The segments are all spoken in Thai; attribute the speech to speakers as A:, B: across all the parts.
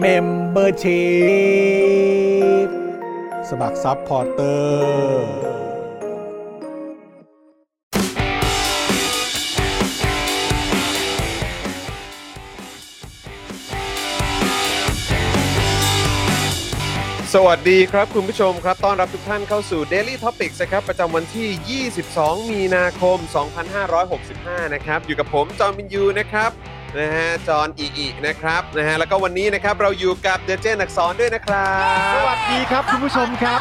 A: เมมเบอร์ชีพสมัครซัพพอร์เตอร์
B: สวัสดีครับคุณผู้ชมครับต้อนรับทุกท่านเข้าสู่ Daily Topics นะครับประจำวันที่ 22 มีนาคม 2565 นะครับ อยู่กับผมจอห์นวินยูนะครับนะฮะจอห์นอีอีนะครับนะฮะแล้วก็วันนี้นะครับเราอยู่กับเดเจนอักษรด้วยนะครับ
C: สวัสดีครับคุณผู้ชมครับ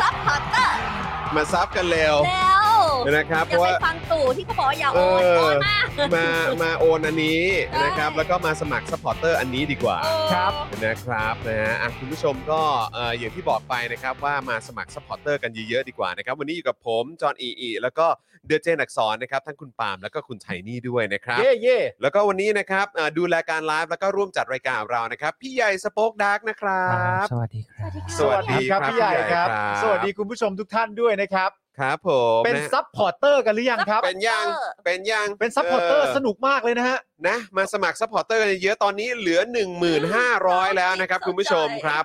D: ซับพอร์เตอร์
B: มาซับกันเร็ว
D: แล้ว
B: นะครับ
D: อ
B: เพ
D: ย่า
B: ราะ
D: ไป
B: ว่า
D: ฟังตู่ที่เขาบอกว่าอย่าโอ
B: เอน อ
D: โอนมาก
B: มามาโอนอันนี้นะครับ
D: ใช่
B: แล้วก็มาสมัครสปอร์เตอร์อันนี้ดีกว่า
D: เออ
C: ครับ
B: นะครับนะฮะอ่ะคุณผู้ชมก็เอ่ออย่างที่บอกไปนะครับว่ามาสมัครสปอร์เตอร์กันเยอะๆดีกว่านะครับวันนี้อยู่กับผมจอห์นอีอีแล้วก็เดอะเจนอักษรนะครับทั้งคุณปาล์มแล้วก็คุณไทนี่ด้วยนะครับ
C: เย่เย่
B: แล้วก็วันนี้นะครับอ่าดูแลการไลฟ์แล้วก็ร่วมจัดรายการเรานะครับ พี่ใหญ่สป็อกดาร์กนะครับ
A: สวัสดีค
D: ส
A: รับ
D: วัส
B: สวัส
D: ดีค่ะ
B: ดี ครับ
C: พี่ใหญ่ครับ
B: พี่ใหญ่ครับ
C: สวัสดีคุณผู้ชมทุกท่านด้วยนะครับ
B: ครับผม
C: เป็นซับพอร์เตอร์กันหรือยังครับ
B: เป็นยังเป็นยัง
C: เป็นซับพอร์เตอร์สนุกมากเลยนะฮะ
B: นะมาสมัครสปอร์เตอร์กันเยอะๆตอนนี้เหลือ 1,500 แล้วนะครับคุณผู้ชมครับ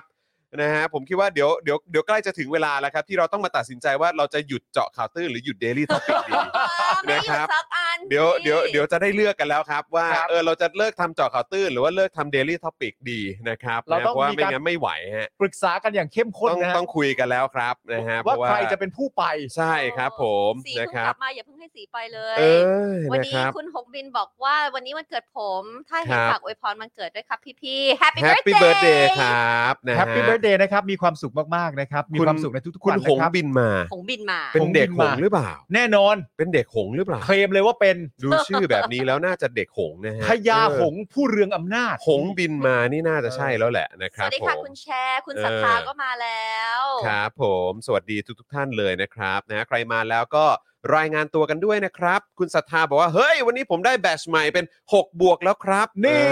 B: นะฮะผมคิดว่าเดี๋ยวเดี๋ยวเดี๋ยวใกล้จะถึงเวลาแล้วครับที่เราต้องมาตัดสินใจว่าเราจะหยุดเจาะข่าวตื้นหรือหยุดเดลี่ท็อปิกดี
D: เออไม่หยุ
B: นะครั
D: ด
B: บ
D: ซับอัน
B: เดี๋ยว
D: พี่
B: เดี๋ยวเดี๋ยวจะได้เลือกกันแล้วครับ ว่า
C: ครับ
B: เออเราจะเลิกทำเจาะข่าวตื้นหรือว่าเลิกทำเดลี่ท็อปิกดีนะครับ
C: เรา
B: นะ
C: ต้อง
B: เพราะว่า
C: มี
B: ไม่
C: การ
B: งั้นไม่ไหวฮะ
C: ปรึกษากันอย่างเข้มข้น
B: ต้อง
C: นะฮะ
B: ต้องคุยกันแล้วครับนะฮะเพ
C: ว่า
B: ราะว่า
C: ใครจะเป็นผู้ไป
B: ใช่ครับ ผม
D: สี
B: นะ
D: เพิ่ง
B: ครั
D: ก
B: บ
D: ลับมาอย่าเพิ่งให้สีไปเลย
B: เออ
D: วัน
B: นะ
D: นี้
B: ครับ
D: คุณหกบินบอกว่าวันนี้วันเกิดผม ถ้าเห็
B: คนรับ
D: ฝากอวยพรวันเกิดด้วยครับพี่ๆ Happy
B: แฮป
D: Birthday
B: ปี้เบิร์ดเดย์ครับนะ
C: แฮ
B: ฮะ
C: ปปี้เบิร์ดเดย์นะครับ มีความสุขมากๆนะครับ มี
B: คุณ
C: ความสุขในทุกๆ
B: คุ
C: วั
B: ณห
C: นนะ
B: ง
C: ครับ
B: บินมา
D: หงบินมา
B: เป็นเด็กหงส์
C: ผมบินมา
B: หรือเปล่า
C: แน่นอน
B: เป็นเด็กหงส์หรือเปล่า
C: เคลมเลยว่าเป็น
B: ดูชื่อแบบนี้แล้วน่าจะเด็กหงส์นะฮะ
C: พญาห
B: เออง
C: ส์ผู้เรืองอำนาจ
B: หงส์บินมานี่น่าจะใช่แล้วแหละนะค
D: ส
B: รับ
D: วัสดี
B: ผ
D: ค่ะ
B: ม
D: คุณแชร์ คุณศรัทธา
B: เออ
D: ก็มาแล้ว
B: ครับผมสวัสดีทุกทท่านเลยนะครับนะใครมาแล้วก็รายงานตัวกันด้วยนะครับ คุณศรัทธาบอกว่า เฮ้ย วันนี้ผมได้แบตชใหม่เป็น 6 บวกแล้วครับ
C: นี่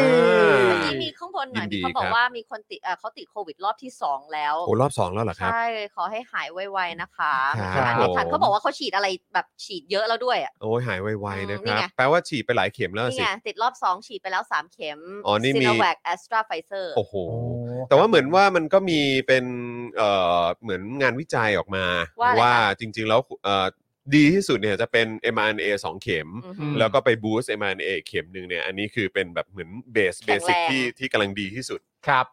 B: อ่า
D: เมื่อกี้มีข้างบนหน่อย
B: ยินดี
D: มีเขาบอ
B: ครั
D: ก
B: บ
D: ว่ามีคนติดเอ่อเขาติดโควิดรอบที่สองแล้ว
B: โอ้รอบ 2 แล้วเหรอครับ
D: ใช่ ขอให้หายไวๆนะคะ
B: ครับ
D: อ่านไม่ทัน
B: ผม
D: เขาบอกว่าเขาฉีดอะไรแบบฉีดเยอะแล้วด้วยอ่ะ
B: โอ้ยหายไวๆนะครั
D: นี่
B: บ
D: ไง
B: แปลว่าฉีดไปหลายเข็มแล้ว
D: นี่
B: สิ
D: ไงติดรอบ 2 ฉีดไปแล้ว 3 เข็ม
B: อ๋อนี่มี
D: ซิโนแวคแอสตราไฟเซอร์
B: โอ้โห
C: โอ้
B: แต่ว่าเหมือนว่ามันก็มีเป็นเอ่อเหมือนงานวิจัยออกมา
D: าอะไรคะ
B: ว่าจริงๆแล้วเอ่อดีที่สุดเนี่ยจะเป็น mRNA 2 เข็ม แล้วก็ไปบูสต์ mRNA อีกเข็มหนึ่งเนี่ยอันนี้คือเป็นแบบเหมือนเบสเบ
D: แข็งแรง
B: สิกที่ที่กำลังดีที่สุด
C: ครับ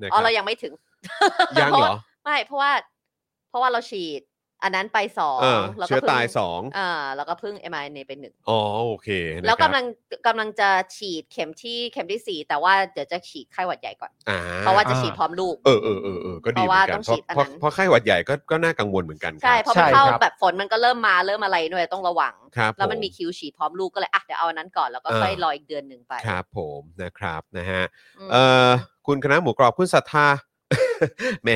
B: นะค
D: อ๋อ
B: รับ
D: เรายังไม่ถึง
B: ยังเหรอ
D: ไม่ เพราะว่า เพราะว่าเราฉีด อันนั้นไปสอง
B: เออ
D: แล้วก็
B: เชื้อตาย
D: เพิ่ง
B: สอง
D: อ่าแล้วก็เพิ่ง m r n a ไปหนึ่ง
B: อ๋อโอเคนะครับ
D: แล้วกำลังกำลังจะฉีดเข็มที่เข็มที่สี่แต่ว่าเดี๋ยวจะฉีดไข้หวัดใหญ่ก่อน
B: อ่
D: เพราะว่าจะฉีดพร้อมลูก
B: เออเออเออเออก็ดีเหมือนกันเพราะ
D: เพราะว่าต้องฉีดอัน
B: เพ
D: นั้
B: ราะ
D: น
B: เพราะไข้หวัดใหญ่ก็ก็น่ากังวลเหมือนกันค
D: ใช่
B: รับ
D: เพราะ
C: ใช่
D: มันเข้า
C: ครับ
D: แบบฝนมันก็เริ่มมาเริ่มอะไรด้วยต้องระวัง
B: ครับ
D: แล้วมันมี
B: ผ
D: คิวฉีดพร้อมลูกก็เลยอ่ะเดี๋ยวเอาอันนั้นก่อนแล้วก็
B: เออ
D: ค่อยรออีกเดือนหนึ่งไป
B: ครับผมนะครับนะฮะ
D: อืม
B: เอ่อคุณคณะหมูกรอบคุณศรัทธา แหม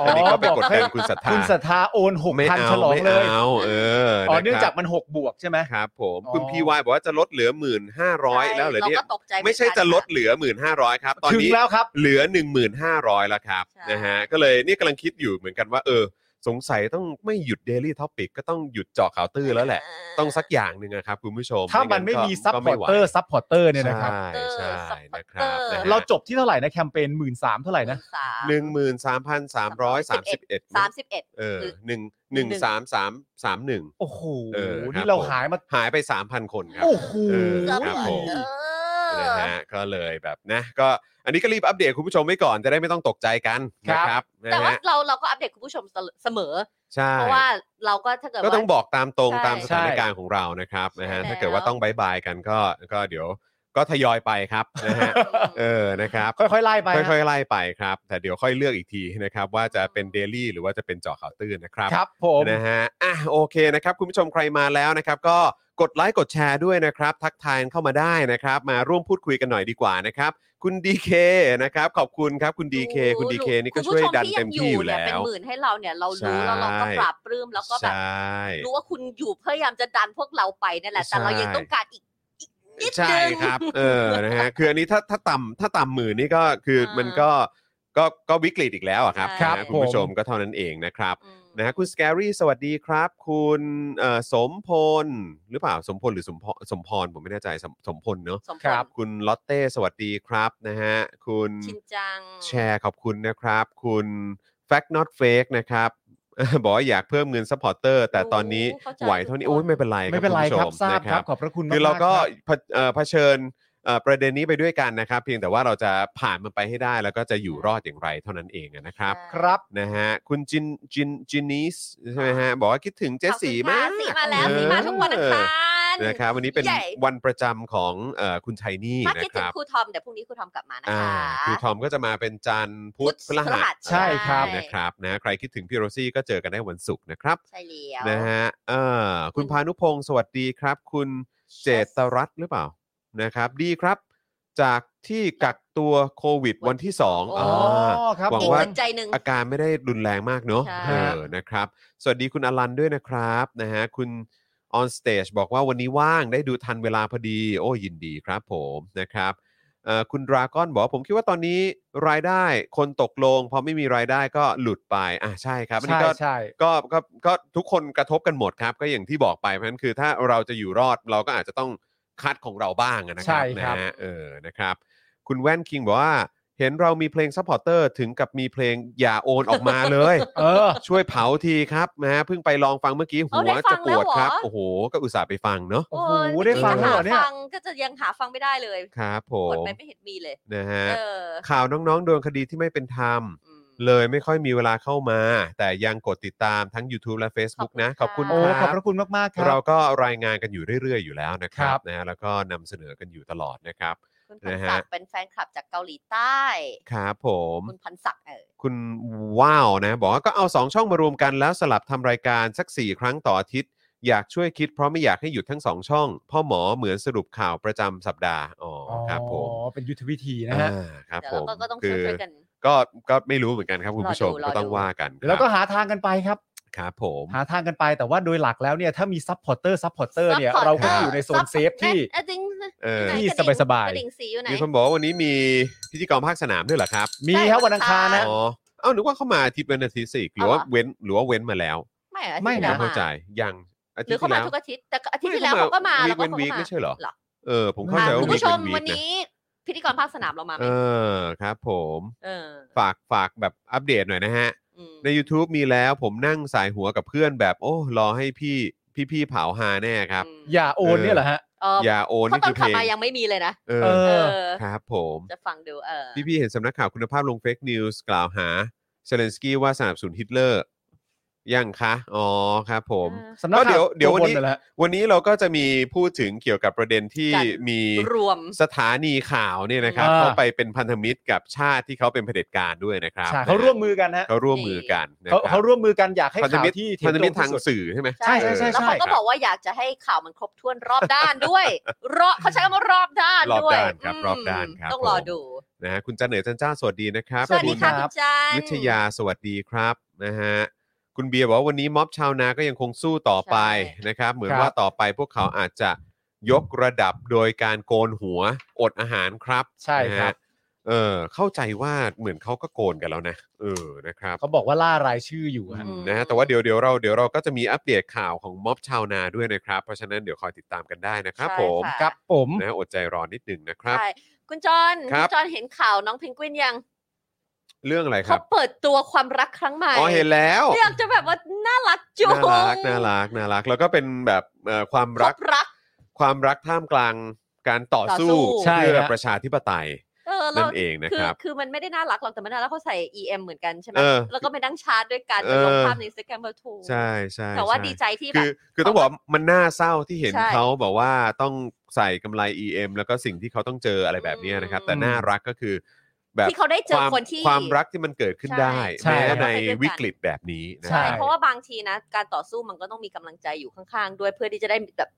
B: อันนี้ก็ไปกดแทนคุณศรัทธา
C: คุณศรัทธาโอนหก
B: ไม่
C: พัน
B: เอา
C: ฉลอง
B: ไม่
C: เลย
B: เอาเออ
C: อ๋
B: นะครั
C: อ
B: บ
C: เนื่องจากมันหกบวกใช่ไหม
B: ครับผม
C: อ๋อ
B: คุณพีวายบอกว่าจะลดเหลือ 1,500 แล้วเหรอเนี่ย
D: ก็ตกใจ
B: ไม่ใช่
D: เหอนกัน
B: จะลดเหลือ 1,500 ครับ ตอน
C: ถึง
B: นี้
C: แล้วครับ
B: เหลือ 1,500 แล้วครับ
D: ใช่
B: นะฮะก็เลยนี่กำลังคิดอยู่เหมือนกันว่า เออ สงสัยต้องไม่หยุด Daily Topic ก็ต้องหยุดเจาะข่าวตื้อแล้วแหละ ต้องสักอย่างหนึ่งนะครับคุณผู้ชม
C: ถ้ามันไม่มีซั p พอร์เตอร์ซั p พอร์เตอร์เนี่ยนะครับ
B: ใช่ใช่นะครับนะฮะ
C: เราจบที่เท่าไหร่นะ แคมเปญหมื่นสามเท่าไหร่นะ
D: สาม
B: หนึ่งหมื่นสามพันสามร้อยสามสิบเอ็ด
D: สามสิบเอ็ด
B: เออหนึ่งหนึ่งสามสามสามหนึ่ง
C: โอ้โห
B: เออครับ
C: นี่เราหายมา
B: หายไปสามพันคนครับ
C: โอ้โห
B: เออ
D: เกือบ
B: ครับผ
D: หมด
B: ม
D: เออ
B: นะฮะก็เลยแบบนะ ก็อันนี้ก็รีบอัปเดตคุณผู้ชมไว้ก่อนจะได้ไม่ต้องตกใจกัน
C: ครับ
B: นะครับนะ
D: แต่ว่า
B: ฮะ
D: เราเราก็อัปเดตคุณผู้ชมเสมอ
B: ใช่
D: เพราะว่าเราก็ถ้าเกิด
B: ก็
D: ว่า
B: ต้องบอกตามตรง
D: ใช่
B: ตามสถานการณ์ของเรานะครับนะฮะ
D: ใช่แล้ว
B: ถ้าเกิดว่าต้องบายบายกันก็ก็เดี๋ยวก็ทยอยไปครับนะฮะเออนะครับ
C: ค่อยๆไล่ไป
B: ค่อยๆไล่ไปครับ แต่เดี๋ยวค่อยเลือกอีกทีนะครับว่าจะเป็นเดลี่หรือว่าจะเป็นเจาะข่าวตื้นนะครับ
C: ครับผม
B: นะฮะ อ่ะ โอเคนะครับ คุณผู้ชมใครมาแล้วนะครับ ก็กดไลค์ กดแชร์ด้วยนะครับ ทักทายเข้ามาได้นะครับ มาร่วมพูดคุยกันหน่อยดีกว่านะครับ คุณ DK นะครับ ขอบคุณครับ คุณ DK คุณ DK นี่ก็ช่วยดันเต็มที่อยู่แล้
D: คุณผู้ชมที่ยังอยู่เนี่ยเป็น
B: ว
D: หมื่นให้เราเนี่ยเรารู้แล้วเราก็
B: ใช่
D: ปราบปลื้มแล้วก็แบบ
B: ใช่
D: รู้ว่าคุณอยู่พยายามจะดันพวกเราไปนั่นแหละ แต่เรายัง
B: ใช่
D: ต้องการอีกอีกนิด
B: ใช่
D: นึง
B: ครับ เออ นะฮะ คืออันนี้ถ้าถ้าต่ำถ้าต่ำหมื่นนี่ก็คือ
D: อ่ามั
B: มันก็ก็ก็วิกฤตอีกแล้วอะครับ
D: ใช่
B: นะฮะคุณผู้ชมก็เท่านั้นเองนะครับ
D: อืม
B: นะฮะคุณสแกรี่สวัสดีครับ คุณเอ่อสมพลหรือเปล่าสมพลหรือสมพรสมพรผมไม่แน่ใจสมสมพลเนาะ
D: สมพร
B: คุณลอตเต้สวัสดีครับนะฮะคุณ
D: ชินจัง
B: แชร์ขอบคุณนะครับ คุณ Fact Not Fake นะครับ บอกว่าอยากเพิ่มเงินซัพพอร์เตอร์แต่ตอนนี้
D: โอ้เข้าใจ
B: ไหวเท่านี้
D: ทุกคน
B: โอ้ยไม่เป็นไร
C: ไม่เป็นไรครับ
B: ณผู้ช
C: ทราบ
B: นะ
C: ครับขอบพระคุณมาก
B: คือเราก็
C: ๆคบ
B: เผเอ่อเผชิญเอ่อประเด็นนี้ไปด้วยกันนะครับ เพียงแต่ว่าเราจะผ่านมันไปให้ได้ แล้วก็จะอยู่รอดอย่างไรเท่านั้นเองนะครับ
D: ใช่
C: ครับ
B: นะฮะคุณจินจินจินนิสใช่ไหมฮะบอกว่าคิดถึงเจ
D: ขอบคุณ
B: สี
D: ค่ะ
B: มาก
D: สีมาแล้วสีมาทุกวันอังคาร
B: นะครับวันนี้เป็น
D: ใหญ่
B: วันประจำของเอ่อคุณชัยนี่
D: ถ้า
B: นะ
D: คิด
B: ค
D: ถึง
B: รับ
D: ครูทอมเดี๋ยวพรุ่งนี้ครูทอมกลับมานะ
B: อ่า
D: คะ
B: ครูทอมก็จะมาเป็นจันทร์พุธพฤ
D: พุธพฤหั
B: หัส
D: ส
C: ใช่ครับ
B: นะครับนะใครคิดถึงพี่โรซี่ก็เจอกันได้วันศุกร์นะครับ
D: ใช่แล้ว
B: นะฮะเอ่อคุณ
D: คุณ
B: พานุพงศ์สวัสดีครับ คุณ เจตรัตน์หรือเปล่านะครับ ดีครับ จากที่กักตัวโควิดวันที่2อง
D: โอ้
B: อ่า
C: ครับ
B: หวัง
D: อีก
B: ว่า
D: ปัจจัยหนึ่ง
B: อาการไม่ได้รุนแรงมากเนอะ
D: ใช่
B: เออนะครับ สวัสดีคุณอลันด้วยนะครับนะฮะคุณออนสเตจบอกว่าวันนี้ว่างได้ดูทันเวลาพอดี โอ้ยินดีครับผมนะครับเอ่อคุณดราก้อนบอกว่าผมคิดว่าตอนนี้รายได้คนตกลงพอไม่มีรายได้ก็หลุดไปอ่ะใช่ครับอันนี้
C: ใช่
B: ก็
C: ใช่
B: ก็ก็ก็ทุกคนกระทบกันหมดครับ ก็อย่างที่บอกไปเพราะฉะนั้นคือถ้าเราจะอยู่รอดเราก็อาจจะต้องคัดของเราบ้างอะนะครันะฮะเออนะครับ คุณแว่นคิงบอกว่า เห็นเรามีเพลงซัพพอร์เตอร์ถึงกับมีเพลงอย่าโอนออกมาเลย
C: เออ
B: ช่วยเผาทีครับนะฮะเพิ่งไปลองฟังเมื่อกี้หั
D: เอา
B: ว
D: ได้ฟั
B: จะ
D: ง
B: ปวด
D: แล้วเหรอ
B: ครับ โอ้โห ก็อุตส่าห์ไปฟังเนาะ
C: โอ้โหได้ฟัง
D: จะ
C: แล้ว
D: หา
C: เหรอเนี่ย
D: ฟังก็จะยังหาฟังไม่ได้เลย
B: ครับผ
D: กด
B: ม
D: ไปไม่เห็นมีเลย
B: นะฮะ
D: เออ
B: ข่าวน้องๆโดนคดีที่ไม่เป็นธรรม
D: อืม
B: เลยไม่ค่อยมีเวลาเข้ามา แต่ยังกดติดตามทั้ง YouTube และ Facebook นะข
D: ข
B: อ
D: อ
B: บบ
D: คุ
B: คุณ
D: ณ
B: ค
C: โอ้
D: ค่ะ
C: ขอบ
B: รับ
C: พระคุณมากๆค
B: เรา
C: รับ
B: ก็รายงานกันอยู่เรื่อย ๆ อยู่แล้วนะครั
C: ครับ บ
B: นะฮะแล้วก็นำเสนอกันอยู่ตลอดนะครับ
D: คุณพั
B: นะ
D: น
B: ฮะ
D: ศักดิ์เป็นแฟนคลับจากเกาหลีใต้
B: ครับผม
D: คุณพันศักดิ์เออ
B: คุณว้าวนะ บอกว่าก็เอา 2 ช่องมารวมกันแล้วสลับทำรายการสัก 4 ครั้งต่ออาทิตย์ อยากช่วยคิดเพราะไม่อยากให้หยุดทั้ง 2 ช่อง พ่อหมอเหมือนสรุปข่าวประจำสัปดาห์ อ๋ออครับผม
C: อ๋อเป็นยุทธวิธีนะฮะ
B: อ่าครับ
D: เดี๋
B: ผม
D: ยวเราก็ก็ต้อง
B: คื
D: ช่วยๆกัน
B: ก็ก็ไม่รู้เหมือนกันครับคุณผู้ชม
D: รอดูรอดู
B: ก็ต้องว่ากัน
C: เดี๋ยวเราก็
B: ครับ
C: หาทางกันไปครับ
B: ครับผม
C: หาทางกันไปแต่ว่าโดยหลักแล้วเนี่ยถ้ามีซัพพอร์เตอร์ซัพพอร์เตอร์เนี่ย
D: Support
C: เราก็อยู่ในโซนเซฟที่
D: เอ้ยจริง
B: เออ
D: ไหน
C: ที่
D: กระดิ่ง
C: สบายๆ
D: กระดิ่งสีอยู่ไหน
B: มีคนบอกว่าวันนี้มีพิธีกรภาคสนามด้วยเหรอครับ
C: มีครับวันอังคารนะ
B: อ๋อเอ้านึกว่าเขามาอาทิตย์เว้นอาทิตย์สิหรือว่า
D: เอาเหรอ
B: เว้นหรือว่าเว้นมาแล้ว
D: ไม่เหรออา
C: ไม่
D: ทิตย์
C: นะ
B: ไม่
D: ที่แล้ว
B: เข้าใจ
D: มา
B: ยังอา
D: ห
B: ทิต
D: รื
B: ย์ที่แล้ว
D: อเขามาทุกอาทิตย์แต่อาทิตย์
B: ไม่
D: ที่แล้วเขาก็มาแล้วก็
B: เว้น
D: เขา
B: เว้น week
D: ก็
B: ไม่ใช่เหรอ
D: เหรอ
B: เออผม
C: แต่
B: เข้าใจว่า
D: อ่ะคุณผู้ชม
B: วีค
D: วัน
B: นะ
D: นี้ พิธีกรภาคสนามเรามาไหม
B: เออครับผม
D: เออ
B: ฝากฝากแบบอัปเดตหน่อยนะฮะ
D: อืม
B: ใน YouTube มีแล้วผมนั่งสายหัวกับเพื่อนแบบโอ้รอให้พี่พี่พี่ๆเผาฮาแน่ครับ
C: อย่าโอนเนี่ยเหรอฮะ
D: เออ
B: อย่าโอน
D: เขา
B: นี่
D: ตอ
B: คือเพ
D: นขับ
B: ลง
D: มายังไม่มีเลยนะ
B: เอ
C: เอ
B: อ
D: เอ
C: อ
D: อ
B: ครับผม
D: จะฟังดูเออ
B: พี่พี่ๆเห็นสำนักข่าวคุณภาพลงเฟกนิวส์กล่าวหาเซเลนสกี้ว่าสนับสนุนฮิตเลอร์ยังคะอ๋อครับผม
D: เออ
C: สำนัก
B: ก็เดี๋ยว
C: ข่า
B: วเดี๋ยววันนี้
C: ตับเหรอฮะ
B: วันนี้เราก็จะมีพูดถึงเกี่ยวกับประเด็นที่
D: การ
B: มี
D: รวม
B: สถานีข่าวเนี่ยนะครับ
C: อ่า
B: เขาไปเป็นพันธมิตรกับชาติที่เขาเป็นเผด็จการด้วยนะครับ
C: ใช่เขาร่วมมือกันฮะ
B: เขาร่วมมือกันนะค
C: เขา
B: บ
C: เขาร่วมมือกันอยากให้
B: พันธ
C: ข่าว
B: มิตร
C: ที่เที่
B: พันธมิตร
C: ตร
B: ทาง
C: งที่สุด
B: สื่อใช่ไหม
D: ใช่
C: ใช่ใช่
D: แล้ว
C: ใช่
D: เขาก็
B: ครับ
D: บอกว่าอยากจะให้ข่าวมันครบถ้วนรอบด้านด้วย รอเขาใช้คำว่ารอบด้าน
B: รอบ
D: ด้วย
B: ด้านครับ
D: ม
B: รอบด้านครับ
D: ต้องรอ
B: ผม
D: ดู
B: นะฮะคุณจันเหนือจันเจ้าสวัสดีนะครับ
D: สวัสดีค่ะ
B: ณ
D: คุณจัน
B: วิทยาสวัสดีครับนะฮะคุณเบียร์บอกว่าวันนี้ม็อบชาวนาก็ยังคงสู้ต่อไป
D: ใช่
B: นะครับ เหมือน
C: ครับ
B: ว่าต่อไปพวกเขาอาจจะยกระดับโดยการโกนหัวอดอาหารครับ
C: ใช่
B: นะ
C: ครั
B: ฮะ
C: บ
B: เออเข้าใจว่าเหมือนเขาก็โกนกันแล้วนะเออนะครับ
C: เขาบอกว่าล่ารายชื่ออยู่ฮะ
D: อืม
B: นะฮะแต่ว่าเดี๋ยวเดี๋ยวเราเดี๋ยวเราก็จะมีอัปเดตข่าวของม็อบชาวนาด้วยนะครับ เพราะฉะนั้นเดี๋ยวคอยติดตามกันได้นะครับ
D: ใช่
B: ผม
D: ะ
C: ครับผม
B: นะฮะอดใจรอนิดหนึ่งนะครับ
D: ใช่คุณจอน
B: ครั
D: คุ
B: บ
D: ณจอนเห็นข่าวน้องเพนกวินยัง
B: เรื่องอะไรค
D: เขา
B: รับ
D: เปิดตัวความรักครั้งใหม่
B: อ๋อเห็นแล้ว
D: อยากจะแบบว่าน่ารักจุง
B: น่ารักน่ารักน่ารักแล้วก็เป็นแบบเอ่อความ
D: พ
B: รัก
D: บรัก
B: ความรักท่ามกลาง การต่อสู้
D: ต่อสู้
C: ใช่
B: เพื่อ
C: ฮะ
B: ประชาธิปไตย
D: เออเรา
B: นั่นเองนะ
D: คื
B: ค
D: อ
B: รับ
D: คือมันไม่ได้น่ารักหรอกแต่มันน่ารักเขาะใส่ EM เหมือนกันใช่ไหม
B: เออ
D: แล้วก็ไปนั่งชาร์จด้วยกัน
B: เออ
D: ลงภาพในสแกมเบอร์ทู
B: ใช่ใช่
D: แต่ว่า
B: ใช่
D: ดีใจที่แบ
B: คื
D: บ
B: อคือต้องบอกว่ามันน่าเศร้าที่เห็น
D: ใช่
B: เขาบอกว่าต้องใส่กำไร EM แล้วก็สิ่งที่เขาต้องเจออะไรแบบเนี้ยนะครับ
D: อืม
B: แต่น่ารักก็คือ แบบ
D: ที่เขาได้เจอ
B: วม
D: คนที่
B: ความรักที่มันเกิดขึ้นได้
C: ใช่
B: แม้
C: ใช่
B: ใน
D: ใช่
B: วิกฤตแบบนี้นะ
D: ใช่
B: ครับ
D: เพราะว่าบางทีนะ การต่อสู้มันก็ต้องมีกำลังใจอยู่ข้างๆ ด้วยเพื่อที่จะได้แบบ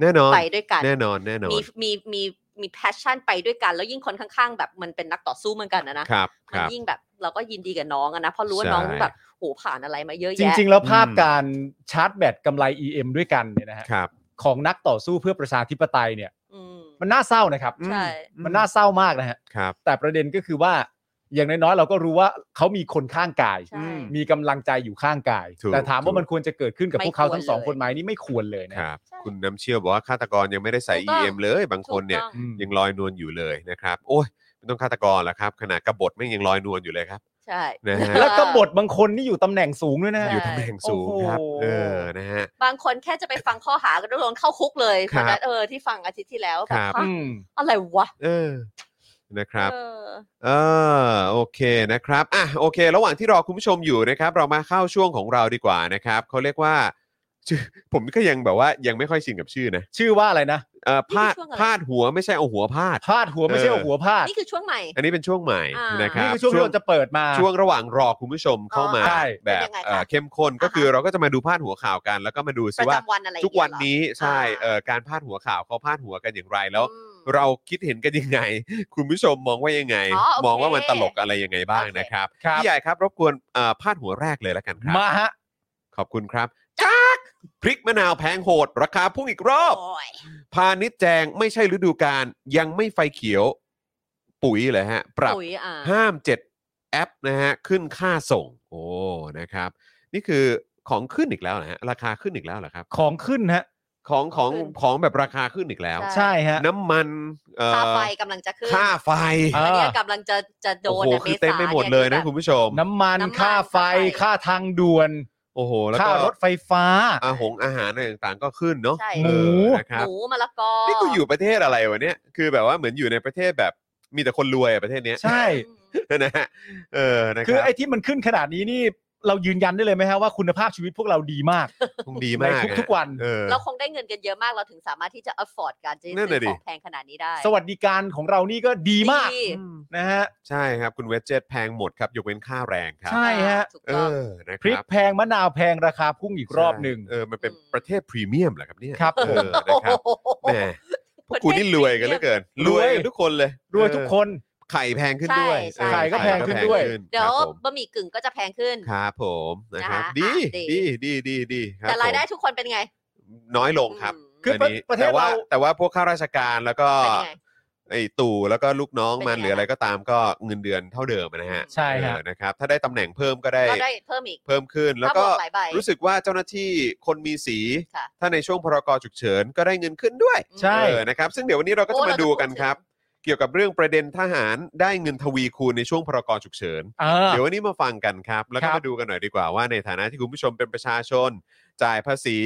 B: แน่นอน
D: ไปด้วยกัน
B: แน่นอนแน่นอ
D: มี
B: น
D: มีมีมีแพชชั่นไปด้วยกัน แล้วยิ่งคนข้างๆ แบบมันเป็นนักต่อสู้เหมือนกันนะนะครับ
B: ค
D: มัน
B: รับ
D: ยิ่งแบบเราก็ยินดีกับน้องอะนะเพราะรู้ว่าน้อง
B: ใช่
D: แบบโหผ่านอะไรมาเยอะ
C: จ
D: แยะ
C: ริง ๆ แล้วภาพ
B: อืม
C: การชาร์จแบตกำไร EM ด้วยกันเนี่ยนะฮะ
B: ครับ
C: ของนักต่อสู้เพื่อประชาธิปไตยเนี่ย
D: อืม
C: มันน่าเศร้านะครับ
D: ใช่
C: มันน่าเศร้ามากนะฮะ
B: ครับ
C: แต่ประเด็นก็คือว่าอย่างน้อยๆเราก็รู้ว่าเขามีคนข้างกาย
D: ใช่
C: มีกำลังใจอยู่ข้างกาย
B: ถูก
C: แต่ถาม
B: ถู
C: ว่าก มันควรจะเกิดขึ้นกับ
D: ไม่
C: พวกเขา
D: ควร
C: ทั้งสอง
D: เลย
C: คนไหมนี่ไม่ควรเลยนะครับ
D: ใช่
B: คุณน้ำเชี่ยวบอกว่าฆาตกรยังไม่ได้ใส่
D: ถูกต้อง
B: EM เลยบางคนเนี่ย
D: ถูกต้อง
C: อืม
B: ยังลอยนวลอยู่เลยนะครับ โอ้ยไม่ต้องฆาตกรแล้วครับขนาดกบฏไม่งยังลอยนวลอยู่เลยครับ
D: ใช่
B: นะฮะ
C: แล้วก็บทบางคนนี่อยู่ตำแหน่งสูงด้วยนะฮะ
B: อยู่ตำแหน่งสูงครับ
C: โอ้โห
B: เออนะฮะ
D: บางคนแค่จะไปฟังข้อหาก็โดนเข้าคุกเลย
B: ครับ
D: วันนั้นเออที่ฟังอาทิตย์ที่แล้วแบ
B: ครับ
D: ฮะ
C: อืม
D: อะไรวะ
B: เออนะครับ
D: เออ
B: เออโอเคนะครับอ่ะโอเค ระหว่างที่รอคุณผู้ชมอยู่นะครับ เรามาเข้าช่วงของเราดีกว่านะครับเขาเรียกว่าชื่อผมก็ยังแบบว่ายังไม่ค่อยชินกับชื่อนะ
C: ชื่อว่าอะไรนะ
B: เออพาด
D: นี่คือช่วงอะไร
B: พาดหัวไม่ใช่เอาหัวพาด
C: พาดหัวไม่ใช่เอาหัวพาด
D: นี่คือช่วงใหม่
B: อันนี้เป็นช่วงใหม่
D: อ่าน
B: นะค
C: นี่
B: รับ
C: คือช่วงที่เราจะเปิดมา
B: ช่วงระหว่างรอคุณผู้ชมเข้ามา
C: อ๋อใช่
B: แบบ
D: เป็นยังไงคะ
B: เอ่อเข้มข้นก็
D: อ่าฮะ
B: คือเราก็จะมาดูพาดหัวข่าวกัน แล้วก็มาดู
D: ป
B: ซิ
D: ระ
B: ว่า
D: จำวันอะไรอย่าง
B: ทุกวัน
D: เงี้ย
B: นี้ใช่
D: เหรอ
B: เอ่อการพาดหัวข่าวเขาพาดหัวกันอย่างไรแล้ว
D: อืม
B: เราคิดเห็นกันยังไง คุณผู้ชมมองว่ายังไง
D: อ๋อโอเค
B: มองว่ามันตลกอะไรยังไงบ้าง
D: โอเค
B: นะครับ
C: ครับ
B: พี่ใหญ่ครับรบกวนเอ่อพาดหัวแรกเลยแล้วกันครับ
C: มาฮะ
B: ขอบคุณครับจ้าพริกมะนาวแพงโหด ราคาพุ่งอีกรอบ
D: โอ้ย
B: พาณิชย์แจงไม่ใช่ฤดูกาลยังไม่ไฟเขียว ปุ๋ยเลยฮะ ปรับ
D: ปุ๋ยอ่ะ
B: ห้ามเจ็ดแอปนะฮะขึ้นค่าส่ง โอ้นะครับ นี่คือของขึ้นอีกแล้วนะฮะราคาขึ้นอีกแล้วเหรอครับ
C: ของขึ้นฮะ
B: ของของของแบบราคาขึ้นอีกแล้ว
C: ใช่ฮะ
B: น้ำมันเอ่อ
D: ค่าไฟกำลังจะขึ้น
B: ค่าไฟ
C: อ่ะ
D: อันเนี้ยกำลังจะจะโด
B: โอ้
D: น
B: โห
D: นะ
B: คือ
D: ษา
B: เต็มไปหมดเลยนะ
D: ที่แบบ
B: คุณผู้ชม
C: น้ำมัน
D: น้ำมัน
C: ค่าไฟ
D: ค่าไฟ
C: ค่าทางด่วน
B: โอ้โห แล้ว
C: ค่า
B: ก็
C: รถไฟฟ้า
B: อาหงอาหารอะไรต่างๆก็ขึ้นเนาะ
D: ใช่
B: เออ
C: หมู
B: นะครับ
D: หมูมะละกอ
B: นี่กูอยู่ประเทศอะไรวะเนี่ย คือแบบว่าเหมือนอยู่ในประเทศแบบมีแต่คนรวยอะประเทศเนี้ย
C: ใช่
D: อืม
B: นะฮะเออนะค
C: คือ
B: รับ
C: ไอ้ที่มันขึ้นขนาดนี้นี่ เรายืนยันได้เลยไหมฮะว่าคุณภาพชีวิตพวกเราดีมาก
B: คงดีมาก
C: ในทุกๆวัน
B: เออ
D: เราคงได้เงินกันเยอะมากเราถึงสามารถที่จะ afford การจะ
B: นั่น
D: ซื้
B: น่ะ
D: อ
B: ดิ
D: ของแพงขนาดนี้ได้
C: สวัสดิการของเรานี่ก็ดีมาก
D: ดี
C: นะฮะ
B: ใช่ครับ คุณเวจเจตแพงหมดครับ ยกเว้นค่าแรงครับ
C: ใช่ฮะ
D: ถูก
B: เอ
D: ต้อง
B: อนะค
C: พริก
B: รับ
C: แพงมะนาวแพงราคาพุ่งอีกรอบหนึ่ง
B: เออมันเป็นประเทศพรีเมียมเหรอครับเนี่ย
C: ครับ
B: เออนะครับแหมพวกกูนี่รวยกันเหลือเกิน รวยกันทุกคนเลย
C: รวยทุกคน
B: ไข่แพงขึ้นด้วย
D: ใช่
B: เออ
C: ไข่ก็แพงขึ้นด้วย
D: เดี๋
B: ค
D: ยว
B: รับผม
D: บะหมี่กึ่งก็จะแพงขึ้น
B: ครับผมนะครับ
D: นะคะ
B: ดี
D: อ่ะ
B: ดี
D: ดี
B: ดีดีดีคบ
D: แต่รายได้
B: ผม
D: ทุกคนเป็นไง
B: น้อยลงครับ
C: คืออั
B: นนี้
C: ประเทศ
B: แต่ว่า
C: เรา
B: แต่ว่าพวกข้าราชการแล้วก็
D: เป็นยังไง
B: ไอ้ตู่แล้วก็ลูกน้องมั
D: เป็นยั
B: น
D: งไง
B: หรืออะไรก็ตามก็เงินเดือนเท่าเดิมนะฮะ
C: ใช่ฮะ
B: เออนะครับ ถ้าได้ตำแหน่งเพิ่มก็ได้
D: ก็ได้เพิ่มอีก
B: เพิ่มขึ้น แล้วก็
D: ถ้าบหลายใบ
B: รู้สึกว่าเจ้าหน้าที่คนมีสี
D: ค่ะ
B: ถ้าในช่วงพรกฉุกเฉินก็ได้เงินขึ้นด้วย
D: อืม
C: ใช่
B: เออนะครับ ซึ่งเดี๋ยววันนี้เราก็
D: โอ้
B: จะมา
D: เราจะ
B: ดู
D: พูด
B: กัน
D: ถึง
B: ครับ เกี่ยวกับเรื่องประเด็นทหารได้เงินทวีคูณในช่วงพรกฉุกเฉิน
C: เออ
B: เดี๋ยววันนี้มาฟังกันครับ แล้วก็
C: ครับ
B: มาดูกันหน่อยดีกว่าว่าในฐานะที่คุณผู้ชมเป็นประชาชน จ่ายภาษี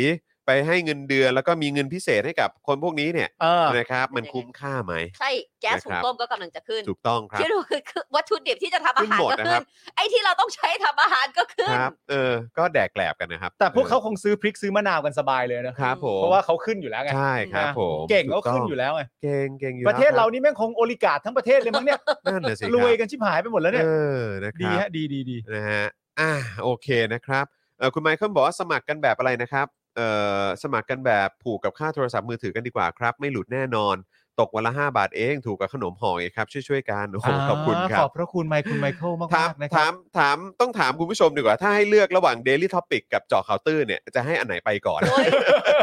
B: ไปให้เงินเดือน แล้วก็มีเงินพิเศษให้กับคนพวกนี้เนี่ย
C: เออ
B: นะครับ มันคุ้มค่าไหม
D: ใช่แก๊ส
B: นะครับ
D: หุงต้มก็กำลังจะขึ้น
B: ถูกต้องครับ
D: คิดดู คือคือวัตถุดิบที่จะทำอา
B: ขึ้น
D: หาร
B: หมด
D: ก็
B: นะค
D: ขึ้
B: รั
D: น
B: บ
D: ไอ้ที่เราต้องใช้ทำอาหารก็ขึ้
B: คน รับเออก็แดกแกลบกันนะครับ
C: แต่พวกเขาคงซื้อพริกซื้อมะนาวกันสบายเลยนะ
B: ครับผม
C: เพราะว่าเขาขึ้นอยู่แล้วไง
B: ใช่ครับ
C: นะ
B: ผม
C: เก่ง
B: ถู
C: เขา
B: ต้
C: ขึ้นอยู่แล้วไง
B: เก่งเก่งอยู่
C: ประเทศเรา
B: แ
C: นี่แม่งคงโอลิการ์ดทั้งประเทศเลยมั้งเนี่ย
B: ล้วครับนั่นน่ะสิคบ
C: รวยกันชิบหายไปหมดแล้วเนี่ย
B: เออนะค
C: ดี
B: รับ
C: ฮะดีดีดี
B: นะฮะอ่ะโอเคนะครับเออคุณไมเคิลบอกว่าสมัครกันแบบอะไรนะครับเออสมัครกันแบบผูกกับค่าโทรศัพท์มือถือกันดีกว่าครับ ไม่หลุดแน่นอน ตกวันละ 5 บาทเองถูกกับขนมห่อเองครับ ช่วยๆกันโอ้โหขอบคุณครั
C: ข
B: บ
C: อบพระคุณไมค์คุณไมเคิลมาก
B: ถาม
C: มากๆนะค
B: ถา
C: รับ
B: มถามต้องถามคุณผู้ชมดีกว่า ถ้าให้เลือกระหว่าง Daily Topic กับเจาะข่าวตื้นเนี่ย จะให้อันไหนไปก่อน
D: โอ๊ย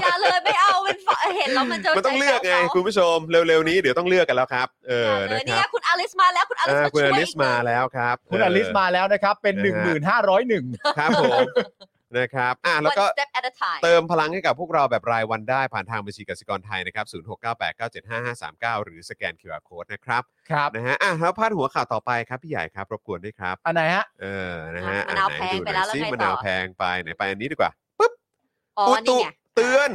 D: อย่าเลยไม่เอาเป็นฝเห็นแล้วมันจะ
B: มันต้องเลือกไง
D: ใจขา
B: คุณผู้ชมเร็วๆนี้เดี๋ยวต้องเลือกกันแล้วครับเออ
D: อย่าเล
B: นะ
D: ย
B: ค
D: เนี่
B: รั
D: ย
B: บ
D: คุณอลิสมาแล้วคุณอลิส
B: อ่า
D: มา
B: คุณ
D: ช่วย
B: อลิ
D: อี
B: ส
D: กหนึ่
B: มาง แล้วครับ
C: คุณอลิสมาแล้วนะครับ เป็น 1501
B: ครับผมนะครับอ่ะแล้ว
D: One
B: ก็
D: step at a time
B: เติมพลังให้กับพวกเราแบบรายวันได้ผ่านทางบัญชีกสิกรไทยนะครับ0698975539 หรือสแกน QR Code นะครับ
C: ครับ
B: นะฮะอ่ะแล้วพาดหัวข่าวต่อไปครับพี่ใหญ่ครับรบกวนด้วยครับ
C: อันไหนฮะ
B: เออ นะฮะ
D: อ่ะมะนาว
B: อ่ะ
D: แพง
B: หดูห
D: ไปแล้วแล้ว
B: ซิ
D: ไง
B: มะนาว
D: ต่อ
B: แพงไปไหนไปอันนี้ดีกว่า ปุ๊บ
D: อ๋อ
B: อุ
D: นี่
B: ตุ
D: ไง
B: เตือน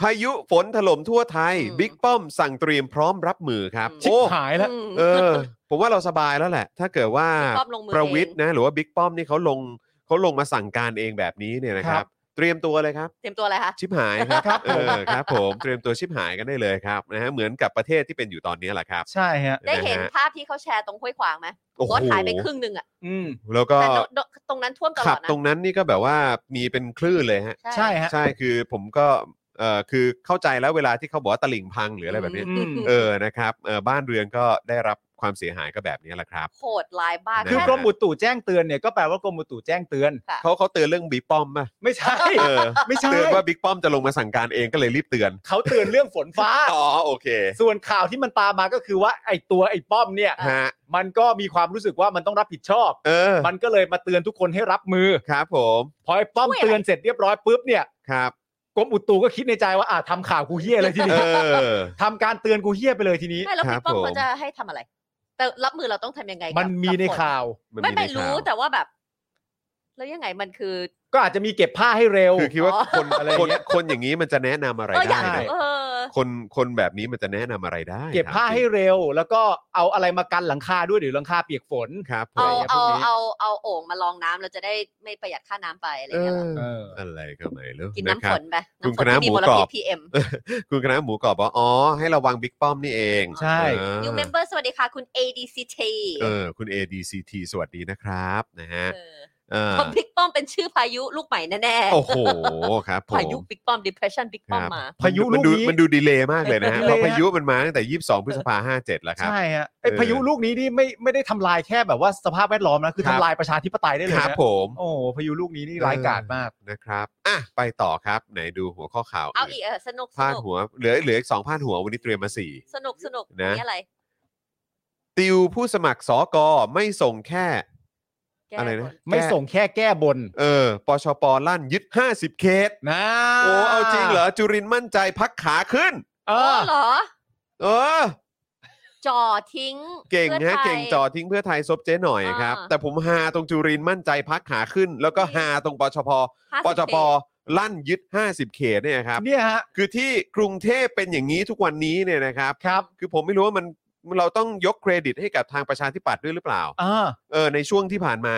B: พายุฝนถล่มทั่วไทย
D: อืม
B: บิ๊กป้อมสั่งเตรียมพร้อมรับมือครับ
D: อืม
C: ชิบ
B: โอ้
C: หายแล้ว
D: อืม
B: เออ ผมว่าเราสบายแล้วแหละ ถ้าเกิดว่า
D: บิ๊กป้อมลงมือ
B: ประวิทย์
D: เอง
B: นะหรือว่าบิ๊กป้อมนี่เขาลงเขาลงมาสั่งการเองแบบนี้เนี่ยนะค
C: ค
B: รั
C: รับ บ
B: เตรียมตัวเลยครับ
D: เตรียมตัวอะไรคะ
B: ชิบหายครับ
C: ครับ
B: เอ
C: ผม
B: อครับ ผมเตรียมตัวชิบหายกันได้เลยครับนะฮะเหมือนกับประเทศที่เป็นอยู่ตอนนี้แหละครับ
C: ใช่ฮะ
D: ได้เห็นะ
B: ฮะ
D: ภาพที่เขาแชร์ตรงห้วยขวางไหม
B: โอ้โห
D: รถหายไปครึ่งหนึ่งอ่ะ
C: อืม
B: แล้วก็
D: แต่ตรงตรงนั้นท่วมตล
B: ขั
D: อบ ดนะ
B: ตรงนั้นนี่ก็แบบว่ามีเป็นคลื่นเลยฮะ
C: ใช่ฮะ
B: ใช่คือผมก็เออคือเข้าใจแล้วเวลาที่เขาบอกว่าตลิ่งพังหรืออะไรแบบนี้
C: อืม
B: เออนะครับเออบ้านเรือนก็ได้รับความเสียหายก็แบบนี้แหละครับ
D: โหดลายบ้าก
B: นะ
C: คือกรม
D: แ
C: อุตุแจ้งเตือนเนี่ยก็แปลว่ากรมอุตุแจ้งเตือน
D: ค่ะ
B: เขาเขาเตือนเรื่องบิ๊กป้อมป่ะ
C: ไม่ใช่
B: เออ
C: ไม่ใช่
B: เตือนว่าบิ๊กป้อมจะลงมาสั่งการเองก็เลยรีบเตือน
C: เขาเตือนเรื่องฝนฟ้า
B: อ๋อโอเค
C: ส่วนข่าวที่มันตามมาก็คือว่าไอ้ตัวไอ้ป้อมเนี่ย
B: ฮะ
C: มันก็มีความรู้สึกว่ามันต้องรับผิดชอบ
B: เออ
C: มันก็เลยมาเตือนทุกคนให้รับมือ
B: ครับผม
C: พอไอ้ป้อมเตือนเสร็จเรียบร้อยปุ๊บเนี่ย
B: ครับ
C: กรมอุตุก็คิดในใจว่าอ่ะทำข่าวกูเฮี้ยเลยที
B: เอ
C: นี้
B: อ
C: ทำการเตือนกูเฮี้ยไปเลยทีนี้
D: ใช่แล้ว
B: ครั
D: พี่
B: บ
D: ป้อมเขา
B: ผม
D: จะให้ทำอะไร แต่รับมือเราต้องทำยังไงกับ
C: มันมีใน
D: กับฝ
C: ข่าว
B: น
D: ไม่ไม่
B: ในข่าว
D: รู้แต่ว่าแบบ แล้วยังไงมันคือ
C: ก็อาจจะมีเก็บผ้าให้เร็ว
B: คือคิดว่า
D: อ๋อ
B: คน
C: อะไรอย่า
B: คน
C: งเงี้ย
B: คนอย่างนี้มันจะแนะนำอะไร
D: เอออ
B: ได้
D: ยาก
B: นะ
D: เออ
B: คนคนแบบนี้มันจะแนะนำอะไรได้
C: เก็บผ้าให้เร็ว แล้วก็เอาอะไรมากันหลังคาด้วยหรือหลังคาเปียกฝน
B: ครับผ
D: เอา
B: ม
D: เอา
C: พวกนี้
D: เอาเอาโอ่งมาลองน้ำเราจะได้ไม่ประหยัดค่าน้ำไปอะไร
B: เอ
D: เงี้ยเหรอ
B: อ
C: เออ
B: อะไรก็ไม่รู้
D: กิน
B: ค
D: น้ำ
B: รั
D: ฝ
B: บ
D: นไป
B: คุณ
D: น้ำ
B: คณะ
D: ฝน
B: ห
D: ที่มี
B: มู
D: มล
B: กร
D: พิ
B: อ
D: ษ
B: บ
D: พีเอ็ม
B: คุณคณะหมูกรอบว่าอ๋อ ให้ระวังบิ๊กป้อมนี่เอง
C: ใช่
B: เออ
D: new member สวัสดีค่ะ คุณ ADCT
B: เออคุณ ADCT สวัสดีนะครับนะฮะ
D: เออ
B: เออ
D: เพราะบิ๊กป้อมเป็นชื่อพายุลูกใหม่แน่
B: โอ้โหครับผม
D: พายุบิ๊กป้อม depression บิ๊กป้อม
B: ครับ
D: มา
C: พายุ
B: มั
C: ลู
B: น
C: ก
B: ดู
C: นี้
B: มันดูดีเลย์มากเลยนะฮะ
C: ดี
B: เพ
C: เลย์
B: ราะพายุมันมาตั้งแต่ 22 พฤษภา57 แล้วครับ
C: ใช่ฮะไอ้
B: เออ
C: พายุลูกนี้นี่ไม่ไม่ได้ทำลายแค่แบบว่าสภาพแวดล้อมนะคือทำลายประชาธิปไตยได้เลย
B: ครับ
C: นะ
B: ผม
C: โอ้โหพายุลูกนี้นี่ร้ายกาจมาก
B: นะครับอ่ะไปต่อครับไหนดูหัวข้อข่าว
D: เอาอีกเออสนุกส
B: พาด
D: นุก
B: หัวเหลือเหลืออีกสองพาดหัววันนี้เตรียมมาสี่
D: สนุกสนุก
B: นะ
D: นี่อะไร
B: ติวผู้สมัครสกไม่ส่งแค่
D: แก้
B: อะไรนะ
D: บท
C: ไม่ส่งแค่แก้บน
B: เออปชปลั่นยึด 50 เขต
C: นะ
B: โอ้ เอาจริงเหรอ จุรินทร์มั่นใจพักขาขึ้น
C: เอ
D: โอ้
C: อ
D: เหรอ
B: เออ
D: จ่อทิ้ง
B: เก่ง
D: พื่อ
B: ฮะ
D: ไทย
B: เก่งจอทิ้งเพื่อไทยซบเจ๊หน่อยครับ
D: อ่า
B: แต่ผมฮาตรงจุรินทร์มั่นใจพักขาขึ้น แล้วก็ฮาตรงปชพ
D: 50
B: ปชพ
D: เขต
B: ลั่นยึด 50 เขตเนี่ยครับ
C: เนี่ยฮะ
B: คือที่กรุงเทพเป็นอย่างนี้ทุกวันนี้เนี่ยนะครับ
C: ครับ
B: คือผมไม่รู้ว่ามันเราต้องยกเครดิตให้กับทางประชาธิปัตย์ด้วยหรือเปล่า
C: อ่า
B: เออในช่วงที่ผ่านมา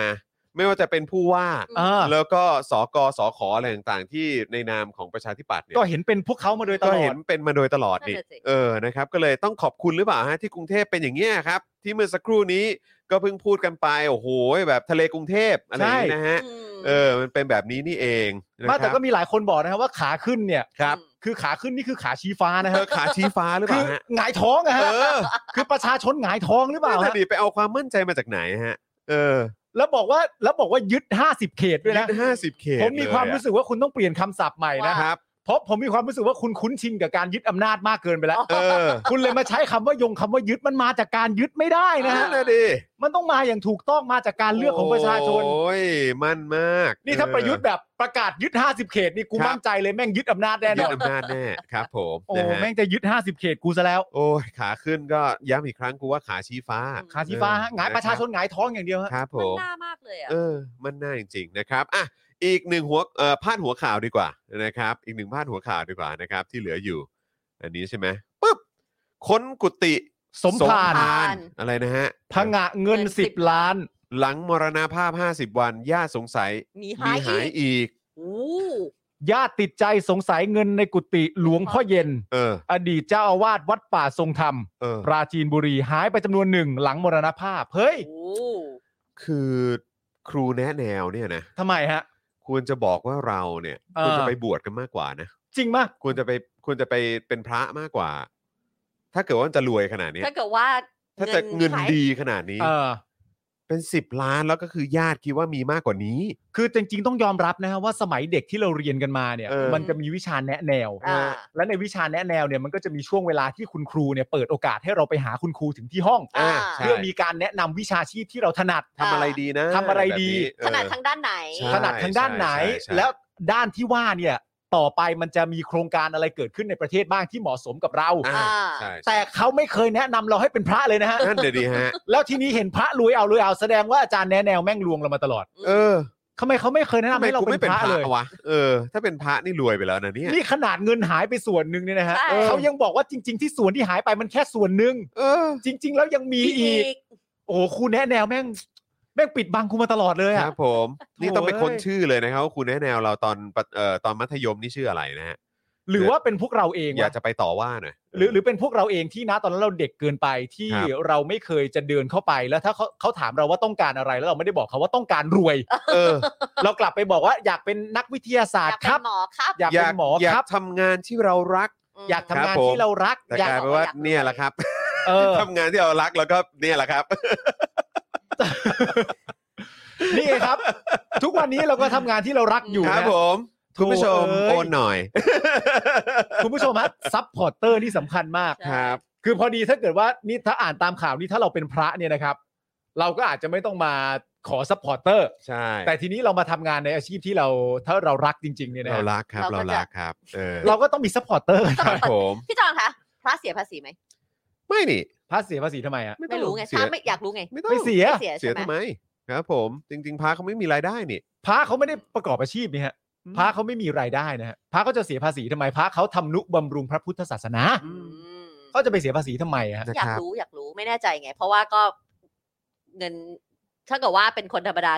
B: ไม่ว่าจะเป็นผู้ว่า
C: อ่า
B: แล้วก็สกสขอะไรต่างๆ ที่ในนามของประชาธิปัตย์เนี่ย
C: ก็เห็นเป็นพวกเขามาโดยต
B: ก็
C: ลอ
B: เห็
C: ด
B: นเป็นมาโดยตลอดนี่
D: นั่นน่ะสิ
B: เออนะครับ ก็เลยต้องขอบคุณหรือเปล่าฮะที่กรุงเทพเป็นอย่างเงี้ยครับ ที่เมื่อสักครู่นี้ก็เพิ่งพูดกันไป โอ้โหแบบทะเลกรุงเทพอะไรอย่างนี้นะฮะ
D: อืม
B: เออมันเป็นแบบนี้นี่เองนะครั
C: มา
B: บ
C: แต่ก็มีหลายคนบอกนะครับว่าขาขึ้นเนี่ย
B: ครับ
C: คือขาขึ้นนี่คือขาชี้ฟ้านะ
B: เธ
C: ฮะ
B: อขาชี้ฟ้าหรือเป
C: คื
B: ล่า
C: อ
B: ฮะ
C: หงายท้องอะ
B: เอ
C: ฮะ
B: อ
C: คือประชาชนหงายท้องหรือเปล่า
B: นั่นน่ะ
C: ฮะ
B: ดิไปเอาความมั่นใจมาจากไหนฮะ เออ
C: แล้วบอกว่าแล้วบอกว่ายึด 50 เขตด้วย
B: ยึ
C: นะ
B: ดห้าสิบเขต
C: ผมมีความรู้สึกว่าคุณต้องเปลี่ยนคำศัพท์ใหม่
B: นะ
C: นะครับ เพราะผมมีความรู้สึกว่าคุณคุ้นชินกับการยึดอำนาจมากเกินไปแล้ว
B: เออ
C: คุณเลยมาใช้คำว่ายงคำว่ายึดมันมาจากการยึดไม่ได้นะ
B: นั่
C: ฮะ
B: นน่ะดิ
C: มันต้องมาอย่างถูกต้องมาจากการเลือกของประชาชน
B: โอ้ยมั่นมาก
C: นี่ถ้าประยุทธ์แบบประกาศยึด 50 เขตนี่กูมั่นใจเลยแม่งยึดอำนาจ
B: แน่
C: แน่นอน
B: อำนาจแน่ครับ ผม
C: โอ้
B: นะฮะ
C: แม่งจะยึด 50 เขตกูซะแล้ว
B: โอ้ยขาขึ้นก็ย้ำอีกครั้งกูว่าขาชี้ฟ้า
C: ขาชี้ฟ้าฮะ
B: เออ
C: หงายประชาชนหงายท้องอย่างเดียวฮะ
B: ครับผ
D: มัน
B: ม
D: น่ามากเลยอ่ะ
B: เออ มันน่าจริงๆนะครับอ่ะอีกหนึ่งหัวเอ่อพาดหัวข่าวดีกว่านะครับ อีกหนึ่งพาดหัวข่าวดีกว่านะครับ ที่เหลืออยู่ อันนี้ใช่ไหมปุ๊บค้นกุฏิ
C: สมภาร
B: สรอะไรนะฮะ
C: พงะเงิน 10 ล้าน
B: หลังมรณภาพ 50 วันญาติสงสัย
D: มีหา
B: มี
D: ย
B: หาย
D: อีก
B: อีก
D: โอ้
C: ญาติติดใจสงสัยเงินในกุฏิหลวงพ่อเย็น
B: เออ
C: อดีตเจ้าอาวาสวัดป่าทรงธรรม
B: เออ
C: ปราจีนบุรีหายไปจำนวนหนึ่งหลังมรณภาพ เฮ้ย
D: โอ้
B: คือครูแนะแนวเนี่ยนะ
C: ทำไมฮะ
B: ควรจะบอกว่าเราเนี่ยควรจะ
C: เออ
B: ไปบวชกันมากกว่านะ
C: จริงมาก
B: ควรจะไปควรจะไปเป็นพระมากกว่า ถ้าเกิดว่ามันจะรวยขนาดเนี้ย
D: ถ้าเกิดว่า
B: ถ้าจะเงิน
D: ขาย
B: ดีขนาดนี้
C: เออ
B: เป็นสิบล้านแล้วก็คือญาติคิดว่ามีมากกว่านี้
C: คือจริงๆต้องยอมรับนะฮะว่าสมัยเด็กที่เราเรียนกันมาเนี่ย
B: เออ
C: มันจะมีวิชาแนะแนว
D: อ่า
C: และในวิชาแนะแนวเนี่ยมันก็จะมีช่วงเวลาที่คุณครูเนี่ยเปิดโอกาสให้เราไปหาคุณครูถึงที่ห้อง
D: อ่า
B: ใช่
C: เพื่อมีการแนะนำวิชาชีพที่เราถนัด
B: ทำอะไรดีนะ
C: ทำอะไรดี
B: แบบนี้
D: ขนาด
B: เออ
D: ทางด้านไหน
B: ใช่
C: ถนัดทางด้านไหน
B: ใช่ใช่ใช่
C: แล้วด้านที่ว่าเนี่ยต่อไปมันจะมีโครงการอะไรเกิดขึ้นในประเทศบ้างที่เหมาะสมกับเรา
B: อ่า
D: อ่า
B: ใช่ใช่
C: แต่เขาไม่เคยแนะนำเราให้เป็นพระเลยนะฮะ
B: นั่นเดี๋ยวดีฮะ
C: แล้วทีนี้เห็นพระรวยเอารวยเอาแสดงว่าอาจารย์แนะแนวแม่งลวงเรามาตลอด
B: เออ
C: ทำไมเขาไม่เคยแนะ
B: ทำ
C: นำ
B: ไม
C: ให้เรา
B: กู
C: เป็
B: ไม่
C: น
B: เป็น
C: พ
B: พระ
C: ระเลย
B: วะเออ ถ้าเป็นพระนี่รวยไปแล้วนะเนี่ย
C: นี่ขนาดเงินหายไปส่วนหนึ่งเนี่ยนะฮะ
D: ใช่
C: เขายังบอกว่าจริง ๆ ที่ส่วนที่หายไปมันแค่ส่วนหนึ่ง
B: เออ
C: จริง ๆ แล้วยังมีอีก โอ้โหครูแนะแนวแม่งแม่งปิดบังครูมาตลอดเลย
B: ค
C: อะ
B: รับผมนี่ต้องไป
C: โถ่เอ้ย
B: ค้นชื่อเลยนะครับว่าคุณแนะแนวเราตอนปะเอ่อตอนมัธยมนี่ชื่ออะไรนะฮะ
C: หรือว่าเป็นพวกเราเอ
B: อยาว
C: งะ
B: กจะไปต่อว่าหน่อย
C: หรือหรือเป็นพวกเราเองที่นะตอนนั้นเราเด็กเกินไปที่
B: ครับ
C: เราไม่เคยจะเดินเข้าไปแล้วถ้าเขาเขาถามเราว่าต้องการอะไรแล้วเราไม่ได้บอกเขาว่าต้องการร วย
B: เออ
C: เรากลับไปบอกว่าอยากเป็นนักวิทยาศา
D: อ
C: สต
D: ยาก
C: ร์ค
D: เป็
C: รับ
D: นหมอครับ
C: อยาก
B: อ
C: เป็
B: ยาก
C: นหมอ
B: อยา
C: ค
B: ก
C: รับ
B: ทำงานที่เรารัก
D: ม
C: อยากทำ
B: ครับ
C: งาน
B: ผม
C: ที่เรารัก
B: แต่
C: อยาก ก
B: ลายเป็นว่า
D: อยากรวย
B: เนี่ยแหละครับ
C: เออ
B: ทำงานที่เรารักแล้วก็เนี่ยแหละครับ
C: นี่ไงครับ ทุกวันนี้เราก็ทำงานที่เรารักอยู่
B: ครับ
C: นะ
B: ผม
C: โถ่
B: คุณผู้ชม
C: เอ้ย
B: โอนหน่อย
C: คุณผู้ชมฮะซัพพอร์เตอร์นี่สำคัญมาก
D: ใช่
B: ครับ
C: คือพอดีถ้าเกิดว่านี่ถ้าอ่านตามข่าวนี่ถ้าเราเป็นพระเนี่ยนะครับ เราก็อาจจะไม่ต้องมาขอซัพพอร์เตอร์
B: ใช่
C: แต่ทีนี้เรามาทำงานในอาชีพที่เราถ้าเรารักจริง ๆ เนี่ยนะ
B: เรา
C: ฮะ
B: รักครับ
D: เรา
B: เรา
D: ก็จะ
B: รักครับ เออ
C: เราก็ต้องมีซัพพอร์เตอร์
B: ครับผม
D: พี่จอนคะพระเสียภาษีไหม
B: ไม่นี่
C: พระเสียภาษีทำไมอ่ะ
B: ไม่ต้อ
D: ไม่รู้ไง
B: เสี
D: ถ้าย ไม่อยากรู้ไง
B: ไม่ต้อง
C: ไม่เสีย
D: เสีย
B: เสี
D: ใช่
B: ยทำ
D: ไหม
B: ไมครับผม จริง ๆพระเขาไม่มีรายได้นี่
C: พระเขาไม่ได้ประกอบอาชีพนี่ฮะ
B: อืม
C: พระเขาไม่มีรายได้นะฮะพระเขาจะเสียภาษีทำไมพระเขาทำนุบำรุงพระพุทธศาสนา
D: อืม
C: เขาจะไปเสียภาษีทำไมอะฮะ
B: นะ
D: อยา
B: ค
D: ก
B: รับ
D: รู้อยากรู้ไม่แน่ใจไง เพราะว่าก็เงินถ้าเกิดว่าเป็นคนธรรมดา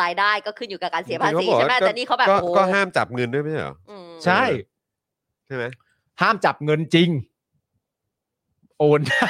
D: รายได้ก็ขึ้นอยู่กับการเสียภาษีใช่ไหมแต่นี่เขาแบบ
B: ก็
D: โอ้
B: ก็ห้ามจับเงินด้วยไม่ใช่เหรอ
D: อืม
C: ใช่
B: ใช่ไหม
C: ห้ามจับเงินจริง โอน ได้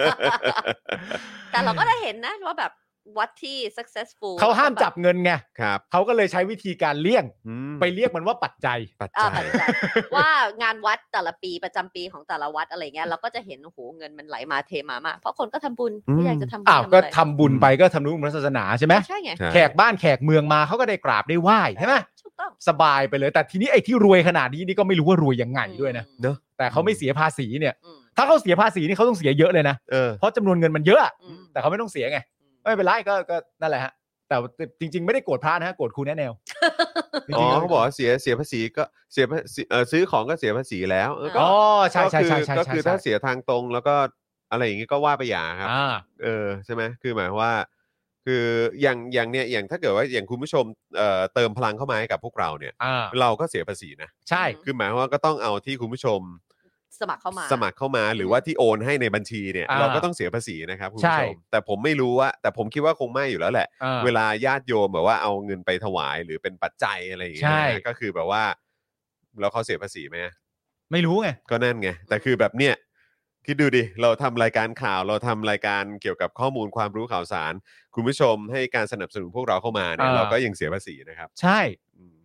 D: แต่เราก็ได้เห็นนะว่าแบบวัดที่ successful
C: เขาห้ามจับเงินไง
B: ครับ
C: เขาก็เลยใช้วิธีการเลี่ยง
B: อืม
C: ไปเรียกมันว่าปัจจัย
B: ปัจ
D: อ่า
B: จั
D: ปั
B: ย
D: จจัยว่างานวัดแต่ละปีประจำปีของแต่ละวัดอะไรเงี้ยเราก็จะเห็นโอ้โหเงินมันไหลมาเทมามากเพราะคนก็ทำบุญไม่อยากจะทำบุญ
C: อ้าว ก็
D: ทำอะไร
C: ทำบุญไปก็ทำนุบำรุงพระศาสนาใช่ไหม
D: ใช่ไง
B: ใช่
C: แขกบ้านแขกเมืองมาเขาก็ได้กราบได้ไหว้ใช่ไหม
D: ถูกต้อง
C: สบายไปเลย แต่ทีนี้ไอ้ที่รวยขนาดนี้นี่ก็ไม่รู้ว่ารวยยังไงด้วยนะ
B: เนอะ
C: แต่เขาไม่เสียภาษีเนี่ย
D: อืม
C: ถ้าเขาเสียภาษีนี่เขาต้องเสียเยอะเลยนะ
B: เออ
C: เพราะจำนวนเงินมันเยอะ
D: อืม
C: แต่เขาไม่ต้องเสียไง ไม่เป็นไรก็ก็นั่นแหละฮะ แต่จริง ๆ ไม่ได้โกรธพระนะฮะโกรธครูแนะแนวจริง
B: อ๋
C: ๆ
B: อเขาบอกว่าเสียเสียภาษีก็เสียภาษีเออซื้อของก็เสียภาษีแล้วเออก็
C: อ๋อใช่ใช่ใช่ใช่
B: ก็
C: ใช่
B: คือ
C: ใช่
B: ถ้าเสียทางตรงแล้วก็อะไรอย่างงี้ก็ว่าไปอย่างครับ
C: อ่า
B: เออใช่ไหมคือหมายความว่า คืออย่างอย่างเนี้ยอย่างถ้าเกิดว่าอย่างคุณผู้ชมเอ่อเติมพลังเข้ามาให้กับพวกเราเนี่ย
C: อ่า
B: เราก็เสียภาษีนะ
C: ใช่
B: คือหมายความว่าก็ต้องเอาที่คุณผู้ชม
D: สมัครเข้ามา
B: สมัครเข้ามาหรือว่าที่โอนให้ในบัญชีเนี่ย
C: อ่า
B: เราก็ต้องเสียภาษีนะครับคุณ
C: ใช่
B: ผู้ชมแต่ผมไม่รู้ว่า แต่ผมคิดว่าคงไม่อยู่แล้วแหละ
C: อ่า
B: เวลาญาติโยมแบบว่าเอาเงินไปถวายหรือเป็นปัจจัยอะไรอย่างเงี้ย
C: ใช่
B: นะก็คือแบบว่าแล้วเขาเสียภาษีไหมอะ
C: ไม่รู้ไง
B: ก็นั่นไง แต่คือแบบเนี้ยคิดดูดิ เราทำรายการข่าวเราทำรายการเกี่ยวกับข้อมูลความรู้ข่าวสาร คุณผู้ชมให้การสนับสนุนพวกเราเข้ามาเนี่ย
C: อ่า
B: เราก็ยังเสียภาษีนะครับ
C: ใช่
B: อืม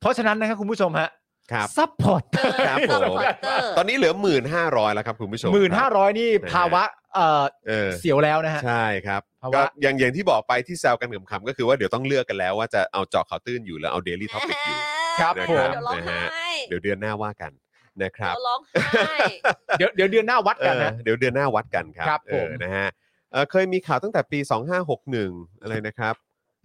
C: เพราะฉะนั้นนะครับคุณผู้ชมฮะ
B: ครับ
C: ซัพพอร์ต
B: ครับผม
D: Supporter
B: ตอนนี้เหลือหมื่นห้าร้อยแล้วครับคุณผู้ชม
C: หมื่นห้า
B: ครับ
C: ร้อยนี่
B: นะฮะ
C: ภาวะเอ่อ
B: เออ
C: เสียวแล้วนะฮะ
B: ใช่ครับ
C: ภาวะ
B: ก็อย่างอย่างที่บอกไปที่แซวกันขำๆก็คือว่าเดี๋ยวต้องเลือกกันแล้วว่าจะเอาเจาะข่าวตื้นอยู่แล้วเอาเดลี่ท็อปิกอยู่
C: ครับ
D: เดี๋ยว
C: ผม
D: เดี๋ยวร้องไห้
B: เดี๋ยวเดือนหน้าว่ากันนะครับ
D: เดี๋ยวร้องไห้
C: เดี๋ยวเดี๋ยวเดือนหน้าวัดกันนะ
B: เออเดี๋ยวเดือนหน้าวัดกันครับ
C: ครับ
B: เออ
C: ผม
B: นะฮะเอ่อเคยมีข่าวตั้งแต่ปี 2561 อะไรนะครับ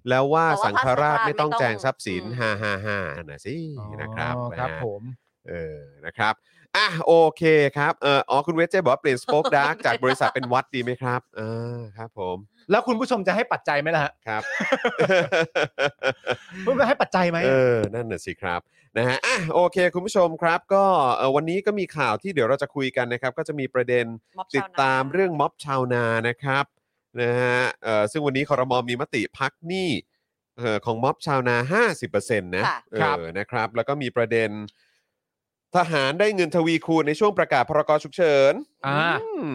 B: แล้วว่าสังฆราชไม่ต้องแจงทรัพย์สิน5 5 5นะสินะครับ
C: อ๋อครับ
B: นะฮะ
C: ผม
B: เออนะครับอ่ะโอเคครับเอออ๋อคุณเวจเจบอกว่าเปลี่ยนสป็อกดาร์กจากบริษัทเป็นวัดดีไหมครับเออครับผม
C: แล้วคุณผู้ชมจะให้ปัจจัยไหมล่ะฮะ
B: ครับ
C: คุณจะให้ปัจจัยไหม
B: เออ นั่นน่ะสิครับนะฮะอ่ะโอเค คุณผู้ชมครับ ก็เอ่อวันนี้ก็มีข่าวที่เดี๋ยวเราจะคุยกันนะครับ ก็จะมีประเด็น
D: ม็อบช
B: ติ
D: ว
B: ด
D: น
B: ตามเรื่องม็อบชาวนานะครับนะฮะเอ่อซึ่งวันนี้คอรมอมีมติพักหนี้เอ่อของม็อบชาวนา 50%นะ
D: ค่ะ
B: เอ
C: ครับ
B: อนะครับ แล้วก็มีประเด็น ทหารได้เงินทวีคูณในช่วงประกาศพรกฉุกเฉิน
C: อ่า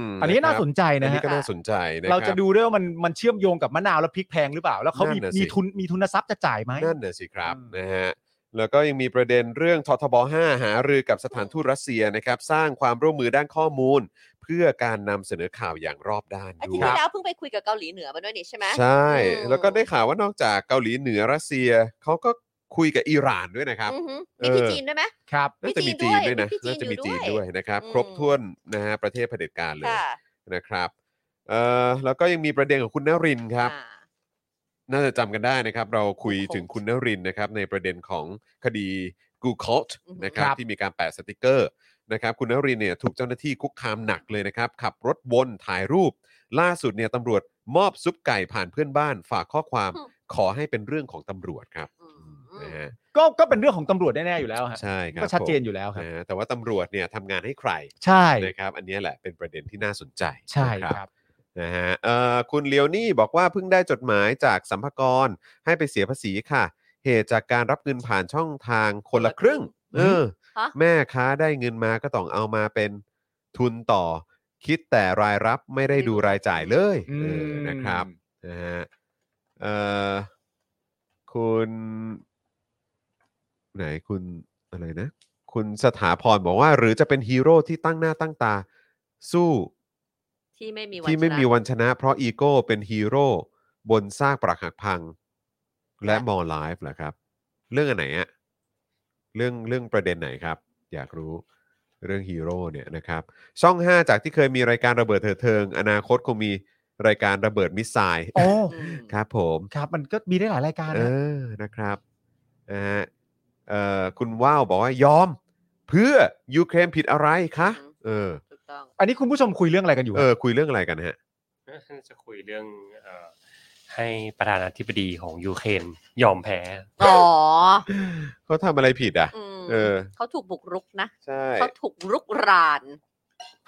B: ม
C: อันนี้น่าสนใจ
B: อัน
C: นะ
B: นี้
C: ฮะ
B: ก็น่าสนใจนะคบ
C: เราจะดูด้วยว่ามันมันเชื่อมโยงกับมะนาวและพริกแพงหรือเปล่า แล้วเขามี
B: นั่นน่ะสิ
C: มีทุนมีทุนทรัพย์จะจ่ายไหม
B: นั่นน่ะสิครับ
C: อืม
B: นะฮะแล้วก็ยังมีประเด็นเรื่องททบ 5 หารือกับสถานทูตรัสเซียนะครับ สร้างความร่วมมือด้านข้อมูล เพื่อการนำเสนอข่าวอย่างรอบด้าน
D: อาทิต
B: ด้วย
D: ย์ที่แล้วเพิ่งไปคุยกับเกาหลีเหนือมาด้วยนี่ใช่ไหม
B: ใช่
D: อืม
B: แล้วก็ได้ข่าวว่านอกจากเกาหลีเหนือรัสเซียเขาก็คุยกับอิหร่านด้วยนะครับ
D: อือหือ
B: เอ
D: มี
B: อ
D: พี่จีนด้วยไหม
C: ครับ
B: น่าจะมีจีนด้วยนะ
D: มีจีน
B: น่าจะมีจีน
D: อ
B: ด้
D: ยู่ด้
B: ว
D: วย ย
B: นะครับ
D: อืม
B: ครบถ้วนนะฮะประเทศเผด็จการเลย
D: ค่ะ
B: นะครับเอ่อแล้วก็ยังมีประเด็นของคุณนรินทร์ครับ
D: อ่า
B: น่าจะจำกันได้นะครับ เราคุย
D: โอ้โห
B: ถึงคุณนรินทร์นะครับ ในประเด็นของคดี Google
D: อือหือ
B: นะครับ
C: ครับ
B: ที่มีการแปะสติกเกอร์นะครับ คุณนรินทร์เนี่ยถูกเจ้าหน้าที่คุกคามหนักเลยนะครับ ขับรถวนถ่ายรูป ล่าสุดเนี่ยตำรวจมอบซุปไก่ผ่านเพื่อนบ้านฝากข้อความ ขอให้เป็นเรื่องของตำรวจครับ
D: อืม
B: นะฮะ
C: ก็ก็เป็นเรื่องของตำรวจแน่ๆอยู่แล้วฮะ
B: ใช่ครับ
C: ก็ชัดเจน
B: ผม
C: อยู่แล้วครับ
B: นะฮะแต่ว่าตำรวจเนี่ยทำงานให้ใคร
C: ใช่
B: นะครับ อันเนี้ยแหละเป็นประเด็นที่น่าสนใจ
C: ใช่
B: นะครับ นะฮะเอ่อคุณเลียวนี่บอกว่าเพิ่งได้จดหมายจากสัมภากรให้ไปเสียภาษีค่ะ เหตุจากการรับเงินผ่านช่องทางคนละครึ่ง เออ
D: ฮะ
B: แม่ค้าได้เงินมาก็ต้องเอามาเป็นทุนต่อ คิดแต่รายรับไม่ได้ดูรายจ่ายเลย
C: อืม
B: เออนะครับนะฮะเอ่อคุณ ไหนคุณอะไรนะ คุณสถาพรบอกว่า หรือจะเป็นฮีโร่ที่ตั้งหน้าตั้งตา สู้
D: ที่ไม่มีวัน
B: ที่ไม่
D: ชนะ
B: มีวันชนะ เพราะอีโก้เป็นฮีโร่บนซากปรักหักพัง และมอลไลฟ์เหรอครับ เรื่องอันไหนอะเรื่องเรื่องประเด็นไหนครับ อยากรู้เรื่องฮีโร่เนี่ยนะครับ ช่อง 5 จากที่เคยมีรายการระเบิดเถิดเทิง อนาคตคงมีรายการระเบิดมิสไซล์
C: โอ้
D: อืม
B: ครับผม
C: ครับมันก็มีได้หลายรายการ
B: เอ
C: นะ
B: อ นะครับนะฮะเอ่อคุณว้าวบอกว่ายอม เพื่อยูเครนผิดอะไรคะ เออ
D: ถูกต้อง
C: อันนี้คุณผู้ชมคุยเรื่องอะไรกันอยู่
B: เออ คุยเรื่องอะไรกันฮะ
E: ท่านจะคุยเรื่องเอ่อให้ประธานาธิบดีของยูเครนยอมแพ้
D: อ๋อ
B: เขาทำอะไรผิดอ่ะ
D: อืม
B: เออ
D: เขาถูกบุกรุกนะ
B: ใช่
D: เขาถูกรุกราน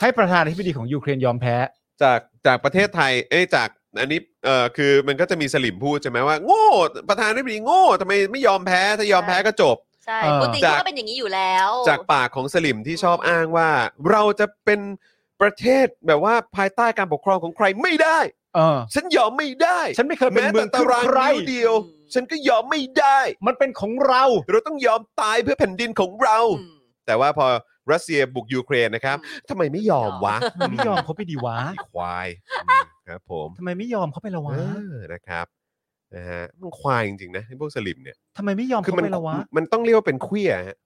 C: ให้ประธานาธิบดีของยูเครนยอมแพ้
B: จาก จากประเทศไทย เอ้ย จาก อันนี้ เอ่อ คือมันก็จะมีสลิมพูดใช่ไหมว่า โง่ ประธานาธิบดีโง่ทำไมไม่ยอมแพ้ ถ้ายอมแพ้ก็จบ
D: ใช่
C: เออ
D: ปูติน
B: จาก
D: ก็เป็นอย่างนี้อยู่แล้ว
B: จากปากของสลิมที่ชอบอ้างว่า เราจะเป็นประเทศแบบว่าภายใต้การปกครองของใครไม่ได้
C: เออ
B: ฉันยอมไม่ได้
C: ฉันไม่เคยเป็น
B: แม้
C: เมื
B: แต่
C: อง
B: ตา
C: ขึ้น
B: ราง
C: ใคร
B: นิ้วเดียว
D: อืม
B: ฉันก็ยอมไม่ได้
C: มันเป็นของเรา
B: เราต้องยอมตายเพื่อแผ่นดินของเรา
D: อืม
B: แต่ว่าพอรัสเซียบุกยูเครนนะครับ
D: อืม
B: ทำไมไม่ยอมวะ
C: ไม่ยอมเขาไปดีวะ
B: อีควายครับผม
C: ทำไมไม่ยอมเขาไปละวะ
B: เออนะครับนะฮะมันควายจริงๆนะไอ้พวกสลิมเนี่ย
C: ทำไมไม่ยอม
B: คื
C: เขา
B: มั
C: ไปละวะ
B: มันต้องเรียกว่าเป็นเควียฮะ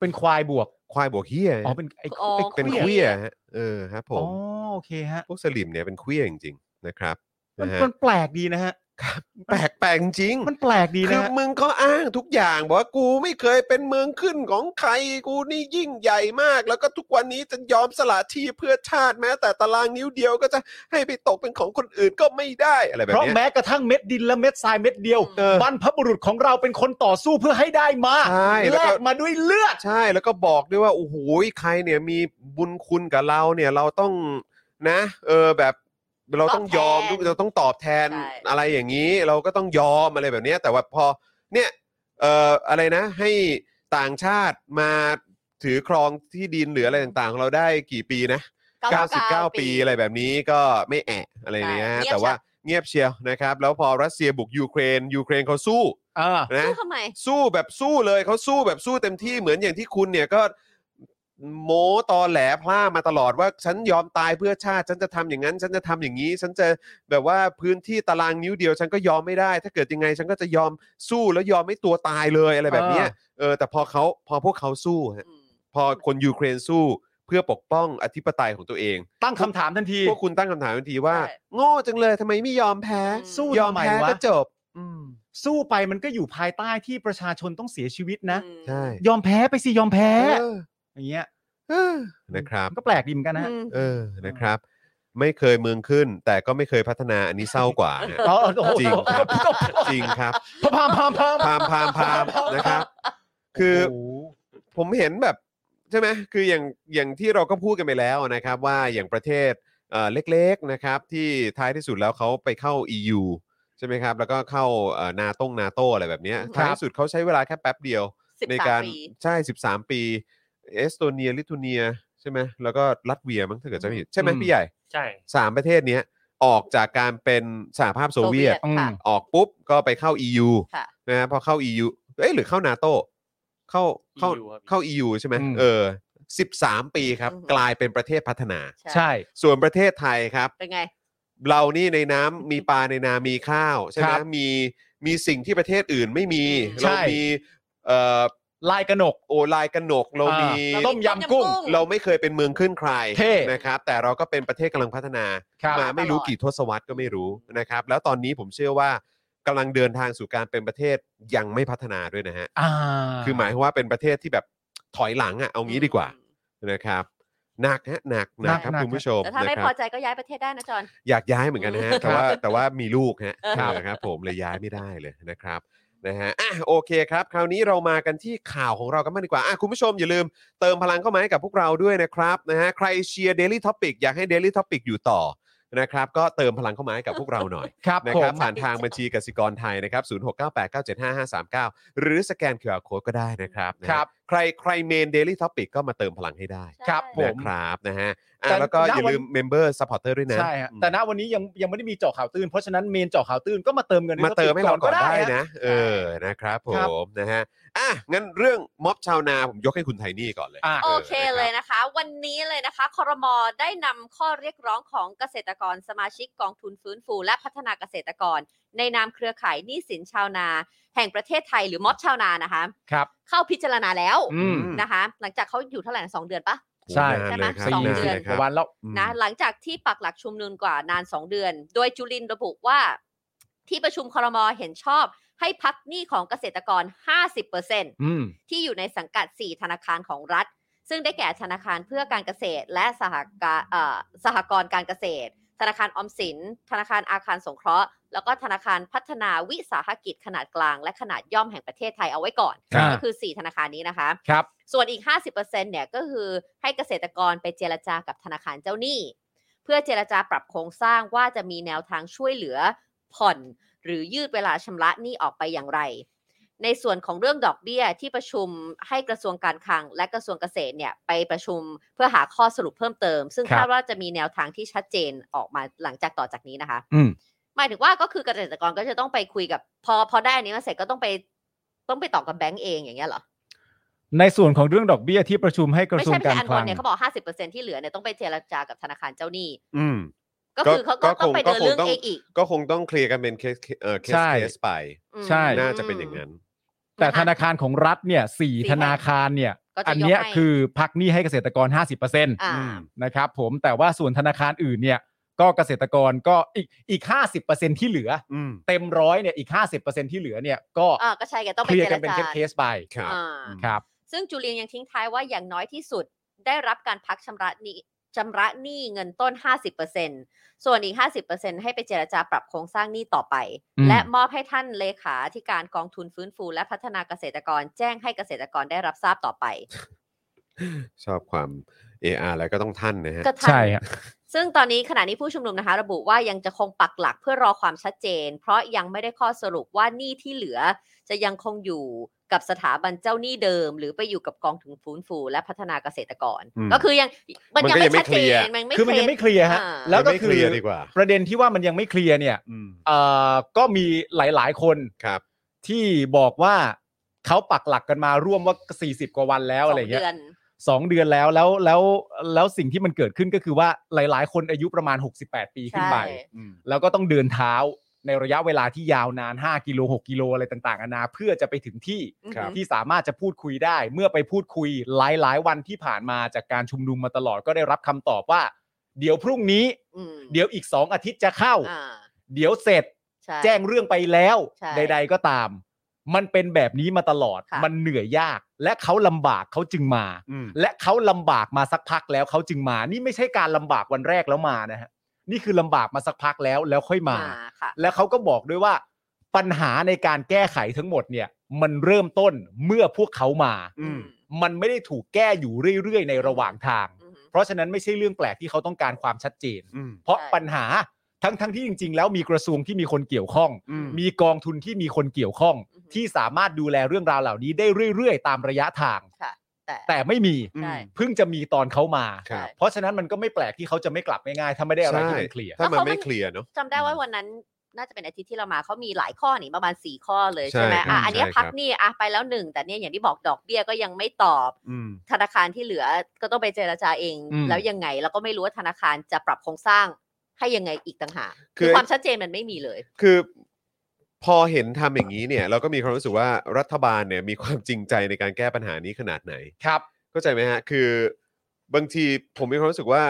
C: เป็นควายบวก
B: ควายบวกเฮีย
C: อ๋อ
B: ฮะ
C: เป็นไอ้
D: อ๋อ
C: ไอ้
B: เป็น
D: เควีย
B: เควียฮะเออครับผ
C: อ๋อ
B: ม
C: โอเคฮะ
B: พวกสลิมเนี่ยเป็นเควียจริงๆนะครับ
C: มัน
B: นะฮะ
C: มันแปลกดีนะฮะ
B: แปลกแปลกจริง
C: มันแปลกดี
B: คื
C: นะ
B: อ
C: ฮะ
B: มึงก็อ้างทุกอย่างบอกว่ากูไม่เคยเป็นเมืองขึ้นของใครกูนี่ยิ่งใหญ่มาก แล้วก็ทุกวันนี้จะยอมสละที่เพื่อชาติแม้ แต่ตารางนิ้วเดียวก็จะให้ไปตกเป็นของคนอื่นก็ไม่ได้อะไรแบบ
C: เพราะ
B: เนี้ย
C: แม้กระทั่งเม็ดดินและเม็ดทรายเม็ดเดียว
B: เออบ
C: รรพบุรุษของเราเป็นคนต่อสู้เพื่อให้ได้มา
B: ใช่แล้ว
C: แล
B: ก็
C: กมาด้วยเลือด
B: ใช่แล้วก็บอกด้วยว่าโอ้โหใครเนี่ยมีบุญคุณกับเราเนี่ยเราต้องนะ เออแบบเราต้องยอม
D: ตอบแทน
B: เราต้องตอบแทน
D: ใช่
B: อะไรอย่างนี้ เราก็ต้องยอมอะไรแบบเนี้ยแต่ว่าพอเนี่ยเอ่ออะไรนะให้ต่างชาติมาถือครองที่ดินหรืออะไรต่างๆของเราได้กี่ปีนะ 99 ปีอะไรแบบนี้ก็ไม่แอะอะไรเนี้ย
D: ใช่เงียบ
B: แต่ว่าเงียบเชียวนะครับ แล้วพอรัสเซียบุกยูเครนยูเครนเขาสู้
C: เออ
B: นะ
D: สู้ทำไม
B: สู้แบบสู้เลยเขาสู้แบบสู้เต็มที่เหมือนอย่างที่คุณเนี่ยก็โมตอแหลพล่ามาตลอดว่าฉันยอมตายเพื่อชาติฉันจะทำอย่างนั้น ฉันจะทำอย่างนี้ ฉันจะแบบว่าพื้นที่ตารางนิ้วเดียว ฉันก็ยอมไม่ได้ ถ้าเกิดยังไง ฉันก็จะยอมสู้แล้วยอมไม่ตัวตายเลยอะไรแบบเนี้ยเออแต่พอเขาพอพวกเขาสู้ฮะ
D: อืม
B: พอคนยูเครนสู้เพื่อปกป้องอธิปไตยของตัวเอง
C: ตั้งคำถามทันที
B: พวกคุณตั้งคำถามทันทีว่า
D: ใช่
B: โง่จังเลยทำไมไม่ยอมแพ้
D: ม
C: สู้
B: ยอม
C: ทำไม
B: แพ้
C: วะ
B: ก็จบ อืม
C: สู้ไปมันก็อยู่ภายใต้ที่ประชาชนต้องเสียชีวิตนะ
D: อืม
B: ใช่
C: ยอมแพ้ไปสิยอมแพ้
B: เออ
C: อย่างเงี้ย
B: เออนะครับ
C: มันก็แปลกดีเหมือนกันนะฮะ
D: อืม
B: เออ นะครับ ไม่เคยเมืองขึ้น แต่ก็ไม่เคยพัฒนา อันนี้เศร้ากว่านะ
C: อ๋อโอ้โห
B: จริงครับ จริงครับ
C: พามพามพาม
B: พามพามพามนะครับ คือ
C: โโห
B: ผมเห็นแบบใช่ไหม คืออย่างอย่างที่เราก็พูดกันไปแล้วนะครับ ว่าอย่างประเทศเอ่อเล็กๆนะครับ ที่ท้ายที่สุดแล้วเขาไปเข้า EU ใช่ไหมครับ แล้วก็เข้านาต้งนาโตอะไรแบบเนี้ย
D: ครั
B: ท้าย
D: บ
B: ที่สุดเขาใช้เวลาแค่แป๊บเดียว
D: สิบ
B: ใน
D: สาม
B: การ
D: ปี
B: ใช่ 13 ปี เอสโตเนียลิทัวเนียใช่ไหมแล้วก็ลัตเวียมั้งถ้าเกิดจะไม่ผิดใช่ไหม
C: อืม
B: พี่ใหญ่
E: ใช่
B: สามประเทศเนี้ยออกจากการเป็นสหภาพโซเวียต
C: อืม
D: ค่ะ
B: ออกปุ๊บก็ไปเข้า EU
D: ค่ะ
B: นะฮะพอเข้า EU เอ้ยหรือเข้านาโตเข้าเข้า
E: EU ครับ
B: เข้า EU ใช่ไหม
C: อืม
B: เออ13 ปีครับ
D: อือหือ
B: กลายเป็นประเทศพัฒนา
C: ใช่
B: ส่วนประเทศไทยครับ
D: เป็นไง
B: เรานี่ในน้ำมีปลาในนามีข้าวใช่ไหม
C: ครับ
B: มีมีสิ่งที่ประเทศอื่นไม่มี
C: ใช่
B: เรามีเอ่อ
C: ลายกระหนก
B: โอลายกระหนกเรา
C: อ่า
B: มี
D: เรามี
C: ต้มยำกุ้ง
B: เราไม่เคยเป็นเมืองขึ้นใคร
C: เท่
B: นะครับ แต่เราก็เป็นประเทศกำลังพัฒนา
C: ครับ
B: มาไม่รู้กี่ทศวรรษก็ไม่รู้นะครับ แล้วตอนนี้ผมเชื่อว่ากำลังเดินทางสู่การเป็นประเทศยังไม่พัฒนาด้วยนะฮะ
C: า
B: คือหมายความว่าเป็นประเทศที่แบบถอยหลังอะ่ะเอางี้ดีกว่านะครับ หนักฮะหนักหนักครับ
C: หนัก
B: คุณผู้ชม
D: แต่ถ้า
B: นะ
D: ไม่
B: ค
D: พ
B: รั
D: อบ ใจก็ย้ายประเทศได้นะจอน
B: อยากย้ายเหมือนกันนะฮะแต่ว่าแต่ว่ามีลูกฮะ
D: ครับ
B: เออครับ ผมเลยย้ายไม่ได้เลยนะครับนะฮะอ่ะโอเคครับ คราวนี้เรามากันที่ข่าวของเรากันบ้างดีกว่าอ่ะคุณผู้ชมอย่าลืมเติมพลังเข้ามาให้กับพวกเราด้วยนะครับนะฮะใครเชียร์ Daily Topic อยากให้ Daily Topic อยู่ต่อนะครับ ก็เติมพลังเข้ามาให้กับพวกเราหน่อย
C: ครับ
B: นะ
C: ผ
B: ครับ
C: ม
B: ผ่านทางบัญชีกสิกรไทยนะครับ0698975539 หรือสแกน QR Code ก็ได้นะครับนะฮะ
C: ครับ
B: ใครใครเมน Daily Topic ก็มาเติมพลังให้ได้
C: ครับผม
B: นะครับนะฮะอ่ะ
C: แต่
B: แล้วก็อย่า
C: ณวัน
B: ลืมเมมเบอร์ซัพพอร์เตอร์ด้วยนะ
C: ใช่ฮะแต่ณวันนี้ยังยังไม่ได้มีเจาะข่าวตื้น เพราะฉะนั้นเมนเจาะข่าวตื้นก็มาเติมเงิน
B: มาเติมให้เราก่อนได้
C: ฮ
B: นะ เออนะครับผ
C: ครับ
B: มนะฮะอ่ะงั้นเรื่องม็อบชาวนาผมยกให้คุณไทนี่ก่อนเลย
C: อ่ะ
D: โอเคเลยนะคะ วันนี้เลยนะคะคอรมอได้นำข้อเรียกร้องของเกษตรกรสมาชิกกองทุนฟื้นฟูและพัฒนาเกษตรกร ในนามเครือข่ายหนี้สินชาวนา แห่งประเทศไทยหรือม็อบชาวนานะคะ
C: ครับ
D: เข้าพิจารณาแล้ว
C: อืม
B: ม
D: นะคะ หลังจากเขาอยู่เท่าไหร่นะสองเดือนปะ
C: ใช่
B: โห
D: ใช่
B: นาน
D: ไหม
B: เลยครับ
D: สอง
B: นาน
D: เดือน
B: เลยค
C: ก
B: รับ
C: ว่าวันแล้ว
B: อืม
D: นะหลังจากที่ปักหลักชุมนุมกว่านาน 2 เดือน โดยจุลินทร์ระบุว่า ที่ประชุมครมเห็นชอบ ให้พักหนี้ของเกษตรกร 50%
C: อืม
D: ที่อยู่ในสังกัด 4 ธนาคารของรัฐ ซึ่งได้แก่ธนาคารเพื่อการเกษตร และสหกาเอ่อสหกรณ์การเกษตร ธนาคารออมสิน ธนาคารอาคารสงเคราะห์ แล้วก็ธนาคารพัฒนาวิสาหกิจขนาดกลาง และขนาดย่อมแห่งประเทศไทยเอาไว้ก่อน
C: ครับ
D: ก็คือ 4 ธนาคารนี้นะคะ
C: ครับ
D: ส่วนอีก 50%เนี่ยก็คือให้เกษตรกรไปเจรจากับธนาคารเจ้าหนี้ เพื่อเจรจาปรับโครงสร้างว่าจะมีแนวทางช่วยเหลือผ่อน หรือยืดเวลาชำระหนี้ออกไปอย่างไร ในส่วนของเรื่องดอกเบี้ยที่ประชุมให้กระทรวงการคลัง และกระทรวงเกษตรเนี่ยไปประชุมเพื่อหาข้อสรุปเพิ่มเติม ซึ่ง
C: ครับ
D: คาดว่าจะมีแนวทางที่ชัดเจนออกมาหลังจากต่อจากนี้นะคะ
C: อืม
D: หมายถึงว่าก็คือเกษตรกรก็จะต้องไปคุยกับ พอพอได้อันนี้มาเสร็จก็ต้องไปต้องไปต่อกับแบงก์เองอย่างเงี้ยเหรอ
C: ในส่วนของเรื่องดอกเบี้ยที่ประชุมให้กระ
D: ไม่
C: ทรวง
D: ใช่ไม่
C: การ
D: ใช่อัน
C: ค
D: บ
C: ลั
D: น
C: ง
D: เนี่ยเขาบอก 50%ที่เหลือเนี่ยต้องไปเจรจากับธนาคารเจ้าหนี้
B: อืม
D: ก็คือเขา
B: ก็
D: ก็
B: ค
D: ต้อง งไปเดินเรื่อง
B: ก็คงต้อง
D: เองอีก
B: ก็คงต้องเคลียร์กันเป็นเคสเอ่อเคส
C: ใช่
B: เคสไป
D: อืม
C: ใช่
B: น่าจะเป็นอย่างนั้น
C: แต่ธนาคารของรัฐเนี่ยสี่ธนาคารเนี่ย
D: ก็จะ
C: อันเนี้ย
D: กให้
C: คือพักหนี้ให้เกษตรกร 50%น
D: อ่า
C: ะครับผมแต่ว่าส่วนธนาคารอื่นเนี่ย ก็เกษตรกรก็อีกอีก 50%ที่เหลือ
B: อืม
C: เต็มร้อยเนี่ยอีก 50%ที่เหลือเนี่ยก็
D: อ่าก็ใช่ไงต้องไป
C: เคลียร์กัน
D: เจ
C: เป็น
D: รจา
C: เคสๆไป
B: ครับ
D: อ่า
C: ครับ
D: ซึ่งจุลินยังทิ้งท้ายว่าอย่างน้อยที่สุดได้รับการพักชำระหนี้ชำระหนี้เงินต้น 50%ส่วนอีก 50%ให้ไปเจรจาปรับโครงสร้างหนี้ต่อไป
C: อืม
D: และมอบให้ท่านเลขาธิการกองทุนฟื้นฟู และพัฒนาเกษตรกร แจ้งให้เกษตรกรได้รับทราบต่อไป
B: ชอบความ AR แล้วก็ต้องท่านนะฮะ
D: ก็ทัน
C: ใช่ฮะ
D: ซึ่งตอนนี้ขณะนี้ผู้ชุมนุมนะคะ ระบุว่ายังจะคงปักหลักเพื่อรอความชัดเจน เพราะยังไม่ได้ข้อสรุปว่าหนี้ที่เหลือ จะยังคงอยู่กับสถาบันเจ้าหนี้เดิม หรือไปอยู่กับกองทุนฟื้นฟู และพัฒนาเกษตรกร
B: อืม
D: ก็คือยังมันยัง
B: มันก็ยัง
D: ไม่
B: ไม่
D: ชัดเจ
B: เคลี
D: น
B: ยร์
D: มันไม่
C: คือมันยังไม่เคลียร์ฮะ
D: อ่า
C: แล้วก็
B: ไม่
C: คื
B: เคลี
C: อย
B: ร์ดีกว่า
C: ประเด็นที่ว่ามันยังไม่เคลียร์เนี่ย
B: อืม
C: เอ่อก็มีหลาย ๆ คน
B: ครับ
C: ที่บอกว่าเขาปักหลักกันมาร่วมว่า 40 กว่าวันแล้วอะไร
D: ส
C: เงี้ย
D: องเดือน
C: สองเดือนแล้วแล้วแล้วแล้วสิ่งที่มันเกิดขึ้นก็คือว่าหลาย ๆ คนอายุประมาณ 68 ปีขึ้นไป
D: ใช่
C: แล้วก็ต้องเดินเท้าในระยะเวลาที่ยาวนาน 5 กิโล 6 กิโลอะไรต่างๆนานาเพื่อจะไปถึงที่
D: ครับ
C: ที่สามารถจะพูดคุยได้ เมื่อไปพูดคุยหลาย ๆ วันที่ผ่านมาจากการชุมนุมมาตลอดก็ได้รับคำตอบว่า เดี๋ยวพรุ่งนี้
D: อืม
C: เดี๋ยวอีก 2 อาทิตย์จะเข้า
D: อ่า
C: เดี๋ยวเสร็จ
D: ใช่
C: แจ้งเรื่องไปแล้ว
D: ใช่
C: ใด ๆ ก็ตาม มันเป็นแบบนี้มาตลอด
D: ค่ะ
C: มันเหนื่อยยาก และเขาลำบากเขาจึงมา
B: อืม
C: และเขาลำบากมาสักพักแล้วเขาจึงมา นี่ไม่ใช่การลำบากวันแรกแล้วมานะฮะ นี่คือลำบากมาสักพักแล้วแล้วค่อยมา
D: ค่ะ
C: แล้วเขาก็บอกด้วยว่า ปัญหาในการแก้ไขทั้งหมดเนี่ย มันเริ่มต้นเมื่อพวกเขามา
B: อืม
C: มันไม่ได้ถูกแก้อยู่เรื่อยๆ ในระหว่างทาง
D: อืม
C: เพราะฉะนั้นไม่ใช่เรื่องแปลกที่เขาต้องการความชัดเจน
B: อืม
C: เพราะ
D: ใช่
C: ปัญหาทั้งๆที่จริง ๆ แล้วมีกระทรวงที่มีคนเกี่ยวข้อง
B: อืม
C: มีกองทุนที่มีคนเกี่ยวข้อง
D: อือฮึ
C: ที่สามารถดูแลเรื่องราวเหล่านี้ได้เรื่อยๆ ตามระยะทาง
D: ค่ะ แต่
C: แต่ไม่มี
D: ใช่
C: เพิ่งจะมีตอนเขามา
B: ครับ
C: เพราะฉะนั้นมันก็ไม่แปลกที่เขาจะไม่กลับง่ายๆ ถ้าไม่ได้อะไรที่
B: ใช่
C: มันเคลียร์
B: ถ้ามัน
D: แล้วเขา
B: ไม่เคลียร์เนาะ
D: จำได้ว่าวันนั้นน่าจะเป็นอาทิตย์ที่เรามาเขามีหลายข้อนี่ประมาณสี่ข้อเลย
B: ใช่
D: ใช่ไหม
B: ครั
D: อ่ะ
B: บ
D: อันเนี้ย
B: ใช่
D: พัก
B: ครับ
D: หนี่อ่ะไปแล้วหนึ่งแต่เนี่ยอย่างที่บอกดอกเบี้ยก็ยังไม่ตอบ
B: อืม
D: ธนาคารที่เหลือก็ต้องไปเจราจาเอง
C: อืม
D: แล้วยังไงเราก็ไม่รู้ว่าธนาคารจะปรับโครงสร้างให้ยังไงอีกต่างหาก
B: คือ
D: คือความชัดเจนมันไม่มีเลย
B: คือพอเห็นทำอย่างนี้เนี่ย เราก็มีความรู้สึกว่ารัฐบาลเนี่ยมีความจริงใจในการแก้ปัญหานี้ขนาดไหน
C: ครับ
B: เข้าใจไหมฮะ คือบางทีผมมีความรู้สึกว่า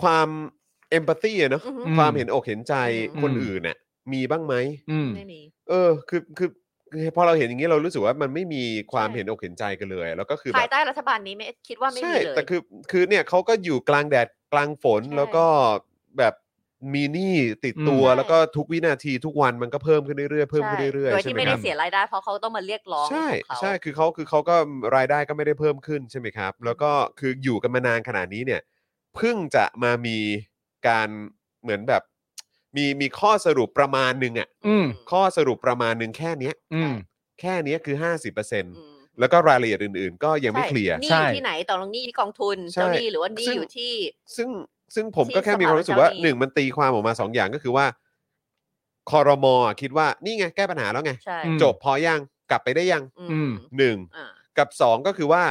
B: ความเอมพัตตีเนาะ
D: อือฮึ
B: ความเห็นอกเห็นใจ
D: อืม
B: คน
C: อืม
B: อื่นเนี่ยมีบ้างไหม
C: อืม
D: ไม่มี
B: เออ คือคือ พอเราเห็นอย่างนี้เรารู้สึกว่ามันไม่มีความเห็นอกเห็นใจกันเลย แล้วก็คือแบ
D: ภาย
B: บ
D: ใต้รัฐบาลนี้ไม่คิดว่าไม่
B: ใช่
D: มีเลย
B: แต่คือคือเนี่ยเขาก็อยู่กลางแดดกลางฝน
D: ใช่
B: แล้วก็แบบมีหนี้ติดตัว
D: อืม
B: แล้วก็ทุกวินาทีทุกวันมันก็เพิ่มขึ้นเรื่อยๆเพิ่มขึ้นเรื่อยๆ
D: โดย
B: ใช่
D: ที่
B: ไหมค
D: ไม่ได้
B: รับ
D: เสียรายได้เพราะเขาต้องมาเรียกร้อง
B: ใช่
D: ของเขา
B: ใช่คือเขาคือเขาก็รายได้ก็ไม่ได้เพิ่มขึ้นใช่ไหมครับ แล้วก็คืออยู่กันมานานขนาดนี้เนี่ยเพิ่งจะมามีการเหมือนแบบ มีมีข้อสรุปประมาณหนึ่งอ่ะ
C: อืม
B: ข้อสรุปประมาณหนึ่งแค่เนี้ย
C: อืม
B: แค่เนี้ยคือ
D: อืม
B: 50%แล้วก็รายละเอียดอื่น ๆ ก็ยังไม่
D: ใช่
B: เคลียร์
D: หนี่
C: ใช่
D: อยู่ที่ไหนต่อลงหนี้ที่กองทุน
B: ใช่
D: เจ้าหนี้หรือว่าหนี้
B: ซึ่ง
D: อยู่ที่
B: ซึ่งซึ่งผม
D: ที่
B: ก็แค่มีความรู้สึกว่า
D: สภาพ
B: หนึ่งมันตีความออกมาสองอย่างก็คือว่าคอรมอคิดว่านี่ไงแก้ปัญหาแล้วไง
D: ใช่
C: อืม
B: จบพอยังกลับไปได้ยัง
D: อื
C: อืม
B: หนึ่ง
D: อ่า
B: กับสองก็คือว่า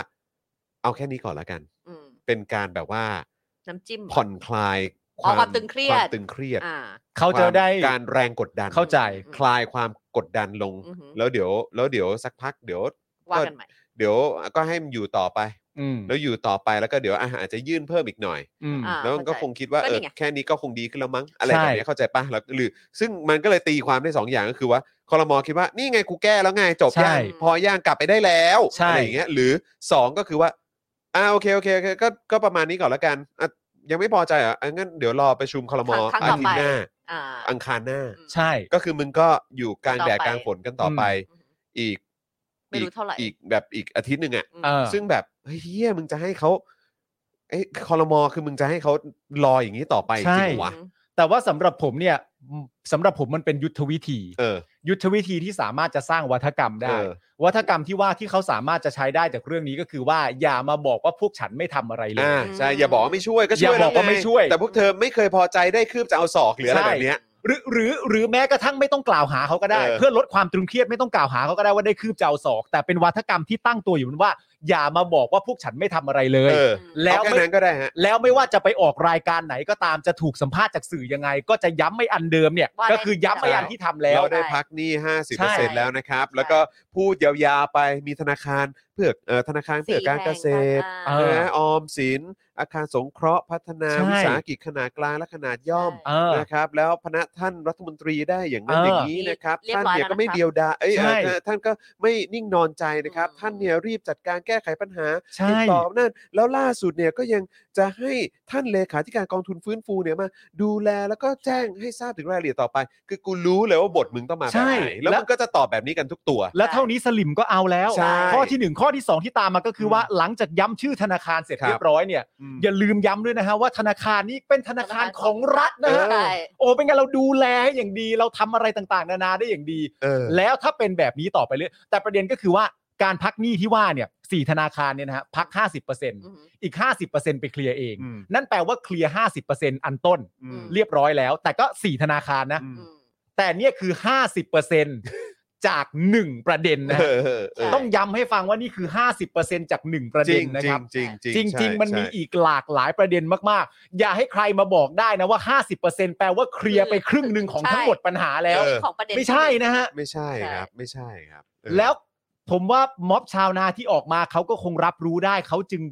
B: เอาแค่นี้ก่อนละกัน
D: อืม
B: เป็นการแบบว่า
D: น้ำจิ้ม
B: ผ่อนคลาย
D: อ๋อความตึงเครียด
B: วามตึงเครียด
D: อ่า
C: เขาจะได้
B: ควมการแรงกดดัน
C: เข้าใจ
D: อืม
B: คลายความกดดันลง
D: อือหือ
B: แล้วเดี๋ยว แล้วเดี๋ยวสักพักเดี๋ยว
D: ว่ากันใหม่
B: เดี๋ยวก็ให้มันอยู่ต่อไป
C: อืม
B: แล้วอยู่ต่อไปแล้วก็เดี๋ยวอาจจะยื่นเพิ่มอีกหน่อย
C: อืม
D: อ่า
B: แล้วมันก็ค
D: เข้าใจ
B: งคิดว่า
D: ก็
B: เอ
D: นี่
B: อ
D: ไง
B: แค่นี้ก็คงดีขึ้นแล้วมั้งอะไร
C: ใช่
B: แบบนี้เข้าใจป่ะแล้วหรือ ซึ่งมันก็เลยตีความได้สองอย่างก็คือว่าคอรมอคิดว่านี่ไงกูแก้แล้วไงจบ
C: ใช่
B: ย่างพอย่างกลับไปได้แล้ว
C: ใช่
B: อะไรอย่างเงี้ยหรือสองก็คือว่าอ่าโอเคโอเคโอเคก็ก็ประมาณนี้ก่อนละกันอ่ะยังไม่พอใจเหรอ่ะงั้นเดี๋ยวรอประชุมคอรมอ
D: ครั้ง
B: อา
D: ต่อ
B: ทิต
D: ไป
B: ย์หน้า
D: อ่า
B: อังคารหน้า
D: อืม
C: ใช่
B: ก็คือมึงก็อยู่กลางแดด
D: ต่อไป
B: กลางฝนกันต่อไป
D: อืม
B: อีก
D: ไม่รู้เท่าไหร่
B: อีกแบบอีกอาทิตย์หนึ่งอ่ะ
D: อืม
C: เออ
B: ซึ่งแบบเฮยเหียมึงจะให้เขาไอ้ยคอรมอคือมึงจะให้เขารออย่างนี้ต่อไปจ
C: ใช่
B: ริงเหรอวะ
C: แต่ว่าสำหรับผมเนี่ยสำหรับผมมันเป็นยุทธวิธี
B: เออ
C: ยุทธวิธีที่สามารถจะสร้างวัฒกรรมได้
B: เออ
C: วัฒกรรมที่ว่าที่เขาสามารถจะใช้ได้จากเรื่องนี้ก็คือว่า อย่ามาบอกว่าพวกฉันไม่ทำอะไรเลย
B: อ่าใช่อย่าบอกว่าไม่ช่วยก็ช่วย
C: อย่าบอกว่าไม่
B: แล้วง
C: ช่วย
B: แต่พวกเธอไม่เคยพอใจได้คืบจะเอาศอกหรืออะไรแบบเนี้ย
C: หรือหรือหรือแม้กระทั่งไม่ต้องกล่าวหาเขาก็ได้
B: เออ
C: เพื่อลดความตรึงเครียดไม่ต้องกล่าวหาเขาก็ได้ว่าได้คืบจะเอาศอก แต่เป็นวัฒกรรมที่ตั้งตัวอยู่บนว่า อย่ามาบอกว่าพวกฉันไม่ทำอะไรเลย
B: เออ
D: ม
C: แล้ว
B: เอาแค่
C: ไม่
B: นั้นก็ได้ฮะ
C: แล้วไม่ว่าจะไปออกรายการไหนก็ตามจะถูกสัมภาษณ์จากสื่อยังไง ก็จะย้ำไม่อันเดิมเนี่ย
D: ว่า
C: ก็คือย้ำไม่
B: ได้
C: อันที่ทำแล้ว
B: เราได้พักหนี้ห้าสิบเป
C: ใช่
B: อร์เซ็นต์แล้วนะครับ แล้วก็พูดยาวๆไปมีธนาคารเพื่อเอ่อธนาคารเพื่อการเกษตร
C: เออ
B: นะออมสิน อาคารสงเคราะห์พัฒนา
C: ใช่
B: วิสาหกิจขนาดกลางและขนาดย่อม
C: เออ
B: นะครับแล้วพนักท่านรัฐมนตรีได้อย่างนั้น
C: เออ
B: อ
C: อย่าง
B: นี้นะครับ
D: เรียบ
B: ท่าน
D: ร้อย
B: เนี่ย
D: แล้ว
B: ก็ไม่
D: นะครับ
B: เดียวดายเอ้ย
C: ใช่
B: เอ่อท่านก็ไม่นิ่งนอนใจนะครับ
D: อืม
B: ท่านเนี่ยรีบจัดการแก้ไขปัญหา
C: ใช่
B: ติดต่อนั่นแล้วล่าสุดเนี่ยก็ยังจะให้ท่านเลขาธิการกองทุนฟื้นฟูเนี่ยมาดูแลแล้วก็แจ้งให้ทราบถึงรายละเอียดต่อไป คือกูรู้เลยว่าบทมึงต้องมาแบบ
C: ใช่
B: ไหนแล้ว
C: และ
B: มันก็จะตอบแบบนี้กันทุกตัว
C: แล้วเท่านี้สลิมก็เอาแล้ว
B: ใช่
C: ข้อทีหนึ่งข้อที่สองที่ตามมาก็คือว่าหลังจากย้ำชื่อธนาคารเสร็จ
B: ครับ
C: เรียบร้อยเนี่ย
B: อืม
C: อย่าลืมย้ำด้วยนะฮะว่าธนาคารนี่เป็นธนาคารของรัฐนะฮะ
D: ใช่
C: โอ้เป็นไงเราดูแลให้อย่างดีเราทำอะไรต่างๆ นานาได้อย่างดี
B: เออ
C: แล้วถ้าเป็นแบบนี้ต่อไปเรื่อยแต่ประเด็นก็คือว่าการพักหนี้ที่ว่าเนี่ยสี่ธนาคารเนี่ยนะฮะพัก 50%
D: อืม
C: อีก 50%ไปเคลียร์เอง
B: อืม
C: นั่นแปลว่าเคลียร์50%อันต้น
B: อืม
D: ม
C: เรียบร้อยแล้ว แต่ก็ 4 ธนาคารนะ
B: อืม
D: อืม
C: แต่เนี่ยคือ 50%จาก 1 ประเด็นนะ
B: เอ
C: ฮะ
B: อเออเออ
C: ต้องย้ำให้ฟังว่านี่คือ 50%จาก 1 ประ
B: จ
C: เด็
B: ริ
C: น
B: ง
C: นะ
B: จ
C: ค
B: ริ
C: รั
B: ง
C: บ
B: จริงจริง
C: จริงจริง ๆ มันมี
B: ใช่
C: อีกหลากหลายประเด็นมาก ๆ อย่าให้ใครมาบอกได้นะว่า 50%แปลว่าเคลียร์ไปครึ่งหนึ่งของ
D: ใช่
C: ทั้งหมดปัญหาแล้ว
B: เออ
D: ของประเด็น
C: ไม่ใช่นะฮะ
B: ไม่ใช่
D: ใช่
B: ครับ ไม่ใช่ครับเออ
C: แล้วผมว่าม็อบชาวนาที่ออกมาเขาก็คงรับรู้ได้ เขาจึง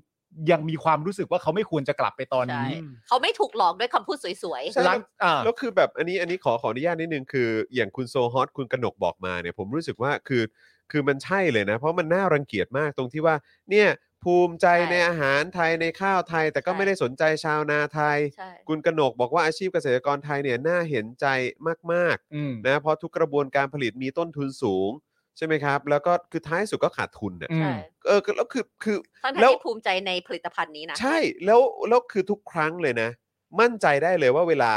C: ยังมีความรู้สึกว่าเขาไม่ควรจะกลับไปตอนนี้
D: ใช่เขาไม่ถูกหลอกด้วยคำพูดสวย
B: ใช่
C: หลังอ่า
B: แล้วคือแบบอันนี้อันนี้ขอขออนุญาตนิดนึงคือ อย่างคุณโซฮอตคุณกนกบอกมาเนี่ยผมรู้สึกว่าคือคือมันใช่เลยนะ เพราะมันน่ารังเกียจมากตรงที่ว่าเนี่ยภูมิใจในอาหารไทยในข้าวไทย แต่ก็ไม่ได้สนใจชาวนาไทย
D: ๆใช่
B: คุณกนกบอกว่าอาชีพเกษตรกรไทยเนี่ยน่าเห็นใจมาก
C: อืม
B: ๆนะเพราะทุกกระบวนการผลิตมีต้นทุนสูง ใช่ไหมครับ แล้วก็คือท้ายสุดก็ขาดทุนเนี่ย
C: อื
D: ใช่
C: ม
B: เออแล้วคือคือ
D: ทั้งๆ
B: แล้ว
D: ที่ภูมิใจในผลิตภัณฑ์นี้นะ
B: ใช่แล้วแล้วคือทุกครั้งเลยนะ มั่นใจได้เลยว่าเวลา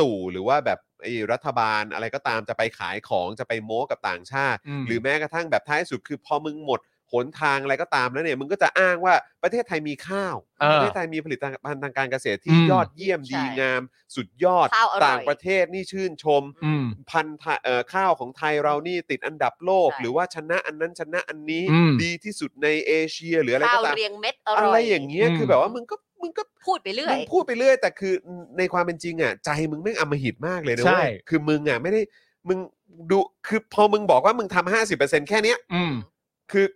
B: ตู่หรือว่าแบบไอ้รัฐบาลอะไรก็ตามจะไปขายของจะไปโม้กับต่างชาติ
C: อืม
B: หรือแม้กระทั่งแบบท้ายสุดคือพอมึงหมดหนทางอะไรก็ตามแล้วเนี่ยมึงก็จะอ้างว่าประเทศไทยมีข้าว
C: เอ
B: ประ
C: อ
B: เทศไทยมีผลิตภัณฑ์ทางการเกษตรที่
C: อืม
B: ยอดเยี่ยม
D: ใช่
B: ดีงาม สุดยอด
D: ข้าวอร่อย
B: ต่างประเทศนี่ชื่นชม
C: อืม
B: พันธุ์ไทยเอ่อข้าวของไทยเรานี่ติดอันดับโลก
D: ใช่
B: หรือว่าชนะอันนั้นชนะอันนี้
C: อืม
B: ดีที่สุดในเอเชียหรืออะไร
D: ข้า
B: ก็
D: ว
B: ตาม
D: เรียงเม็ดอ
B: อะ
D: ร่
B: ไร
D: อย
B: อย่างเงี้ย
C: อืม
B: คือแบบว่ามึงก็มึงก็
D: พูดไปเรื่อ
B: มึ
D: ย
B: งพูดไปเรื่อยแต่คือในความเป็นจริงอ่ะใจมึงแม่งอำมหิตมากเลยนะ
C: ใช่
B: เว้ยคือมึงอ่ะไม่ได้มึงดูคือพอมึงบอกว่ามึงทำห้าสิบเปอร์เซ็นแค่เนี้ย
C: อืม
B: คือ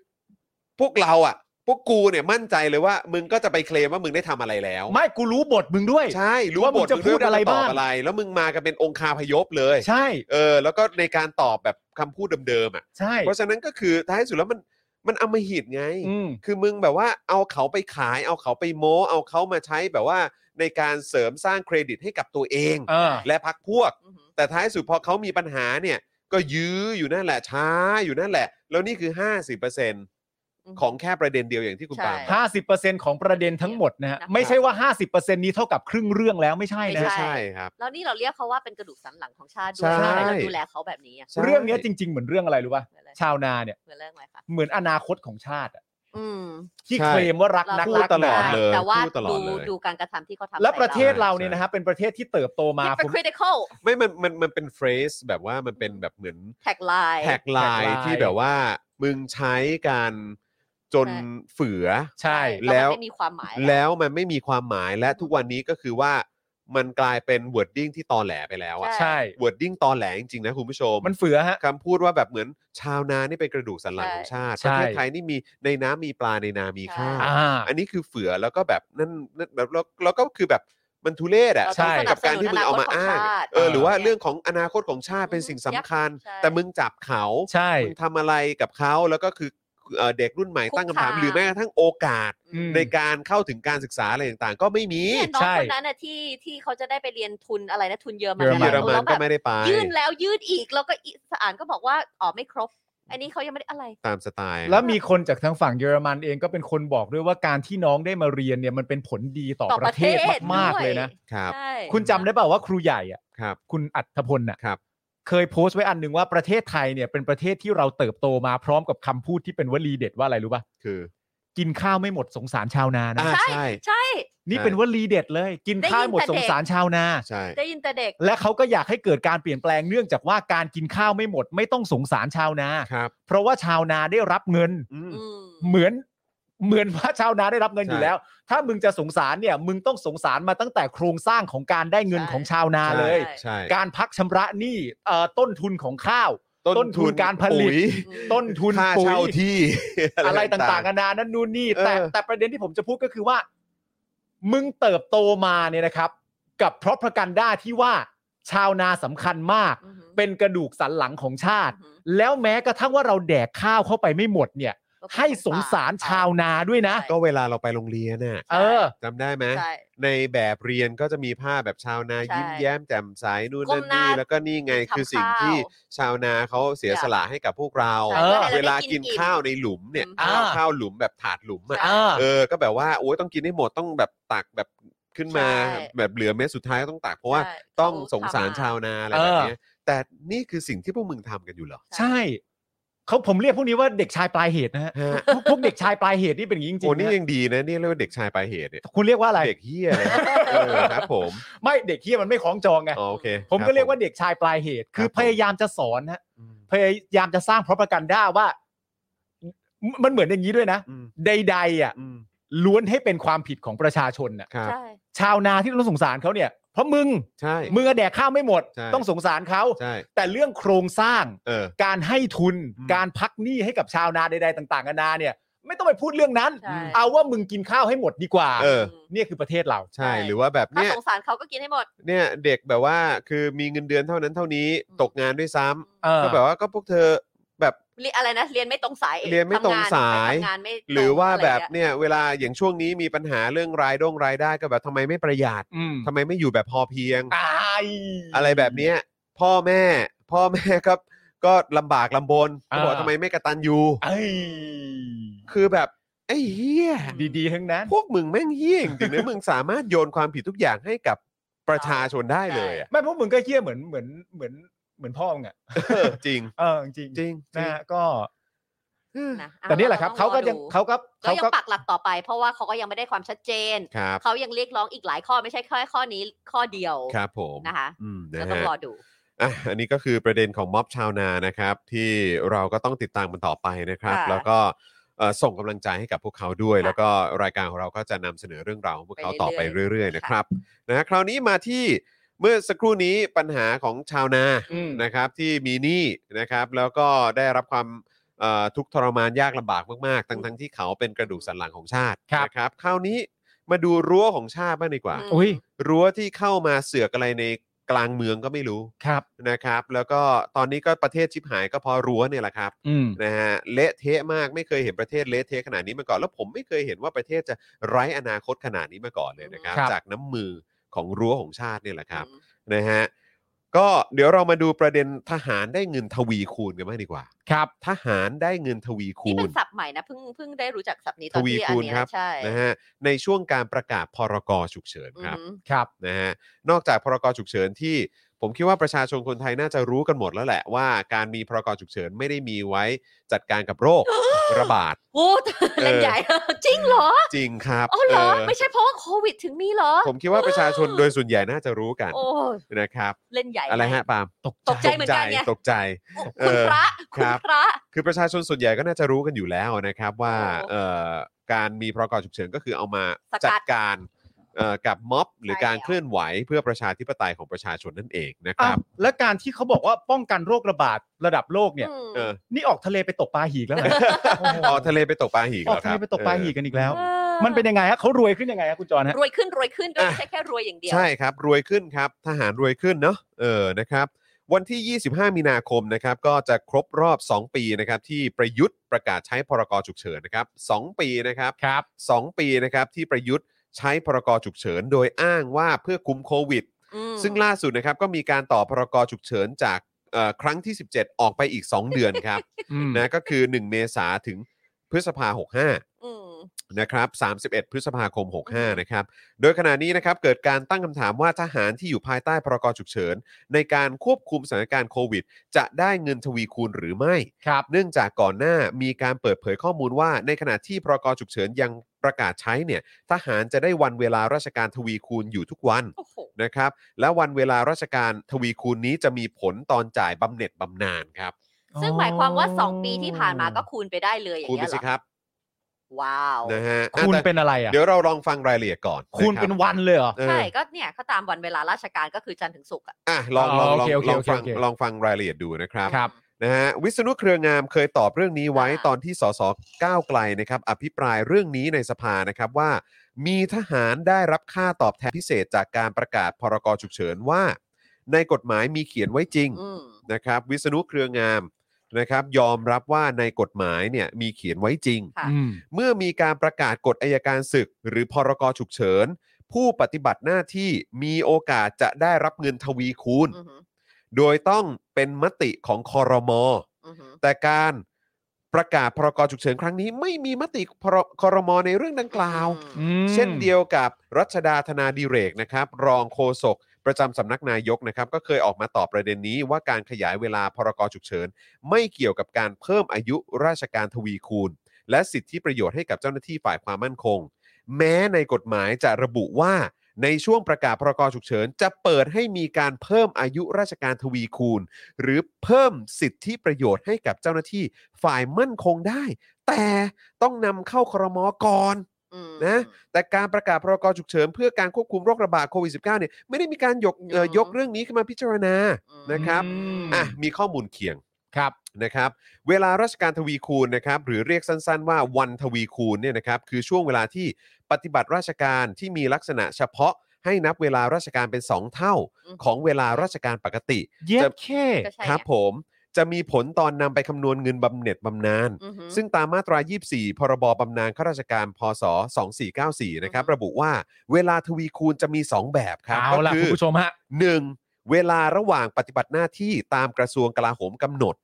B: พวกเราอ่ะ พวกกูเนี่ยมั่นใจเลยว่า มึงก็จะไปเคลมว่ามึงได้ทำอะไรแล้ว
C: ไม่กูรู้บทมึงด้วย
B: ใช่รู้
C: ว่ามึงจะ
B: บท
C: พูดอะไร
B: มึจต
C: บ้าง
B: อะไร แล้วมึงมากันเป็นองคาพยพเลย
C: ใช่
B: เออ แล้วก็ในการตอบแบบคำพูดเดิมๆอ่ะ
C: ใช่
B: เพราะฉะนั้นก็คือท้ายสุดแล้วมันมันอำมหิตไง
C: อืม
B: คือมึงแบบว่าเอาเขาไปขาย เอาเขาไปโม้เอาเขามาใช้แบบว่าในการเสริมสร้างเครดิตให้กับตัวเอง
C: เออ
B: และพักพวก
D: อือหือ
B: แต่ท้ายสุดพอเขามีปัญหาเนี่ย ก็ยื้ออยู่นั่นแหละช้าอยู่นั่นแหละ แล้วนี่คือ
D: หื
B: 50%ของแค่ประเด็นเดียวอย่างที่คุณ
D: ใช่
B: ปาล์ม
C: ห้าสิบเปอร์เซ็นต์ของประเด็นทั้งหมดนะฮะ
D: นะคะ
C: ไม่ใช่ว่าห้าสิบเปอร์เซ็นต์นี้เท่ากับครึ่งเรื่องแล้วไม่ใช่
B: ไม่
C: นะฮะ
B: ใช่ครับ
D: แล้วนี่เราเรียกเขาว่าเป็นกระดูกสันหลังของชาติด้
B: ใช่
D: วยทำไมเราดูแลเขาแบบนี้อะ
B: ใช่
C: เรื่องเนี้ยจริง ๆ เหมือนเรื่องอะไรรู้ป่ะ
D: เหมือนอะไร
C: ชาวนาเนี่ย
D: เหมือนเรื่องอะไรคะ
C: เหมือนอนาคตของชาติอะ
D: อืม
C: ที่
B: ใช่
C: เคลมว่ารักนัก
D: พู
B: พูด
D: ด
C: รัก
B: ต
C: ห
B: ล
C: นา
B: อดเลย
D: แต่ว่า
B: พูดตลอ
D: ดู
B: ดเลย
D: ดูการกระทำที่เขาทำ
C: และประเทศเราเนี่ยนะฮะเป็นประเทศที่เติบโตมา
D: เป็น
C: ผม
D: critical
B: ไม่มันมันมันเป็นเฟรสแบบว่ามันเป็นแบบเหมือน
D: tag line
B: แท็กไลน์
C: tagline
B: ที่แบบว่ามึงใช้การจน
D: ใช่
B: เฝือ
C: ใช่
B: แล้ว
D: มันไม่มีความหมายอะ
B: แล้วมันไม่มีความหมายและทุกวันนี้ก็คือว่ามันกลายเป็น wording ที่ตอแหลไปแล้วอะ
C: ใช่
B: wording ตอแหลจริงๆนะคุณผู้ชม
C: มันเฟือฮะ
B: คำพูดว่าแบบเหมือนชาวนานี่เป็นกระดูกสันหลังของชาติป
C: ใช่
B: ระเทศไทยนี่มีในน้ำมีปลาในนามีข้าว
C: อ่า
B: อันนี้คือเฝือแล้วก็แบบนั่นนั่นแบบแล้วแล้วก็คือแบบมันทุเรศอะ
D: เรา
C: ใช่
D: ต้องสนั
B: กับบ การที่
D: ส
B: มึ
D: นุ
B: ง
D: น
B: เอามา
D: คตข
B: อ้าง
D: ชติ
B: เออหรือว่าเรื่องของอนาคตของชาติเป็น
D: อือฮึ
B: สิ่งสำคัญ
D: ใช่
B: แต่มึงจับเขา
C: ใช่
B: มึงทำอะไรกับเขาแล้วก็คือเอ่อเด็กรุ่นใหม่ตั้งคำถาม
D: คุกคาม
B: หรือแม้กระทั่งโอกาส
C: อืม
B: ในการเข้าถึงการศึกษาอะไรต่างๆ ก็ไม่มี
D: เนี่ยน้อง
C: ใช่
D: คนนั้นน่ะที่ที่เขาจะได้ไปเรียนทุนอะไรนะทุนเยอรมัน
C: เยอร
B: ที่เยอรมัน
D: แล้ว
B: ก็
D: แบบ
B: ไม่ได้ไป
D: ยื่นแล้วยื่นอีกแล้วก็อีสารก็บอกว่าอ๋อไม่ครบ อันนี้เขายังไม่ได้อะไร
B: ตามสไตล์
C: แล้วมีคนจากทางฝั่งเยอรมันเองก็เป็นคนบอกด้วยว่าการที่น้องได้มาเรียนเนี่ยมันเป็นผลดีต่อ
D: ต่อ
C: ป
D: ประ ระ
C: เท
D: เท
C: ศ
D: ศ
C: มากๆ
D: ด้วย
C: เลยนะ
B: ครับ
D: ใช่
C: คุณจำได้เปล่าว่าครูใหญ่อะ
B: ครับ
C: คุณอัธพลน่ะ
B: ครับ
C: เคยโพสต์ไว้อันหนึ่งว่าประเทศไทยเนี่ยเป็นประเทศที่เราเติบโตมาพร้อมกับคำพูดที่เป็นวลีเด็ดว่าอะไรรู้ป่ะ
B: คือ
C: กินข้าวไม่หมดสงสารชาวนานะ
B: อ่าใช่
D: ใช่
C: นี่เป็นวลีเด็ดเลย กินข้าวหมดสงสารชาวนา
B: ใช่
D: ได้ยินแต่เด็ก
C: และเขาก็อยากให้เกิดการเปลี่ยนแปลงเนื่องจากว่าการกินข้าวไม่หมด ไม่ต้องสงสารชาวนา
B: ครับ
C: เพราะว่าชาวนาได้รับเงิน
B: อืม
D: อืม
C: เหมือนเหมือนว่าชาวนาได้รับเงิน
B: ใช่
C: อยู่แล้ว ถ้ามึงจะสงสารเนี่ย มึงต้องสงสารมาตั้งแต่โครงสร้างของการได้เงิน
D: ใช่
C: ของชาวนาเลย
B: ใช่
C: การพักชำระหนี้เอ่อต้นทุนของข้าว ต้นทุนการผลิต
B: ปุ๋ย
D: อืม
C: ต้นทุน
B: ค่า
C: ปุ๋ย
B: เช่าที่
C: อะไรต่างๆนานานั่นนู่นนี่ แต่
B: เออ
C: แต่ประเด็นที่ผมจะพูดก็คือว่า มึงเติบโตมาเนี่ยนะครับ กับเพราะประกันด้าที่ว่า ชาวนาสำคัญมาก
D: อือหือ
C: เป็นกระดูกสันหลังของชาติ
D: อือหือ
C: แล้วแม้กระทั่งว่าเราแดกข้าวเข้าไปไม่หมดเนี่ย ให้สงสารชาวนาด้วยนะ
B: ก็เวลาเราไปโรงเรียนน่ะ
C: เออ
B: จำได้ไหม
D: ใช่
B: ในแบบเรียนก็จะมีภาพแบบชาวนา
D: ใช่
B: ยิ้มแย้มแจ่มใสนู่น
D: ก้
B: นั่
D: ม
B: น
D: หน้า
B: นี่แล้วก็นี่ไง
D: ทำ
B: คือสิ่งที่
D: ข้าว
B: ชาวนาเขาเสียสละให้กับพวกเรา
D: ใช่เพื่อให้เรา
B: เวลา
D: ได้กิ
B: กิน
D: นอิ่ม
B: ข้าวในหลุมเนี่ย
D: อ่า
B: ข้าวข้าวหลุมแบบถาดหลุมอ่ะ
D: ใช่
C: อ่า
B: เออก็แบบว่าโอ้ยต้องกินให้หมดต้องแบบตักแบบขึ้นมา
D: ใช่
B: แบบเหลือเม็ดสุดท้ายก็ต้องตักเพราะว่า
D: ใช่
B: ต้อง
D: เข
B: สงสารชาวนาอะไรแบบเนี้ยแต่นี่คือสิ่งที่พวกมึงทำกันอยู่เหรอ
C: ใช่เขาผมเรียกพวกนี้ว่าเด็กชายปลายเหตุนะฮะ
B: ฮะ
C: พวกพวกเด็กชายปลายเหตุนี่เป็นอย่างนี้จริง
B: โอ้
C: ๆ
B: นี่
C: นะ
B: ยังดีนะนี่เรียกว่าเด็กชายปลายเหตุเนี่ย
C: คุณเรียกว่าอะไร
B: เด็กเฮียเลยเออครับผม
C: ไม่เด็กเฮียมันไม่คล้องจองไง
B: อ๋อโอเค
C: ผม
B: คบ
C: ก็เรียกว่าเด็กชายปลายเหตุ คื
B: ค
C: อ
B: รับผม
C: พยายามจะสอนฮะ
B: อืม
C: พยายามจะสร้างพร a ประกันด้าว่า มันเหมือนอย่างนี้ด้วยนะ
B: อืม
C: ใด ๆ อ่ะ
B: อืม
C: ล้วนให้เป็นความผิดของประชาชนน่ะ
B: ครับ
D: ใช่
C: ชาวนาที่ต้องสงสารเขาเนี่ย เพราะมึง
B: ใช่
C: มึงอะแดกข้าวไม่หมด
B: ใช่
C: ต้องสงสารเขา
B: ใช่
C: แต่เรื่องโครงสร้าง
B: เออ
C: การให้ทุน
B: อืม
C: การพักหนี้ให้กับชาวนาใด ๆ ต่างๆนานาเนี่ย ไม่ต้องไปพูดเรื่องนั้น
D: ใช่
C: เอาว่ามึงกินข้าวให้หมดดีกว่า
B: เออ
D: ม
C: เนี่ยคือประเทศเรา
B: ใช่
D: ใช่
B: หรือว่าแบบ
D: ถ้า
B: เนี่ย
D: สงสารเขาก็กินให้หมด
B: เนี่ยเด็กแบบว่าคือมีเงินเดือนเท่านั้นเท่านี้
D: อืม
B: ตกงานด้วยซ้ำ
C: เออ
B: ก็แบบว่าก็พวกเธอแบบ
D: เรียนอะไรนะเรียนไม่ตรงสาย
B: เรียนไม่ตรงสาย
D: ทำงานไม่
B: หรือว่าแบบ
D: เนี่ย
B: เนี่ยเวลาอย่างช่วงนี้มีปัญหาเรื่องรายด้งรายได้ก็แบบทำไมไม่ประหยัด
C: อืม
B: ทำไมไม่อยู่แบบพอเพียง
C: อาย
B: อะไรแบบเนี้ยพ่อแม่ พ่อแม่ก็ก็ลำบากลำบนก็บอกทำไมไม่กระตันยู
C: เอ้ย
B: คือแบบไอ้เฮีย
C: ดีๆทั้งนั้น
B: พวกมึงแม่งเฮี้ยจริงๆนะ มึงสามารถโยนความผิดทุกอย่างให้กับประชาชนได้เลยอะ
C: ไม่พวกมึงก็เฮี้ยเหมือนเหมือนเหมือนเหมือนพ่อมึงอ่ะ
B: เออจริง
C: เออจริง
B: จริงจริ
C: นะ
B: ง
C: ฮะก็
D: นะ
C: แต่นี่แหละครับ
D: อ
C: เขาก็
D: ต้อ
C: ยัง
D: รอดู
C: เขาก็
D: ก็
C: เขา
D: ยัง
C: ก็
D: ปักหลักต่อไป เพราะว่าเขาก็ยังไม่ได้ความชัดเจน
B: ครับ
D: เขายังเรียกร้องอีกหลายข้อไม่ใช่แค่ข้อนี้ข้อเดียว
B: ครับผม
D: นะคะ
B: อืม
D: ก็
B: นะ
D: ต้อง
B: ฮะ
D: รอดู
B: อ่ะอันนี้ก็คือประเด็นของม็อบชาวนานะครับ ที่เราก็ต้องติดตามมันต่อไปนะครับ
D: ค่ะ
B: แล้วก็เอ่อส่งกำลังใจให้กับพวกเขาด้วย
D: ค่ะ
B: แล้วก็รายการของเราก็จะนำเสนอเรื่องราวของพวกเขา
D: ไปเรื่
B: ต่อ
D: อยๆ
B: ไปเรื่อย ๆ
D: ค่ะ
B: นะครับนะฮะคราวนี้มาที่เมื่อสักครู่นี้ปัญหาของชาวนา
C: อืม
B: นะครับที่มีหนี้นะครับ แล้วก็ได้รับความ เอ่อทุกข์ทรมานยากลำบากมากๆ ทั้งๆที่เขาเป็นกระดูกสันหลังของชาติ
C: ครับ
B: นะครับคราวนี้มาดูรั้วของชาติบ้างดีกว่า
D: ม
C: อุ้ย
B: รั้วที่เข้ามาเสือกอะไรในกลางเมืองก็ไม่รู้
C: ครับ
B: นะครับ แล้วก็ตอนนี้ก็ประเทศชิบหายก็เพราะรั้วเนี่ยแหละครับ
C: อืม
B: นะฮะเละเทะมากไม่เคยเห็นประเทศเละเทะขนาดนี้มาก่อนแล้วผมไม่เคยเห็นว่าประเทศจะไร้อนาคตขนาดนี้มาก่อนเลยนะครับ
C: ครับ
B: จากน้ำมือของรั้วของชาติเนี่ยแหละครับนะฮะก็เดี๋ยวเรามาดูประเด็นทหารได้เงินทวีคูณกันบ้างดีกว่า
C: ครับ
B: ทหารได้เงินทวี
D: นี่
B: คู
D: เป็
B: ณ
D: นศัพท์ใหม่นะเพิ่งเพิ่งได้รู้จักศัพท์นี้ต
B: ท
D: อน
B: วี
D: ที่อัน
B: คูณ
D: เนี้ย
B: ครับ
D: ใช่
B: นะฮะในช่วงการประกาศพรกฉุกเฉินครับ
D: อืม
C: ครับ
B: นะฮะนอกจากพรกฉุกเฉินที่ผมคิดว่าประชาชนคนไทยน่าจะรู้กันหมดแล้วแหละว่าการมีพรกฉุกเฉินไม่ได้มีไว้จัดการกับโร ค ระบาด
D: โอ้เล่นให ญ่ จริงเหรอ
B: จริงครับ
D: อ๋อเหรอ
B: เออ
D: ไม่ใช่เพราะว่าโควิดถึงมีเหรอ
B: ผมคิดว่าประชาชนโดยส่วนใหญ่น่าจะรู้กัน
D: โอ้ย
B: นะครับ
D: เล่นใหญ่
B: อะไรฮะปาล์ม
C: ตก
D: ตกใจเหมือนกันไง
B: ตกใจ เอ
D: คุณ
B: อ
D: พระ
B: ค
D: คุ
B: รั
D: ณ
B: บ
D: พระ
B: คือประชาชนส่วนใหญ่ก็น่าจะรู้กันอยู่แล้วนะครับว่า
D: โอ้
B: เอ่อการมีพรกฉุกเฉินก็คือเอามา
D: สกัด
B: จัดการเอ่อกับม็อบหรือ
D: ใช่
B: การ
D: แล้ว
B: เคลื่อนไหวเพื่อประชาธิปไตยของประชาชนนั่นเองนะค
C: อ้า
B: รั
C: ว
B: บ
C: และการที่เขาบอกว่าป้องกันโรคระบาดระดับโลกเนี่ย
D: อืม
B: เออ
C: นี่ออกทะเลไปตกปลาหีกแล้วเหรอ
B: ออกทะเลไปตกปลาหีก
C: อ
B: เหร
C: อก
B: อค
C: ทะ
B: รั
C: เล
B: บ
C: ไปตกปลาหีก
B: เอ
C: กันอีกแล้ว
D: เออ
C: มันเป็นยังไงฮะเขารวยขึ้นยังไงฮะคุณจอนฮะ
D: รวยขึ้นรวยขึ้นด้วย
B: อ่ะ
D: ไม่ใช่แค่รวยอย่างเดี
B: อ
D: ยว
B: ใช่ครับ รวยขึ้นครับ ทหารรวยขึ้นเนาะเออนะครับ วันที่ 25 มีนาคมนะครับก็จะครบรอบ 2 ปีนะครับที่ประยุทธ์ประกาศใช้พรกฉุกเฉินนะครับสองปีนะครับ
C: ครับ
B: 2 ปีนะครับที่ประยุทธ์ใช้พรกฉุกเฉิน โดยอ้างว่าเพื่อคุมโควิด
D: อืม
B: ซึ่งล่าสุดนะครับก็มีการต่อพรกฉุกเฉินจากเอ่อครั้งที่ 17 ออกไปอีก 2 เดือน ครับนะก็คือ 1 เมษาถึงพฤษภา 65
D: อืม
B: นะครับ 31 พฤษภาคม 65 นะครับ โดยขณะนี้นะครับเกิดการตั้งคำถามว่าทหารที่อยู่ภายใต้พรกฉุกเฉิน ในการควบคุมสถานการณ์โควิด จะได้เงินทวีคูณหรือไม่
C: ครับ
B: เนื่องจากก่อนหน้ามีการเปิดเผยข้อมูลว่า ในขณะที่พรกฉุกเฉินยังประกาศใช้เนี่ยทหารจะได้วันเวลาราชการทวีคูณอยู่ทุกวัน
D: โอ้โห
B: นะครับและวันเวลาราชการทวีคูณนี้จะมีผลตอนจ่ายบำเหน็จบำนาญครับ
D: ซึ่งหมายความว่า 2 ปีที่ผ่านมาก็คูณไปได้เลยอย่าง
B: คูณไป
D: เงี้ยเห
B: สิ
D: รอ
B: ครับ
D: ว้าว
B: นะฮะอ่ะ
C: คุณ
B: แต่
C: เป็นอะไรอ่ะ
B: เดี๋ยวเราลองฟังรายละเอียดก่อน
C: คูณเป็นวันเลยเหรอ
B: เออ
D: ใช่ก็เนี่ยเขาตามวันเวลาราชการก็คือจันทร์ถึงศุกร์อะ
B: อ่ะลองลองล
C: อ๋
B: อง
C: อโอเคโอเค
B: ลอง
C: โอเค
B: ฟัง
C: โอเค
B: ลองฟังรายละเอียดดูนะครับ
C: ครับ
B: นะฮะวิษณุเครืองามเคยตอบเรื่องนี้ไว้ตอนที่สสก้าวไกลนะครับอภิปรายเรื่องนี้ในสภานะครับว่า มีทหารได้รับค่าตอบแทนพิเศษจากการประกาศพรกฉุกเฉินว่า ในกฎหมายมีเขียนไว้จริง
D: อืม
B: นะครับวิษณุเครืองามนะครับยอมรับว่าในกฎหมายเนี่ยมีเขียนไว้จริง
D: ค่ะ
C: อืม
B: เมื่อมีการประกาศกฎอายการศึก หรือพรกฉุกเฉิน ผู้ปฏิบัติหน้าที่มีโอกาสจะได้รับเงินทวีคูณ
D: อือหือ
B: โดยต้องเป็นมติของคอรมอ
D: อือหือ
B: แต่การประกาศพรกฉุกเฉินครั้งนี้ไม่มีมติพรคอรมอในเรื่องดังกล่าว
D: อืม
B: เช่นเดียวกับรัชดาธนาดิเรกนะครับ รองโฆษกประจำสำนักนายกนะครับ ก็เคยออกมาตอบประเด็นนี้ว่าการขยายเวลาพรกฉุกเฉิน ไม่เกี่ยวกับการเพิ่มอายุราชการทวีคูณ และสิทธิประโยชน์ให้กับเจ้าหน้าที่ฝ่ายความมั่นคง แม้ในกฎหมายจะระบุว่าในช่วงประกาศพรกฉุกเฉิน จะเปิดให้มีการเพิ่มอายุราชการทวีคูณ หรือเพิ่มสิทธิประโยชน์ให้กับเจ้าหน้าที่ฝ่ายมั่นคงได้ แต่ต้องนำเข้าครมก่อน
D: อืม
B: นะ แต่การประกาศพรกฉุกเฉินเพื่อการควบคุมโรคระบาดโควิด -19 เนี่ยไม่ได้มีการยกเอ่อ
D: อืม
B: ยกเรื่องนี้ขึ้นมาพิจารณา
D: อืม
B: นะครับ
C: อืม
B: อ่ะมีข้อมูลเคียง
C: ครับ
B: นะครับ เวลาราชการทวีคูณนะครับหรือเรียกสั้นๆ ว่าวันทวีคูณเนี่ยนะครับคือช่วงเวลาที่ปฏิบัติราชการที่มีลักษณะเฉพาะให้นับเวลาราชการเป็น 2 เท่าของเวลาราชการปกติ
C: เย็
B: จะ
C: ดเค
D: ก็ใช่ไง
B: ครับผมจะมีผลตอนนำไปคำนวณเงินบำเหน็จบำนาญ
D: อือหือ
B: ซึ่งตามมาตรา 24 พรบ บำนาญข้าราชการ พศ 2494 นะครับ
D: อือฮึ
B: ระบุว่าเวลาทวีคูณจะมี 2 แบบครับ
C: เอาล่ะ
B: ก็
C: คุณผู้ชมฮะ
B: 1เวลาระหว่างปฏิบัติหน้าที่ตามกระทรวงกลาโหมกำหนด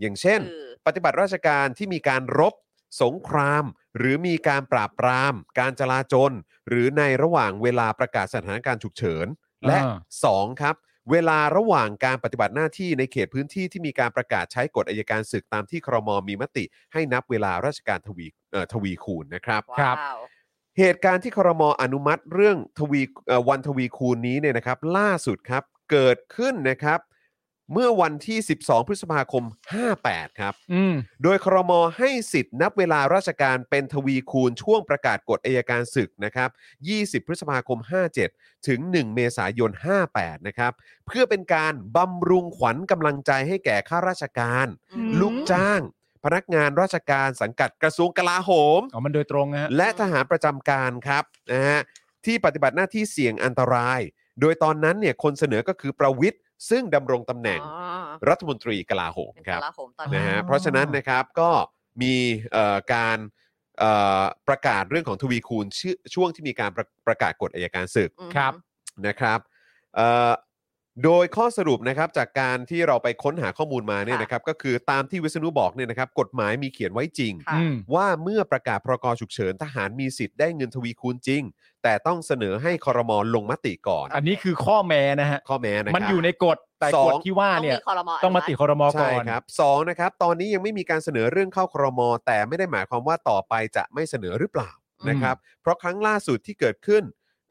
B: อย่างเช่น
D: คือ
B: ปฏิบัติราชการที่มีการรบ สงคราม หรือมีการปราบปราม การจลาจล หรือในระหว่างเวลาประกาศสถานการณ์ฉุกเฉิน และ
C: อ่า
B: 2 ครับ เวลาระหว่างการปฏิบัติหน้าที่ในเขตพื้นที่ที่มีการประกาศใช้กฎอัยการศึกตามที่ครมมีมติ ให้นับเวลาราชการทวีเอ่อทวีคูณนะครับ
C: ครับ
D: ว้าว
B: เหตุการณ์ที่ครมอนุมัติเรื่องทวีเอ่อวันทวีคูณนี้เนี่ยนะครับ ล่าสุดครับเกิดขึ้นนะครับ เมื่อวันที่ 12 พฤษภาคม 58 ครับ
C: อืม
B: โดยครมให้สิทธิ์นับเวลาราชการเป็นทวีคูณช่วงประกาศกฎอัยการศึกนะครับ 20 พฤษภาคม 57 ถึง 1 เมษายน 58 นะครับ เพื่อเป็นการบำรุงขวัญกำลังใจให้แก่ข้าราชการ
D: อืม
B: ลูกจ้าง พนักงานราชการสังกัดกระทรวงกลาโหม
C: อ๋อมันโดยตรงนะฮะ
B: และทหารประจำการครับนะฮะที่ปฏิบัติหน้าที่เสี่ยงอันตราย โดยตอนนั้นเนี่ยคนเสนอก็คือประวิทย์ซึ่งดำรงตำแหน่ง
D: อ๋อ
B: รัฐมนตรีกลาโหม
D: เป็น
B: ค
D: ก
B: รับ
D: ลาโหมตอน
B: นะ
D: นั้น
B: ฮะเพราะฉะนั้นนะครับก็มีเอ่อการเอ่อประกาศเรื่องของทวีคูณชื่อช่วงที่มีการประประกาศกฎอัยการศึก
D: อืม
C: ครับ
B: นะครับเอ่อโดยข้อสรุปนะครับจากการที่เราไปค้นหาข้อมูลมาเนี่ย
D: ค่ะ
B: นะครับก็คือตามที่วิษณุบอกเนี่ยนะครับกฎหมายมีเขียนไว้จริง
D: ค่ะ
C: อืม
B: ว่าเมื่อประกาศพรกฉุกเฉินทหารมีสิทธิ์ได้เงินทวีคูณจริง แต่ต้องเสนอให้คอรมอลงมติก่อน
C: อันนี้คือข้อแม้นะฮะ
B: ข้อแม้นะครับ
C: มันอยู่ในกฎแต่
B: สอง
C: กฎที่ว่าเนี่ย
D: ต้องมีคอรมอ
C: ต้องมาติดคอรมอก่
B: ใช่
C: อน
B: ครับสองนะครับตอนนี้ยังไม่มีการเสนอเรื่องเข้าครม แต่ไม่ได้หมายความว่าต่อไปจะไม่เสนอหรือเปล่านะครับเพราะครั้งล่าสุดที่เกิดขึ้น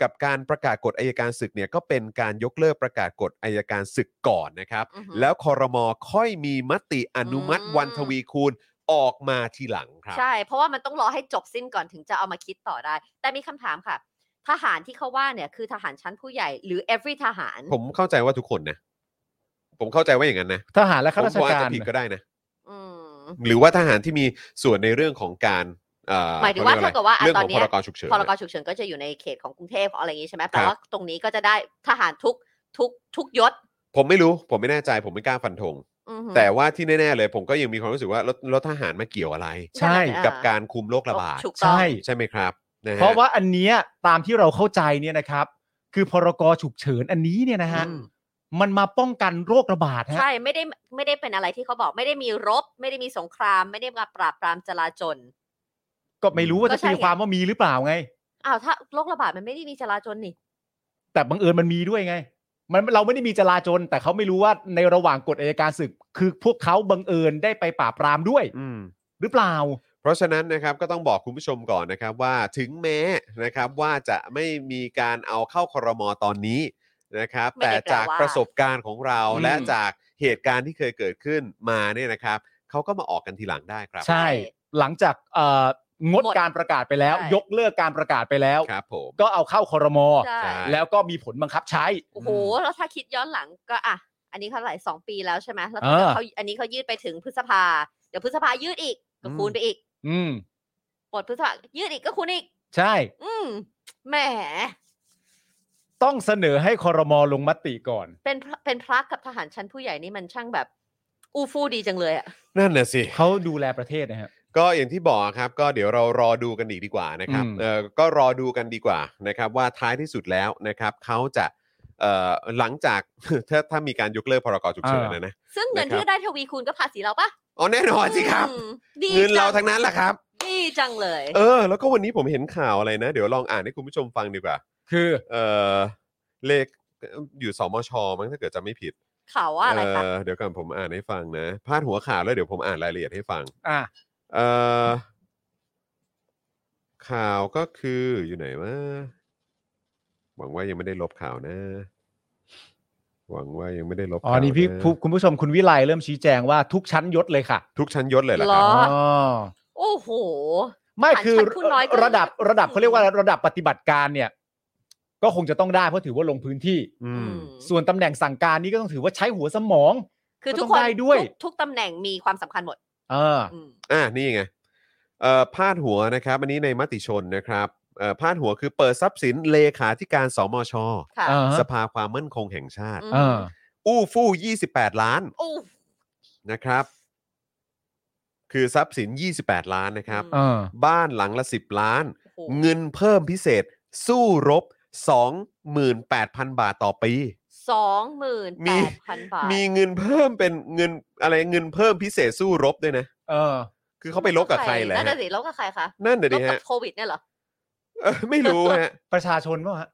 B: กับการประกาศกฎอายการศึกเนี่ยก็เป็นการยกเลิกประกาศกฎอายการศึกก่อนนะครับ
D: อือฮึ
B: แล้วคอรมอค่อยมีมติอนุมัติ
D: อืม
B: วันทวีคูณออกมาทีหลังครับ
D: ใช่ เพราะว่ามันต้องรอให้จบสิ้นก่อนถึงจะเอามาคิดต่อได้ แต่มีคำถามค่ะ ทหารที่เขาว่าเนี่ยคือทหารชั้นผู้ใหญ่หรือ every ทหาร
B: ผมเข้าใจว่าทุกคนนะ ผมเข้าใจว่าอย่างนั้นนะ
C: ทหารและ
B: ผม
C: ข้าราช
B: ผมอาจ
C: การ
B: จะผิดก็ได้นะ
D: อืม
B: หรือว่าทหารที่มีส่วนในเรื่องของการเอ่อ
D: หมายถึงว่า
B: เข
D: ถ้าเกิดว่าอ่ะ
B: เรียก
D: ต
B: อะไร
D: อน
B: เรื่อง
D: เนี้ย
B: ของพรกฉุกเฉิน
D: พรก
B: เนี่ย
D: ฉุกเฉินก็จะอยู่ในเขตของกรุงเทพอะไรอย่างนี้ใช่ไหม
B: ครั
D: แต่
B: บ
D: ว่าตรงนี้ก็จะได้ทหารทุกทุกทุกยศ
B: ผมไม่รู้ ผมไม่แน่ใจ ผมไม่กล้าฟันธง
D: อือหือ
B: แต่ว่าที่แน่ ๆ เลย ผมก็ยังมีความรู้สึกว่าแล้วแล้วทหารมาเกี่ยวอะไร
C: ใช่
D: นั่นแหละ
B: กับการคุมโรคระบาด
D: ถูกต้อง
C: ใช่
B: ใช่ไหมครับนฮ
C: เพราะว่าอันเนี้ยตามที่เราเข้าใจเนี่ยนะครับ คือพรกฉุกเฉินอันนี้เนี่ยนะฮะ
B: อืม
C: มันมาป้องกันโรคระบาดฮะ
D: ใช่ไม่ได้ไม่ได้เป็นอะไรที่เขาบอกไม่ได้มีรบ ไม่ได้มีสงคราม ไม่ได้มาปราบปรามจลาจล
C: ก็ไม่รู้ว่า
D: ก็
C: จะ
D: ใช่
C: ตี
D: ไง
C: ความว่ามีหรือเปล่าไง
D: อ้าวถ้าโรคระบาดมันไม่ได้มีจลาจลนี่
C: แต่บังเอิญมันมีด้วยไง มันเราไม่ได้มีจลาจลแต่เขาไม่รู้ว่าในระหว่างกฎอัยการศึก คือพวกเขาบังเอิญได้ไปปราบปรามด้วย
B: อืม
C: หรือเปล่า
B: เพราะฉะนั้นนะครับก็ต้องบอกคุณผู้ชมก่อนนะครับว่าถึงแม้นะครับว่าจะไม่มีการเอาเข้าครมอตอนนี้นะครับ
D: ไม่
B: แต่
D: ได้แปลว่า
B: จากประสบการณ์ของเรา
C: อืม
B: และจากเหตุการณ์ที่เคยเกิดขึ้นมาเนี่ยนะครับเขาก็มาออกกันทีหลังได้ครับ
C: ใช่ หลังจากเอ่องด
D: หมด
C: การประกาศไปแล้ว
D: ใช่
C: ยกเลิกการประกาศไปแล้ว
B: ครับผม
C: ก็เอาเข้าคอรมอ
D: ใช่
B: ใช่
C: แล้วก็มีผลบังคับใช้
D: โอ้โหแล้วถ้าคิดย้อนหลังก็อ่ะ อันนี้เขาหลายสองปีแล้วใช่ไหมแล้ว
C: เออ
D: เขาอันนี้เขายืดไปถึงพฤษภาเดี๋ยวพฤษภายืดอีกก็คูณไปอีก
C: อืม
D: ปลดพฤษภายืดอีกก็คูณอีก
C: ใช่
D: อืมแหม
C: ต้องเสนอให้คอรมอลงมติก่อน
D: เป็นพระเป็นพระกับทหารชั้นผู้ใหญ่นี่มันช่างแบบ อูฟู่ดีจังเลยอะ
B: นั่นน่ะสิ
C: เขาดูแลประเทศนะฮะ
B: ก็อย่างที่บอกครับก็เดี๋ยวเรารอดูกันอีกดีกว่านะครับ
C: อืม
B: เออก็รอดูกันดีกว่านะครับว่าท้ายที่สุดแล้วนะครับเขาจะเอ่อหลังจาก ถ้าถ้ามีการยกเลิกพรกฉุกเฉินนะนะ
D: ซึ่งเงิน
B: นะครับ
D: ที่ได้ทวีคูณก็ภาษีเราปะ
B: อ๋อแน่นอนสิครับ
D: อืมดี
B: เงินเรา
D: จั
B: ทั้งนั้นแหละครับ
D: ดีจังเลย
B: เออแล้วก็วันนี้ผมเห็นข่าวอะไรนะ เดี๋ยวลองอ่านให้คุณผู้ชมฟังดีกว่า
C: คือ
B: เออเลขอยู่สมชมั้งถ้าเกิดจะไม่ผิด
D: ข่าวว่าอะไรคะ
B: เเดี๋ยวก่อนผมอ่านให้ฟังนะพาดหัวข่าวแล้วเดี๋ยวผมอ่านรายละเอียดให้ฟัง
C: อ่ะ
B: เออข่าวก็คืออยู่ไหนวะหวังว่ายังไม่ได้ลบข่าวนะ หวังว่ายังไม่ได้ลบ
C: อ๋อ
B: ข่าว
C: นี่พี่
B: ะ
C: ผู้คุณผู้ชมคุณวิไลเริ่มชี้แจงว่าทุกชั้นยศเลยค่ะ
B: ทุกชั้นยศเลยเหรอ
D: หร
B: ค
D: อ
B: รับ
C: อ
D: โอ้โห
C: ไม่คือ
D: ชั้นผู้น้อยก็
C: ระดับ
D: อืม
C: ระดับเขาเรียกว่าระดับปฏิบัติการเนี่ย ก็คงจะต้องได้เพราะถือว่าลงพื้นที่
B: อืม
D: อืม
C: ส่วนตำแหน่งสั่งการนี่ก็ต้องถือว่าใช้หัวสมอง
D: คือทุก
C: ก็
D: ค
C: ต้อน งได้ด้วย
D: ทุกทุกตำแหน่งมีความสำคัญหมด
C: เออ
D: อืม
B: อ่ะนี่ไงเอ่อพาดหัวนะครับ อันนี้ในมติชนนะครับเอ่อพาดหัวคือเปิดทรัพย์สินเลขาธิการสมช
D: ค่ะ
C: อ่า ฮะ
B: สภาความมั่นคงแห่งชาติ
D: ม
C: เออ
B: อู้ฟู่ 28 ล้าน
D: โอ้
B: นะครับ คือทรัพย์สิน 28 ล้านนะครับ
C: เออ
B: บ้านหลังละ 10 ล้าน
D: โห
B: เงินเพิ่มพิเศษ สู้รบ 28,000 บาทต่อปี
D: สองหมื่น
B: มี
D: แปดพันบาท
B: มีเงินเพิ่มเป็นเงินอะไรเงินเพิ่มพิเศษสู้รบด้วยนะ
C: เออ
B: คือเขาไปรบกับใครแหละ
D: นั่นน่ะสิลบกับใครคะ
B: นั่นเดี๋ย
D: ล
B: ดิ
D: บกั
B: ฮะ
D: บโควิดเนี่ยเหรอ
B: เออไม่รู้ฮะ
C: ประชาชนป่ะฮะ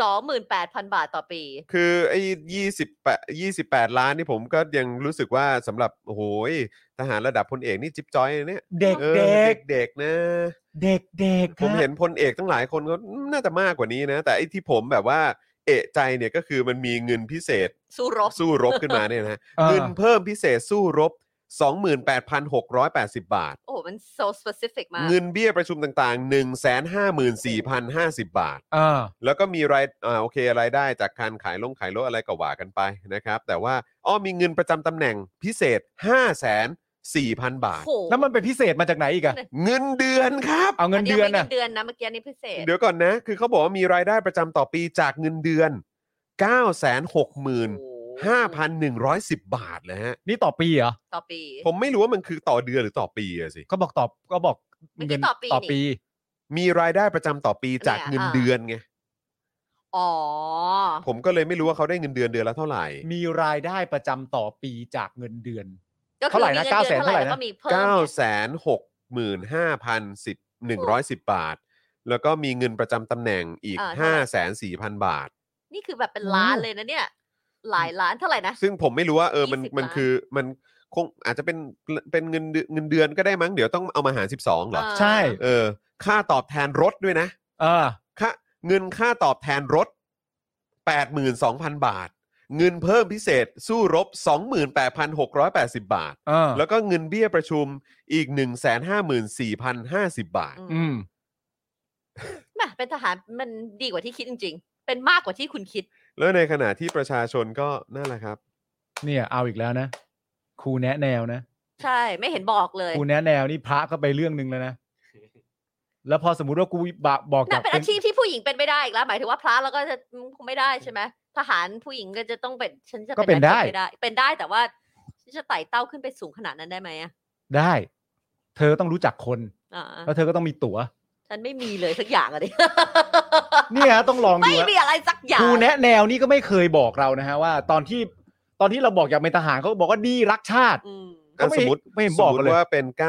D: สองหมื่นแปดพันบาทต่อปี
B: คือไอ้ยี่สิบแปดยี่สิบแปดล้านนี่ผมก็ยังรู้สึกว่าสำหรับโอ้โหยทหารระดับพลเอกนี่จิ๊บจ้อยเลยเนี่ย
C: เด็ก
B: เอ
C: เด็
B: อก เด็กๆนะ
C: เด็กเด็ก
B: ผมเห็นพลเอกตั้งหลายคนเขาน่าจะมากกว่านี้นะ แต่ไอ้ที่ผมแบบว่า เอะใจเนี่ยก็คือมันมีเงินพิเศษ
D: สู้รบ
B: สู้รบขึ้นมาเนี่ยนะ
C: เอ
B: เงิ
C: อน
B: เพิ่มพิเศษสู้รบ 28,680 บาท
D: โอ้โหมัน so specific มาก
B: เงินเบี้ยประชุมต่าง ๆ 154,050 บาท
C: เออ
B: แล้วก็มีรายอ่าโอเครายได้จากการขายลงขายรถอะไรก็ว่ากันไปนะครับ แต่ว่าอ้อมีเงินประจำตำแหน่งพิเศษ 5 0 0 0 0 4,000 บาท
D: โห
C: แล้วมันเป็นพิเศษมาจากไหนอีกอะ
B: เงินเดือนครับ
C: เอาเงินเดือน
D: ไม่
C: อะ
D: เงินเดือนนะเมื่อกี้อันนี้พิเศษ
B: เดี๋ยวก่อนนะ คือเขาบอกว่ามีรายได้ประจำต่อปีจากเงินเดือน 9 6 0 0 0 5,110 บาทนะฮะ
C: นี่ต่อปีเหรอ
D: ต่อปี
B: ผมไม่รู้ว่ามันคือต่อเดือนหรือต่อปีอะสิ
C: ก็บอกตอบก็บอก
D: เมื่อกี้
C: เงิน
D: ต่อปี
C: ต่อ
D: นี่
C: ปี
B: มีรายได้ประจำต่อปีจากเงินเดือนไง
D: อ๋อ
B: ผมก็เลยไม่รู้ว่าเขาได้เงินเดือนเดือนละเท่าไหร่
C: มีรายได้ประจำต่อปีจากเงินเดือน
D: ก็
C: เท่า
D: คือ
C: ไหร่
D: มี
C: นะ
D: เงินเดือน
C: 900,000
D: เท่าไหร่
C: เท่าไหร่นะ
D: แล้วก็มีเพิ่ม
B: 9 6 5 0 10 110 บาท แล้วก็มีเงินประจำตำแหน่งอีก 5 4 0 0 0 บาท
D: นี่คือแบบเป็นล้านเลยนะเนี่ย หลายล้านเท่าไหร่นะ
B: ซึ่งผมไม่รู้ว่าเออมัน
D: 20ล้าน
B: มันคือมันคงอาจจะเป็นเป็นเงินเดือนเงินเดือนก็ได้มั้งเดี๋ยวต้องเอามาหาร 12เหรอ
D: เออ
C: ใช่
B: เออ ค่าตอบแทนรถด้วยนะ
C: เออ
B: ค่าเงินค่าตอบแทนรถ 82,000 บาท เงินเพิ่มพิเศษสู้รบ 28,680 บาท
C: เออ
B: แล้วก็เงินเบี้ยประชุมอีก 154,050 บาท
C: อืม
D: แหมเป็นทหารมันดีกว่าที่คิดจริง ๆ เป็นมากกว่าที่คุณคิด
B: แล้วในขณะที่ประชาชนก็นั่นแหละครับ
C: เนี่ยเอาอีกแล้วนะครูแนะแนวนะ
D: ใช่ไม่เห็นบอกเลย
C: ครูแนะแนวนี่พระก็ไปเรื่องหนึ่ง แล้วนะ แล้วพอสมมุติว่ากูบะบอก
D: น่า
C: จาก
D: เป็นอาชีพที่ผู้หญิงเป็นไม่ได้อีกแล้ว หมายถึงว่าพระเราก็จะคงไม่ได้ใช่ไหมทหารผู้หญิงก็จะต้องเป็นฉันจะ
C: ก็เป็นได้
D: ม่เป็นได้แต่ว่าฉันจะไต่เต้าขึ้นไปสูงขนาดนั้นได้ไหมอะ
C: ได้ เธอต้องรู้จักคน
D: อ่า
C: แล้วเธอก็ต้องมีตั๋ว
D: ฉันไม่มีเลยสักอย่างอะดิ
C: เนี่ยฮะต้องลอง ดู
D: ไม่
C: ฮะ
D: มีอะไรสักอย่า
C: ค
D: ง
C: รูแนะแนวนี่ก็ไม่เคยบอกเรานะฮะว่า ตอนที่ตอนที่เราบอกอยากเป็นทหารเขาก็บอกว่าดีรักชาติ
D: อืม
B: อ่ะ
C: ก็ไม่
B: สมมติ
C: ไม่เห็น
B: ส
C: บ
B: ม
C: อ
B: ม
C: กกั
B: ติ
C: นเลย
B: ว่าเป็น 9 6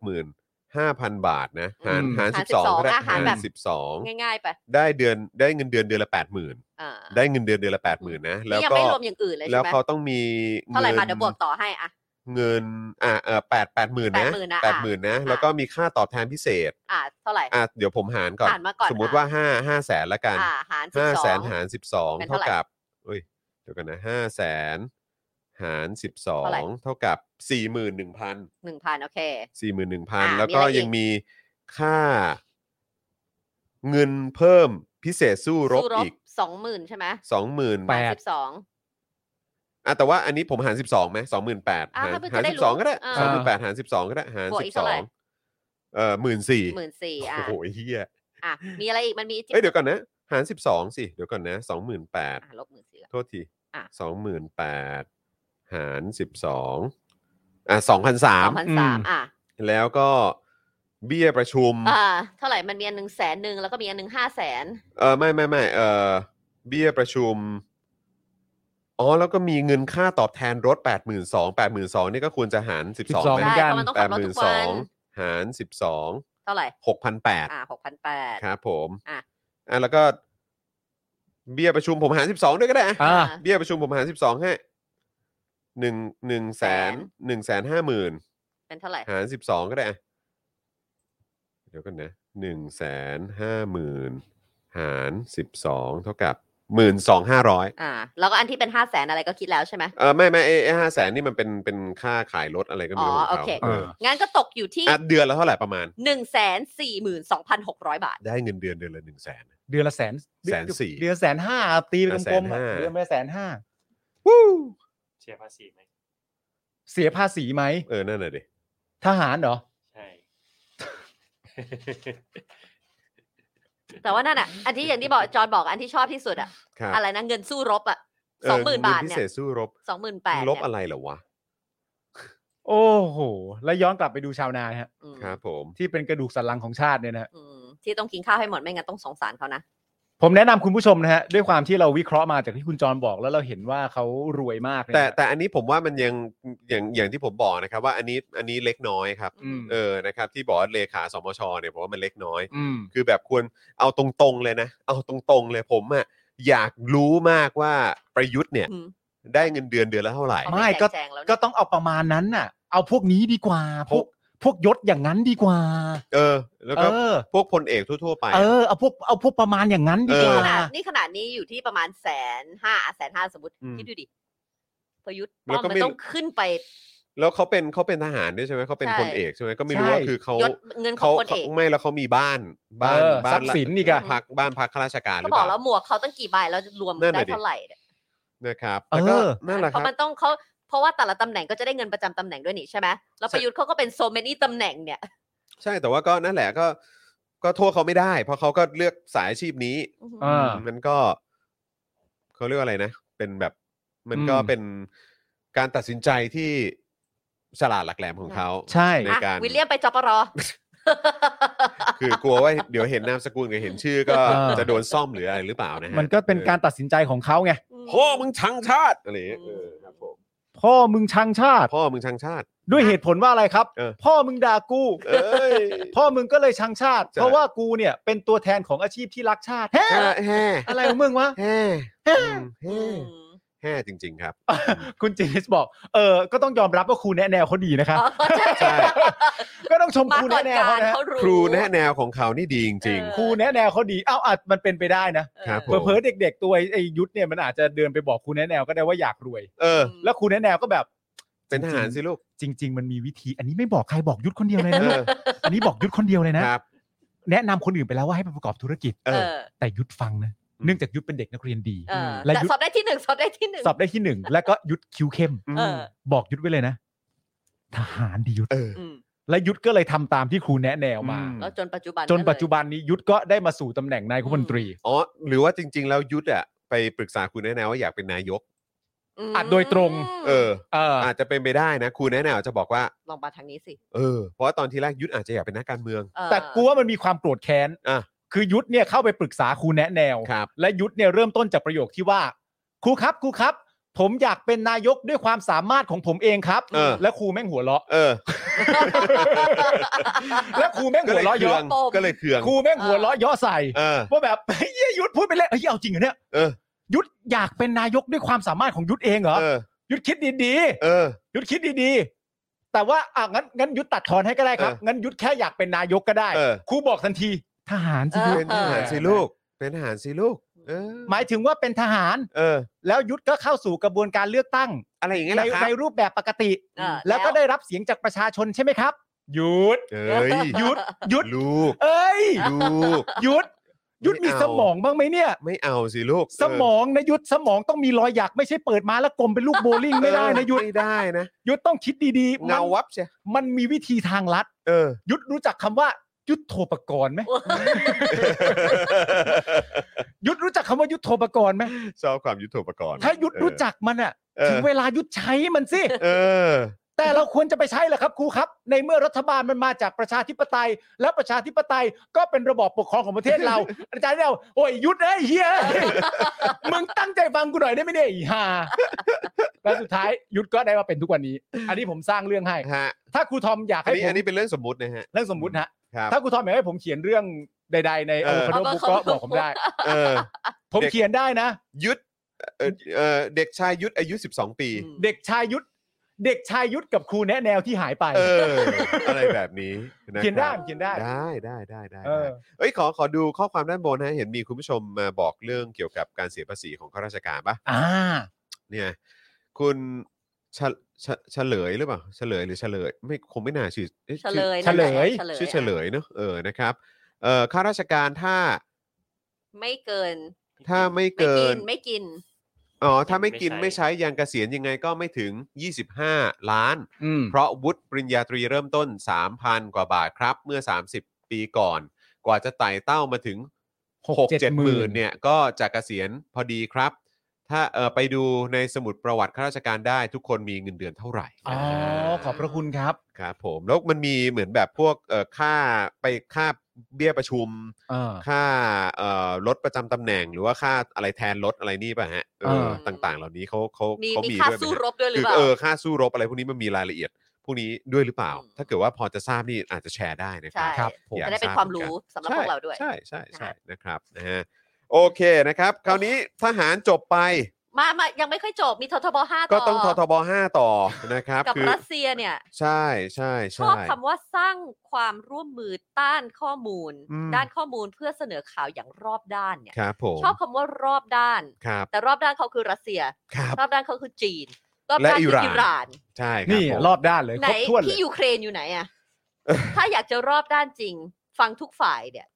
B: 0 0 0 5,000 บาทนะหาร
C: อืม
B: หาร
D: หาร
B: 12
D: 12
B: ก็ได้
D: อ่ะหารแบบ
B: สิบสอง
D: ง่ายๆไป
B: ได้เดือนได้เงินเดือนเดือนละ 80,000
D: อ่า
B: ได้เงินเดือนเดือนละ 80,000นะแล้ว
D: นี่ยัง
B: ก็
D: ไม่รวมอย่างอื่นเลย
B: แล้ว
D: ใช่ไหม
B: เขาต้องมี
D: เท่าไหร่
B: เงิ
D: มาเดี๋ยวบวกต่อให้อะ
B: เงินอ่าเออแปดแปดหมื่นนะ
D: 80,000นะ
B: แป
D: อ่ะ
B: ดหมื่นนะ
D: อ่ะ
B: แล้วก็มีค่าตอบแทนพิเศษ
D: อ่าเท่าไหร่
B: อ่ะเดี๋ยวผมหารก่อน
D: หารมาก่อน
B: สมมติ
D: อ่ะ
B: ว่าห้าห้าแสนละกัน
D: อ่าหารสิบ
B: ห้า
D: สอ
B: แส
D: ง
B: นหารสิบสอง
D: เป็น
B: เท่า
D: เท่าไหร่
B: กับเอ้ยเดี๋ยวกันนะห้าแสนหารสิบสอ
D: เท่าไหร่
B: งเท่ากับสี่หมื่นหนึ่งพัน
D: หนึ่งพันโอเค
B: สี่หมื่นหนึ่งพัน
D: อ่ะ
B: แล้วก็
D: มีอะไรอีก
B: ยังมีค่า เงินเพิ่มพิเศษสู้รบ
D: สู้รบ
B: อีก
D: สองหมื่นใช่ไหม
B: สองหมื่น
C: แปด
D: หารสิบสอง
B: อ่ะแต่ว่าอันนี้ผมหารสิบสองไหมสองหมื่นแปด
D: อ่ะ
B: หาร
D: เพื่อ
B: หาร
D: จะได้
B: สิบสองก็ได้
D: อ่า
B: สองหมื่นแปดหารสิบสองก็ได้หาร
D: บวก
B: สิ
D: อีก
B: บสอ
D: เท่าไหร่
B: งเอ่อหมื่นสี่
D: หมื่นสี่อ่า
B: โอ้โหเฮีย
D: อ่ะมีอะไรอีกมันมีจิ๊บ
B: เอ้ยเดี๋ยวก่อนนะ หารสิบสองสิ เดี๋ยวก่อนนะสองหมื่นแปด
D: อ่ะลบหมื่นสี่
B: โทษที
D: อ่ะ
B: สองหมื่นแปดหารสิบสองอ่ะสองพันสา
D: สอ
B: ม
D: งพัน
C: อื
D: สาม มอ่ะ
B: แล้วก็เบี้ยประชุม
D: อ่าเท่าไหร่มันมีอันหนึ่งแสนหนึ่งแล้วก็มีอันหนึ่งห้าแสน
B: เออไม่ไม่ไม่เออเบี้ยประชุม อ๋อ แล้วก็มีเงินค่าตอบแทนรถ 8 2 0 0 0 8 2 0 0นี่ก็ควรจะหาร 12
C: 12
B: ไหม
D: ได้
C: กัน
D: เพราะมันต้อง
B: แป
D: ขั
B: ด
D: บรถ
B: หมื่
D: ทุ
B: น
D: ก
B: ส
D: วั
B: อง
D: น
B: หาร 12
D: เท่าไหร่
B: 6,800
D: อ่าหกพันแปด
B: ครับผม
D: อ่ะ
B: อ่ะแล้วก็เบี้ยประชุมผมหาร 12 ด้วยก็ได้อ่ะ
C: อ่า
B: เบี้ยประชุมผมหาร 12 ให้หนึ่งหนึ่งแสนหนึ่งแสนห้าหมื่น
D: เป็นเท่าไหร่
B: หารสิบสองก็ได้อะเดี๋ยวกันนะหนึ่งแสนห้าหมื่นหารสิบสองเท่ากับหมื่นสองห้าร้อย
D: อ่า แล้วก็อันที่เป็นห้าแสนอะไรก็คิดแล้วใช่ไหม
B: เออไม่ไม่ไอ้ห้าแสนนี่มันเป็นเป็นค่าขายรถอะไรก็ไม่รู้
D: อ๋
B: ของเขา
D: อโอเค
B: เออ
D: งั้นก็ตกอยู่ที่
B: อ่ะเดือนละเท่าไหร่ประมาณ
D: หนึ่งแสนสี่หมื่นสองพันหกร้อยบาท
B: ได้เงินเดือนเดือนละหนึ่งแสน
C: เดือนละแสน
B: แสนสี่
C: เดือนละแสนห้าอ่ะตีเป็นกลมๆ
B: แสน
C: อ่ะ
B: ห้า
C: เดือนละแสนห้า
E: เสียภาษีไหม
C: เสียภาษีไหม
B: เออ นั่นน่ะดิ
C: ทหารเหรอ
E: ใช่
D: แต่ว่านั่นอ่ะ อันที่อย่างที่บอกจอห์นบอกอันที่ชอบที่สุดอ่ะ
B: ครับ
D: อะไรนะเงินสู้รบอ่ะ
B: เ
D: สองหมื่นบาท
B: เงิพิ
D: เนี่
B: เศ
D: ย
B: ษสู้รบ
D: สองหมื่นแปด
B: รบอะไรเหรอวะ
C: โอ้โห แล้วย้อนกลับไปดูชาวนาฮะ
B: ครับผม
C: ที่เป็นกระดูกสันหลังของชาติเนี่ยนะฮะ
D: ที่ต้องกินข้าวให้หมดไม่งั้นต้องสงสารเขานะ
C: ผมแนะนำคุณผู้ชมนะฮะ ด้วยความที่เราวิเคราะห์มาจากที่คุณจรบอกแล้วเราเห็นว่าเขารวยมากเนี่ย
B: แต่
C: นะ
B: แต่อันนี้ผมว่ามันยังอย่างอย่างที่ผมบอกนะครับ ว่าอันนี้อันนี้เล็กน้อยครับ
C: อืม
B: เออนะครับที่บอกว่าเลขาสมชเนี่ยผมว่ามันเล็กน้อย
C: อืม
B: คือแบบควรเอาตรงๆเลยนะ เอาตรงๆเลยผมอะอยากรู้มากว่าประยุทธ์เนี่ย
D: อืม
B: ได้เงินเดือนเดือนละเท่าไหร่
D: เอา
C: ไม่
D: ไม่
C: ก็
D: แจกแจงแล้วเนี่ย
C: ก็ต้องเอาประมาณนั้นน่ะ เอาพวกนี้ดีกว่า พวกพวกยศอย่างนั้นดีกว่า
B: เออ แล้ว
C: เอ
B: ก็
C: อ
B: พวกพลเอกทั่วๆไป
C: เอ
B: อะ
C: อ เอาพวกเอาพวกประมาณอย่างนั้นดีก
B: เออ
D: ข
C: ว่า
D: นาดนี่ขนาดนี้อยู่ที่ประมาณแสนห้าแสนห้าสมมติ
B: อืม
D: คิดดูดิประยุทธ์
B: แล้
D: ป้
B: ว
D: อม
B: ก็
D: มั
B: ไม่
D: นต้องขึ้นไป
B: แล้วเขาเป็นเขาเป็นทหารด้วยใช่ไหมเขาเป็น
D: ใช่
B: พลเอกใช่ไหมก็ไม่รู้ว่า
C: ใช่
B: คือเขา
D: ยศเงินขอ
B: เขา
D: งคนเอก
B: เขาไม่แล้วเขามีบ้านบ้าน
C: เออ
B: บ้า
C: ทรั
B: น
C: พย์
B: ละ
C: สินอีกอะ
B: พักบ้านพักข้าราชการห
D: ก็
B: รือบ เป
D: อก
B: ล่า
D: แล้วหมวกเขาตั้งกี่ใบแล้วรวม
B: นั่น
D: ได้
B: น่ะดิ
D: เท่าไหร่เนี่ย
B: นะครับ
C: เออ
B: แล้วก็นั่นแหละครับ
D: เพราะมันต้องเขา เพราะว่าแต่ละตำแหน่งก็จะได้เงินประจำตำแหน่งด้วยนี่ใช่ไหมแล้วประยุทธ์เขาก็เป็นโซเมนี่ตำแหน่งเนี่ย
B: ใช่แต่ว่าก็นั่นแหละก็ก็โทษเขาไม่ได้ เพราะเขาก็เลือกสายอาชีพนี้
C: อ่า
B: มันก็เขาเรียกว่าอะไรนะ เป็นแบบมันก็
C: อืม
B: เป็นการตัดสินใจที่ฉลาดหลักแหลมของเขา
C: ใช่
B: ใน
D: อ่ะ
B: การ
D: วิลเลียมไปจปร
B: คือกลัวว่าเดี๋ยวเห็นนามสกุลกับเห็นชื่อก็
C: เออ
B: จะโดนซ่อมหรืออะไรหรือเปล่านะฮะ
C: มันก็เป็นการตัดสินใจของเขาไง
B: พ่อมึงชังชาติอะไรอย่างเงี้ย
D: อืม
B: เออครับผม
C: พ่อมึงชังชาติ
B: พ่อมึงชังชาติ
C: ด้วยเหตุผลว่าอะไรครับ
B: เออ
C: พ่อมึงด่ากู
B: เอ้ย
C: พ่อมึงก็เลยชังชาติ
B: ใช่
C: เพราะว่ากูเนี่ยเป็นตัวแทนของอาชีพที่รักชาติแฮ่
B: แฮ่แฮ่
C: อะไรของมึงวะ
B: แฮ่อืมแฮ่แฮ่จริง ๆ ครับ
C: คุณจินิสบอก เออก็ต้องยอมรับว่าครูแนะแนวเขาดีนะคะ
D: ใช่
B: ใช่
D: ใช่
C: ก็ต้องชม
D: มา
C: ครู
D: ก่อน
C: แนะแนว
D: การ
C: เขานะ
D: เขารู้
B: ครูแนะแนวของเขานี่ดีจริง
D: เออ
C: ครูแนะแนวเขาดี เอ้าอาจมันเป็นไปได้นะ
D: ออ
B: ครับผม
C: เผลอๆเด็ก ๆ ตัวไอ้ยุทธเนี่ยมันอาจจะเดินไปบอกครูแนะแนวก็ได้ว่าอยากรวย
B: ๆ เออ
D: ม
C: แล้วครูแนะแนวก็แบบ
B: เป็นทหารสิลูก
C: จริง ๆ มันมีวิธี อันนี้ไม่บอกใครบอกยุทธคนเดียวเลย
B: เอ
C: นะลูก
B: อ
C: อันนี้บอกยุทธคนเดียวเลยนะ
B: ครับ
C: แนะนำคนอื่นไปแล้วว่าให้ไปประกอบธุรกิจ
B: เอ
D: เอ
B: อ
D: อ
C: แต่ยุทธฟังนะ
B: อืม
C: เนื่องจากยุทธเป็นเด็กนักเรียนดี
D: เออ
C: และ
D: แต่
C: ยุท
D: ส
C: ธ
D: อบได้ที่หนึ่งสอบได้ที่หนึ่ง
C: สอบได้ที่หนึ่งแล้วก็ยุทธคิวเข้ม
B: อืม
D: เออ
C: บอกยุทธไว้เลยนะ ทหารดียุทธ
B: เออ
D: อืม
C: และยุทธก็เลยทำตามที่ครูแนะแนวมา
B: อืม
D: แล้วจนปัจจุบัน
C: จนปัจจุ
D: ก็
C: บันนี้ยุทธก็ได้มาสู่ตำแหน่งนายกรัฐมนตรี
B: อ๋อหรือว่าจริง ๆ แล้วยุทธอะไปปรึกษาครูแนะแนวว่าอยากเป็นนายก
D: เลยม
C: อาจโดยตรง
B: เออ
C: เอออ
B: อาจจะเป็นไปได้นะครูแนะแนวจะบอกว่า
D: ลองมาทางนี้สิ
B: เออ เพราะว่าตอนที่แรกยุทธอาจจะอยากเป็นนักการเมือง
D: เออ
C: แต่กูว่ามันมีความโกรธแค้น
B: อ่ะ
C: คือยุทธเนี่ยเข้าไปปรึกษาครูแนะแนว
B: ครับ
C: และยุทธเนี่ยเริ่มต้นจากประโยคที่ว่า ครูครับครูครับ ผมอยากเป็นนายกด้วยความสามารถของผมเองครับ
B: เออ
C: และครูแม่งหัวเราะ
B: เออ
C: และครูแม่ง
B: ก็
C: หั
B: เล
C: วย เราะ
B: เคื
C: เยาะ
B: องก็เลยเคือง
C: ครูแม่งหัวเราะเยาะใส่
B: เออ
C: ว่าแบบ เฮ้ยยุทธพูดไปแล้วเฮ้ยเอาจริงเหรอเนี่ย
B: เออ
C: ยุทธอยากเป็นนายกด้วยความสามารถของยุทธเองเหรอ
B: เออ
C: ยุทธคิดดี
B: เออ
C: ๆยุทธคิดดีๆ แต่ว่าอ่ะงั้นงั้นยุทธตัดทอนให้ก็ได้ครับ
B: เออ
C: งั้นยุทธแค่อยากเป็นนายกก็ได้
B: เออ
C: ครูบอกทันที ทหารสิ
B: เป็นทหารสิลูก เป็นทหารสิลูก เออ
C: หมายถึงว่าเป็นทหาร
B: เออ
C: แล้วยุทธก็เข้าสู่กระบวนการเลือกตั้ง
B: อะไรอย่างเงี้ย
C: ใน
B: นะครั
C: ใน
B: บ
C: รูปแบบปกติ
D: เออ
C: แล้วก็ได้รับเสียงจากประชาชนใช่ไหมครับ หยุด
B: เอ้ย
C: หยุดหยุด
B: ลูก
C: เอ้ย
B: ลูก
C: หยุดหยุด
B: ไม่
C: มี
B: เอา
C: สมองบ้างไหมเนี่ย
B: ไม่เอาสิลูก
C: สมองนะหยุดสมองต้องมีรอยหยักไม่ใช่เปิดมาแล้วกลมเป็นลูกโบลิ่ง
B: เออ
C: ไม่ได้นะหยุด
B: ไม่ได้นะ
C: หยุดต้องคิดดีๆ
B: เงา
C: มัน
B: วับใช่
C: มันมีวิธีทางลัด
B: เอ อ
C: หยุดรู้จักคำว่า ยุทธโทปกรณ์ไหมหยุดรู้จักคำว่ายุทธโทปกรณ์ไหม
B: ชอบความยุทโธปกรณ์
C: ถ้าหยุดรู้จักมันอ่ะ
B: เออ
C: ถึงเวลาหยุดใช้มันสิ
B: เออ
C: แต่เราควรจะไปใช้เหรอครับครูครับ ในเมื่อรัฐบาลมันมาจากประชาธิปไตย และประชาธิปไตยก็เป็นระบอบปกครองของประเทศเรา อาจารย์เราโอ้ยหยุดนะไอ้เฮีย มึงตั้งใจฟังกูหน่อยได้ไหมเนี่ยไอ้ห่าและสุดท้ายหยุดก็ได้มาเป็นทุกวันนี้ อันนี้ผมสร้างเรื่องให้
B: ฮะ
C: ถ้าครูทอมอยาก
B: อัน
C: ให้
B: นี้
C: ผม
B: อันนี้เป็นเรื่องสมมุตินะฮะ
C: เรื่องสมมุติฮะ
B: ครับ
C: ถ้าครูทอมอยากให้ผมเขียนเรื่องใด ๆ ใน
B: เอ
C: โอ
B: อ
C: คาโดบุ๊กก็บอกผมได้
B: เออ
C: ผมเขียนได้นะ
B: ยุทธเอ่อเอ่อเด็กชายยุทธอายุ 12 ปี
D: อืม
C: เด็กชายยุทธเด็กชายยุทธกับครูแนะแนวที่หายไป
B: เออ อะไรแบบนี้ะครับ
C: เขียนได้เขียนได้
B: ได้ได้ได้ได้
C: เออ
B: เอ้ยขอขอดูข้อความด้านบนนะเห็นมีคุณผู้ชมมาบอกเรื่องเกี่ยวกับการเสียภาษีของข้าราชการปะ
C: อ่า
B: เนี่ยคุณเฉเฉเฉลยหรือเปล่าเฉลยหรือเฉลยไม่คงไม่น่าชื่ออ๊ะ
D: เฉ
B: ชื่อ
D: ลย
C: เฉลย
D: นั่นแหะ
B: ชื่อเฉลยเนอะเออนะครับเอ่อข้าราชการถ้า
D: ไม่เกิน
B: ถ้าไม่
D: ไม่
B: เกิ
D: กิ
B: น
D: นไม่กิน
B: อ๋อถ้าไม่กิน
E: ไม่
B: ไม่
E: ใช้
B: ใช้ยังเกษียณยังไงก็ไม่ถึง 25 ล้าน
C: อืม
B: เพราะวุฒิปริญญาตรีเริ่มต้น 3,000 กว่าบาทครับ เมื่อ 30 ปีก่อน กว่าจะไต่เต้ามาถึง
C: หก
B: 6
C: เจ็ด
B: 7ห
C: หมื่
B: มื่น
C: น
B: เนี่ยก็จะเกษียณพอดีครับ ถ้าเออไปดูในสมุดประวัติข้าราชการได้ทุกคนมีเงินเดือนเท่าไหร่
C: อ๋อขอบพระคุณครับ
B: ครับผมแล้วมันมีเหมือนแบบพวกเอ่อค่าไปค่าเบี้ยประชุม
C: เออ
B: ค่าเอ่อลดประจำตำแหน่งหรือว่าค่าอะไรแทนลดอะไรนี่ป่ะฮะเออ
C: เออ
B: ต่างๆ เหล่านี้เขาเขา
D: มี
B: เขา
D: มี
B: มี
D: ค่า
B: ด้วยไหม
D: สู้
B: ฮะ
D: รบด้วยหรื
B: คือ อ
D: เปล่า
B: เออค่าสู้รบอะไรพวกนี้มันมีรายละเอียด พวกนี้ด้วยหรือเปล่า
D: อืม
B: ถ้าเกิดว่าพอจะทราบนี่อาจจะแชร์ได้นะครั
D: ใช่
B: ครับ
C: ผม
B: อยก
D: จะได้เป็น
B: ทบ
D: ความ
B: หอน
D: รู้
B: น
D: สำหรับพวกเราด้วย
B: ใช่ใช่ใช่
D: นะคะ
B: นะครับนะฮะโอเคนะครับ คราวนี้ทหารจบไป
D: มามายังไม่ค่อยจบมีททบห้า
B: ก็
D: ต่อ
B: ต้องททบ5ต่อนะครับ
D: กับ
B: คือ
D: รัสเซียเนี่ย
B: ใช่ใช่
D: ชอบ
B: ใช่
D: คำว่าสร้างความร่วมมือต้านข้อมูล
B: อืม
D: ด้านข้อมูลเพื่อเสนอข่าวอย่างรอบด้านเนี่ย
B: ครับผม
D: ชอบคำว่ารอบด้าน
B: ครับ
D: แต่รอบด้านเขาคือรัสเซีย
B: ครับ
D: รอบด้านเขาคือจีน รอบ
B: และ
D: ด้าน
B: อิหร่าน
D: คืออิหร่าน
B: ใช่ครับ
C: นี่
B: ผม
C: รอบด้านเลย
D: ไหน
C: ครบถ้วนเล
D: ที่
C: ย
D: ยูเครนอยู่ไหนอะ ถ้าอยากจะรอบด้านจริง ฟังทุกฝ่ายเนี่ย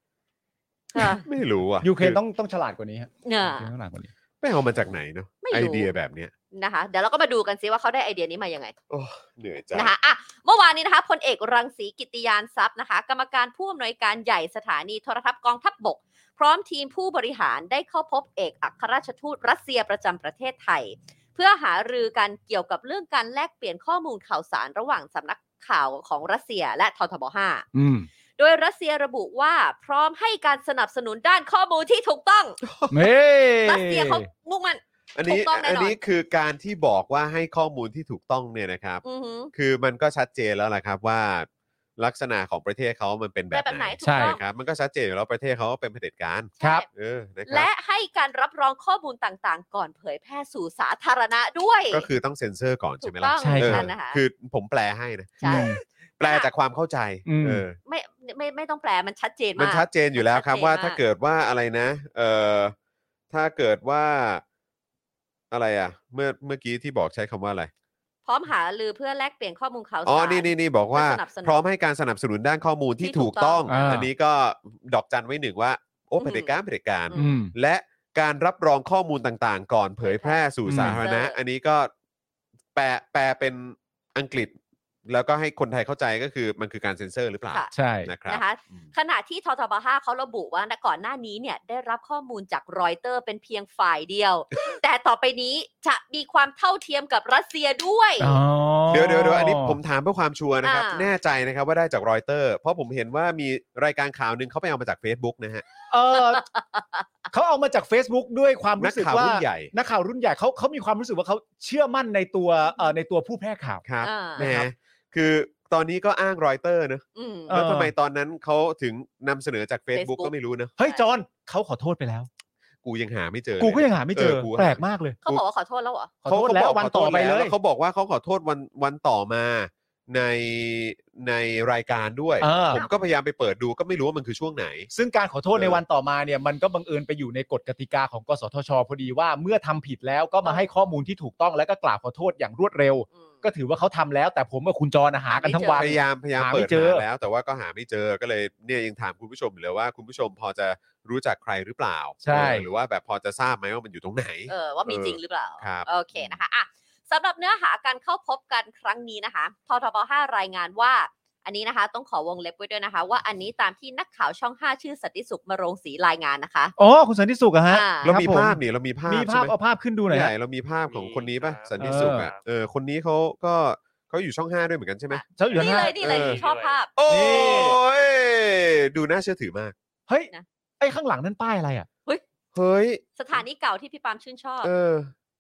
D: เออ
B: ไม่รู้อ่ะ
C: ยูเครนต้องต้องฉลาดกว่านี้ฮะ
D: เนี่ย
C: ยูเครนต้องฉลาดกว่านี้
B: ไปเอามาจากไหนเนาะ
D: ไม่รู้
B: ไอเดียแบบเนี้ย
D: นะคะ เดี๋ยวเราก็มาดูกันซิว่าเขาได้ไอเดียนี้มายังไง
B: โอ้เหนื่อยจัง
D: นะคะอ่ะเมื่อวานนี้นะคะพลเอกรังสีกิติยานทรัพย์นะคะ กรรมการผู้อำนวยการใหญ่สถานีโทรทัศน์กองทัพบก พร้อมทีมผู้บริหารได้เข้าพบเอกอัครราชทูตรัสเซียประจำประเทศไทย เพื่อหารือกันเกี่ยวกับเรื่องการแลกเปลี่ยนข้อมูลข่าวสารระหว่างสำนักข่าวของรัสเซียและททบ5
F: อืม
D: โดยรัสเซียระบุว่าพร้อมให้การสนับสนุนด้านข้อมูลที่ถูกต้อง
F: เฮ้
D: รัสเซียเขามุ่งมั่น
B: อันนี้
D: ถูกต้องแน่นอน
B: อันนี้คือการที่บอกว่าให้ข้อมูลที่ถูกต้องเนี่ยนะครับ
D: อือหือ
B: คือมันก็ชัดเจนแล้วล่ะครับว่าลักษณะของประเทศเขามันเป็นแบ
D: ได้
B: บ
D: แบบไห
B: ไห
D: น
B: น
D: ถูกต้อง
B: นะครับมันก็ชัดเจนอยู่แล้วประเทศเขาเป็นเผด็จการ
F: ครับ
B: เออนะครั
D: และ
B: บ
D: ให้การรับรองข้อมูลต่างๆ ก่อนเผยแพร่สู่สาธารณะด้วย
B: ก็คือต้องเซ็นเซอร์ก่อน
D: ถู
B: ใช่
D: ก
B: ไหม
D: ต้
B: ล่ะ
D: อง
F: ใช่
B: เอ
F: รั
B: อบ
D: นั่นนะคะ
B: คือผมแปลให้นะ
D: ใช่
F: อืม
B: แปลจากความเข้าใจ
F: อืม
B: เออ
D: ไม่ไม่ไม่ไม่ต้องแปลมันชัดเจน
B: มัน
D: มาก
B: ชัดเจนอยู่แล้วครับ
D: ชัดเจ
B: ว่าม
D: นาก
B: ถ้าเกิดว่าอะไรนะ เอ่อถ้าเกิดว่าอะไรอ่ะ เมื่อเมื่อกี้ที่บอกใช้คำว่าอะไร
D: พร้อมหาลือเพื่อแลกเปลี่ยนข้อมูลข่าวสาร
B: อ๋อ นี่นี่นี่บอกว่า
D: เพื่อสนับสนุน
B: พร้อมให้การสนับสนุนด้านข้อมูลที่
D: ที่ถู
B: ถู
D: ก
B: ก
D: ต้
B: ต้
D: อ
B: อง ง
F: อ่า
B: อันนี้ก็ดอกจันไว้หนึ่งว่า โอ้
D: อืม
B: เผด็จการเผด็จการ
D: อื
F: อืม
B: และการรับรองข้อมูลต่างๆ ก่อนเผยแพร่สู่
F: อืม
B: สาธารณะ
D: เอออั
B: อันนี้ก็แปลแปลเป็นอังกฤษ แล้วก็ให้คนไทยเข้าใจก็คือมันคือการเซ็นเซอร์หรือเปล่า
D: ค่ะ
F: ใช่
B: นะครับ
D: นะคะ
B: อืม
D: ขณะที่ททบ5เขาระบุว่าณก่อนหน้านี้เนี่ยได้รับข้อมูลจากรอยเตอร์เป็นเพียงฝ่ายเดียว แต่ต่อไปนี้จะมีความเท่าเทียมกับรัสเซียด้วย
F: อ๋อ
B: เดี๋ยวเดี๋ยวเดี๋ยวอันนี้ผมถามเพื่อความชัวร์นะครับ
D: อ่า
B: แน่ใจนะครับว่าได้จากรอยเตอร์ เพราะผมเห็นว่ามีรายการข่าวหนึ่งเขาไปเอามาจาก Facebook นะฮะ
C: เออเขาเอามาจาก Facebook ด้วยความรู้สึ
B: นั
C: ก
B: กข่าว
C: ว่า
B: รุ่นใหญ่
C: นักข่าวรุ่นใหญ่เขาเขามีความรู้สึกว่าเขาเชื่อมั่นในตัวเอ่อในตัวผู้แพร่ข่าว
B: ครับ
D: อ่า
B: แหมคือตอนนี้ก็อ้างรอยเตอร์นะ
D: อืม
C: เออ
B: แล้วทำไมตอนนั้นเขาถึงนำเสนอจาก Facebook
D: Facebook
B: ก็ไม่รู้นะ
C: เฮ้ยจอห์นเขาขอโทษไปแล้ว
B: กูยังหาไม่เจอเล
C: กูก็ยังหาไม่เจอ
B: เกูห
C: แปลกมากเลย
D: เขาบอกว่าขอโทษแล้วเหรอ
C: ขอโทษแล้ว
B: เขา
C: วันต่อไป
B: ขโทษแวย
C: เล
B: แวเขาบอกว่าเขาขอโทษวันวันต่อมาในในรายการด้วย
C: เออ
B: ผมก็พยายามไปเปิดดูก็ไม่รู้ว่ามันคือช่วงไหน
C: ซึ่งการขอโทษในวันต่อมาเนี่ยมันก็บังเอิญไปอยู่ในกฎกติกาของกสทช พอดีว่าเมื่อทำผิดแล้วก็มาให้ข้อมูลที่ถูกต้องแล้วก็กล่าวขอโทษอย่างรวดเร็ว
D: อืม
C: ก็ถือว่าเขาทำแล้ว แต่ผมกับคุณจรน่ะหากันทั้งวัน
B: พยายามพยายาม
C: หาไม่
B: เปิด
C: เจอ
B: หาแล้ว แต่ว่าก็หาไม่เจอก็เลยเนี่ยยังถามคุณผู้ชมอยู่เลยว่าคุณผู้ชมพอจะรู้จักใครหรือเปล่า
C: ใช่
B: เออหรือว่าแบบพอจะทราบไหมว่ามันอยู่ตรงไหน
D: เออว่ามีจริงหรือเปล่า
B: ครับ
D: โอเคนะคะอ่ะสำหรับเนื้อหาการเข้าพบกันครั้งนี้นะคะททบ5รายงานว่า อันนี้นะคะ ต้องขอวงเล็บไว้ด้วยนะคะ ว่าอันนี้ตามที่นักข่าวช่อง 5 ชื่อสันติสุขมโรงศรีรายงานนะคะ
C: อ๋อคุณสันติสุขอะฮะ
D: อ่า
B: เรามี
C: คบผ
B: ภาพนี่เรามีภาพ
C: มีภาพ
B: ใช่ไห
C: เอาภาพขึ้นดูหน่อย
B: ให
C: ฮะ
B: ญ่เรามีภาพของคนนี้ป่ะ
E: มีครับ
B: สันติสุขอ่ะเออคนนี้เขาก็เขาอยู่ช่องห้าด้วยเหมือนกันใช่ไหม
C: เจ้าอยู่ข้าง
D: นี่
C: หน้า
D: เลยนี่เลย
B: เออ
D: ชอบภาพ
B: โอ้ยดูน่าเชื่อถือมาก
C: เฮ้ย
D: นะ
C: ไอ้ข้างหลังนั่นป้ายอะไรอ่ะ
B: เฮ้ย
D: สถานีเก่าที่พี่ปาล์มชื่นชอบ
B: เออ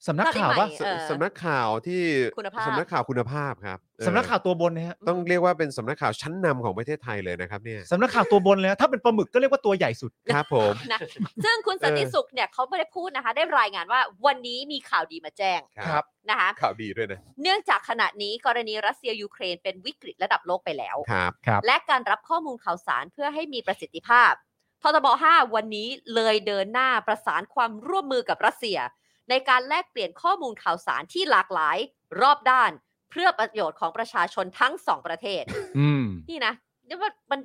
C: สำนักข่าว
D: ภาพ
C: ว่า
D: ที่ใหม่
B: สสำนักข่าวที่
D: คุณภาพ
B: สำนักข่าวคุณภาพครับเออ
C: สำนักข่าวตัวบนนะฮะ
B: ต้องเรียกว่าเป็นสำนักข่าวชั้นนำของประเทศไทยเลยนะครับ เนี่ย
C: สำนักข่าวตัวบนเลยนะถ้าเป็นปลาหมึกก็เรียกว่าตัวใหญ่สุด
B: ครับผม
D: นะซึ่งคุณสันติสุขเนี่ยเขาไม่ได้พูดนะคะ ได้รายงานว่าวันนี้มีข่าวดีมาแจ้ง
B: ครับ
D: นะคะ
B: ข่าวดีด้วยนะ
D: เนื่องจากขณะนี้กรณีรัสเซียยูเครนเป็นวิกฤตระดับโลกไปแล้ว
B: ครับ
C: ครับ
D: และการรับข้อมูลข่าวสารเพื่อให้มีประสิทธิภาพททบ5วันนี้เลยเดินหน้าประสานความร่วมมือกับรัสเซีย ในการแลกเปลี่ยนข้อมูลข่าวสารที่หลากหลาย รอบด้าน เพื่อประโยชน์ของประชาชนทั้งสองประเทศ
F: อืม
D: นี่นะเรียกว่ามัน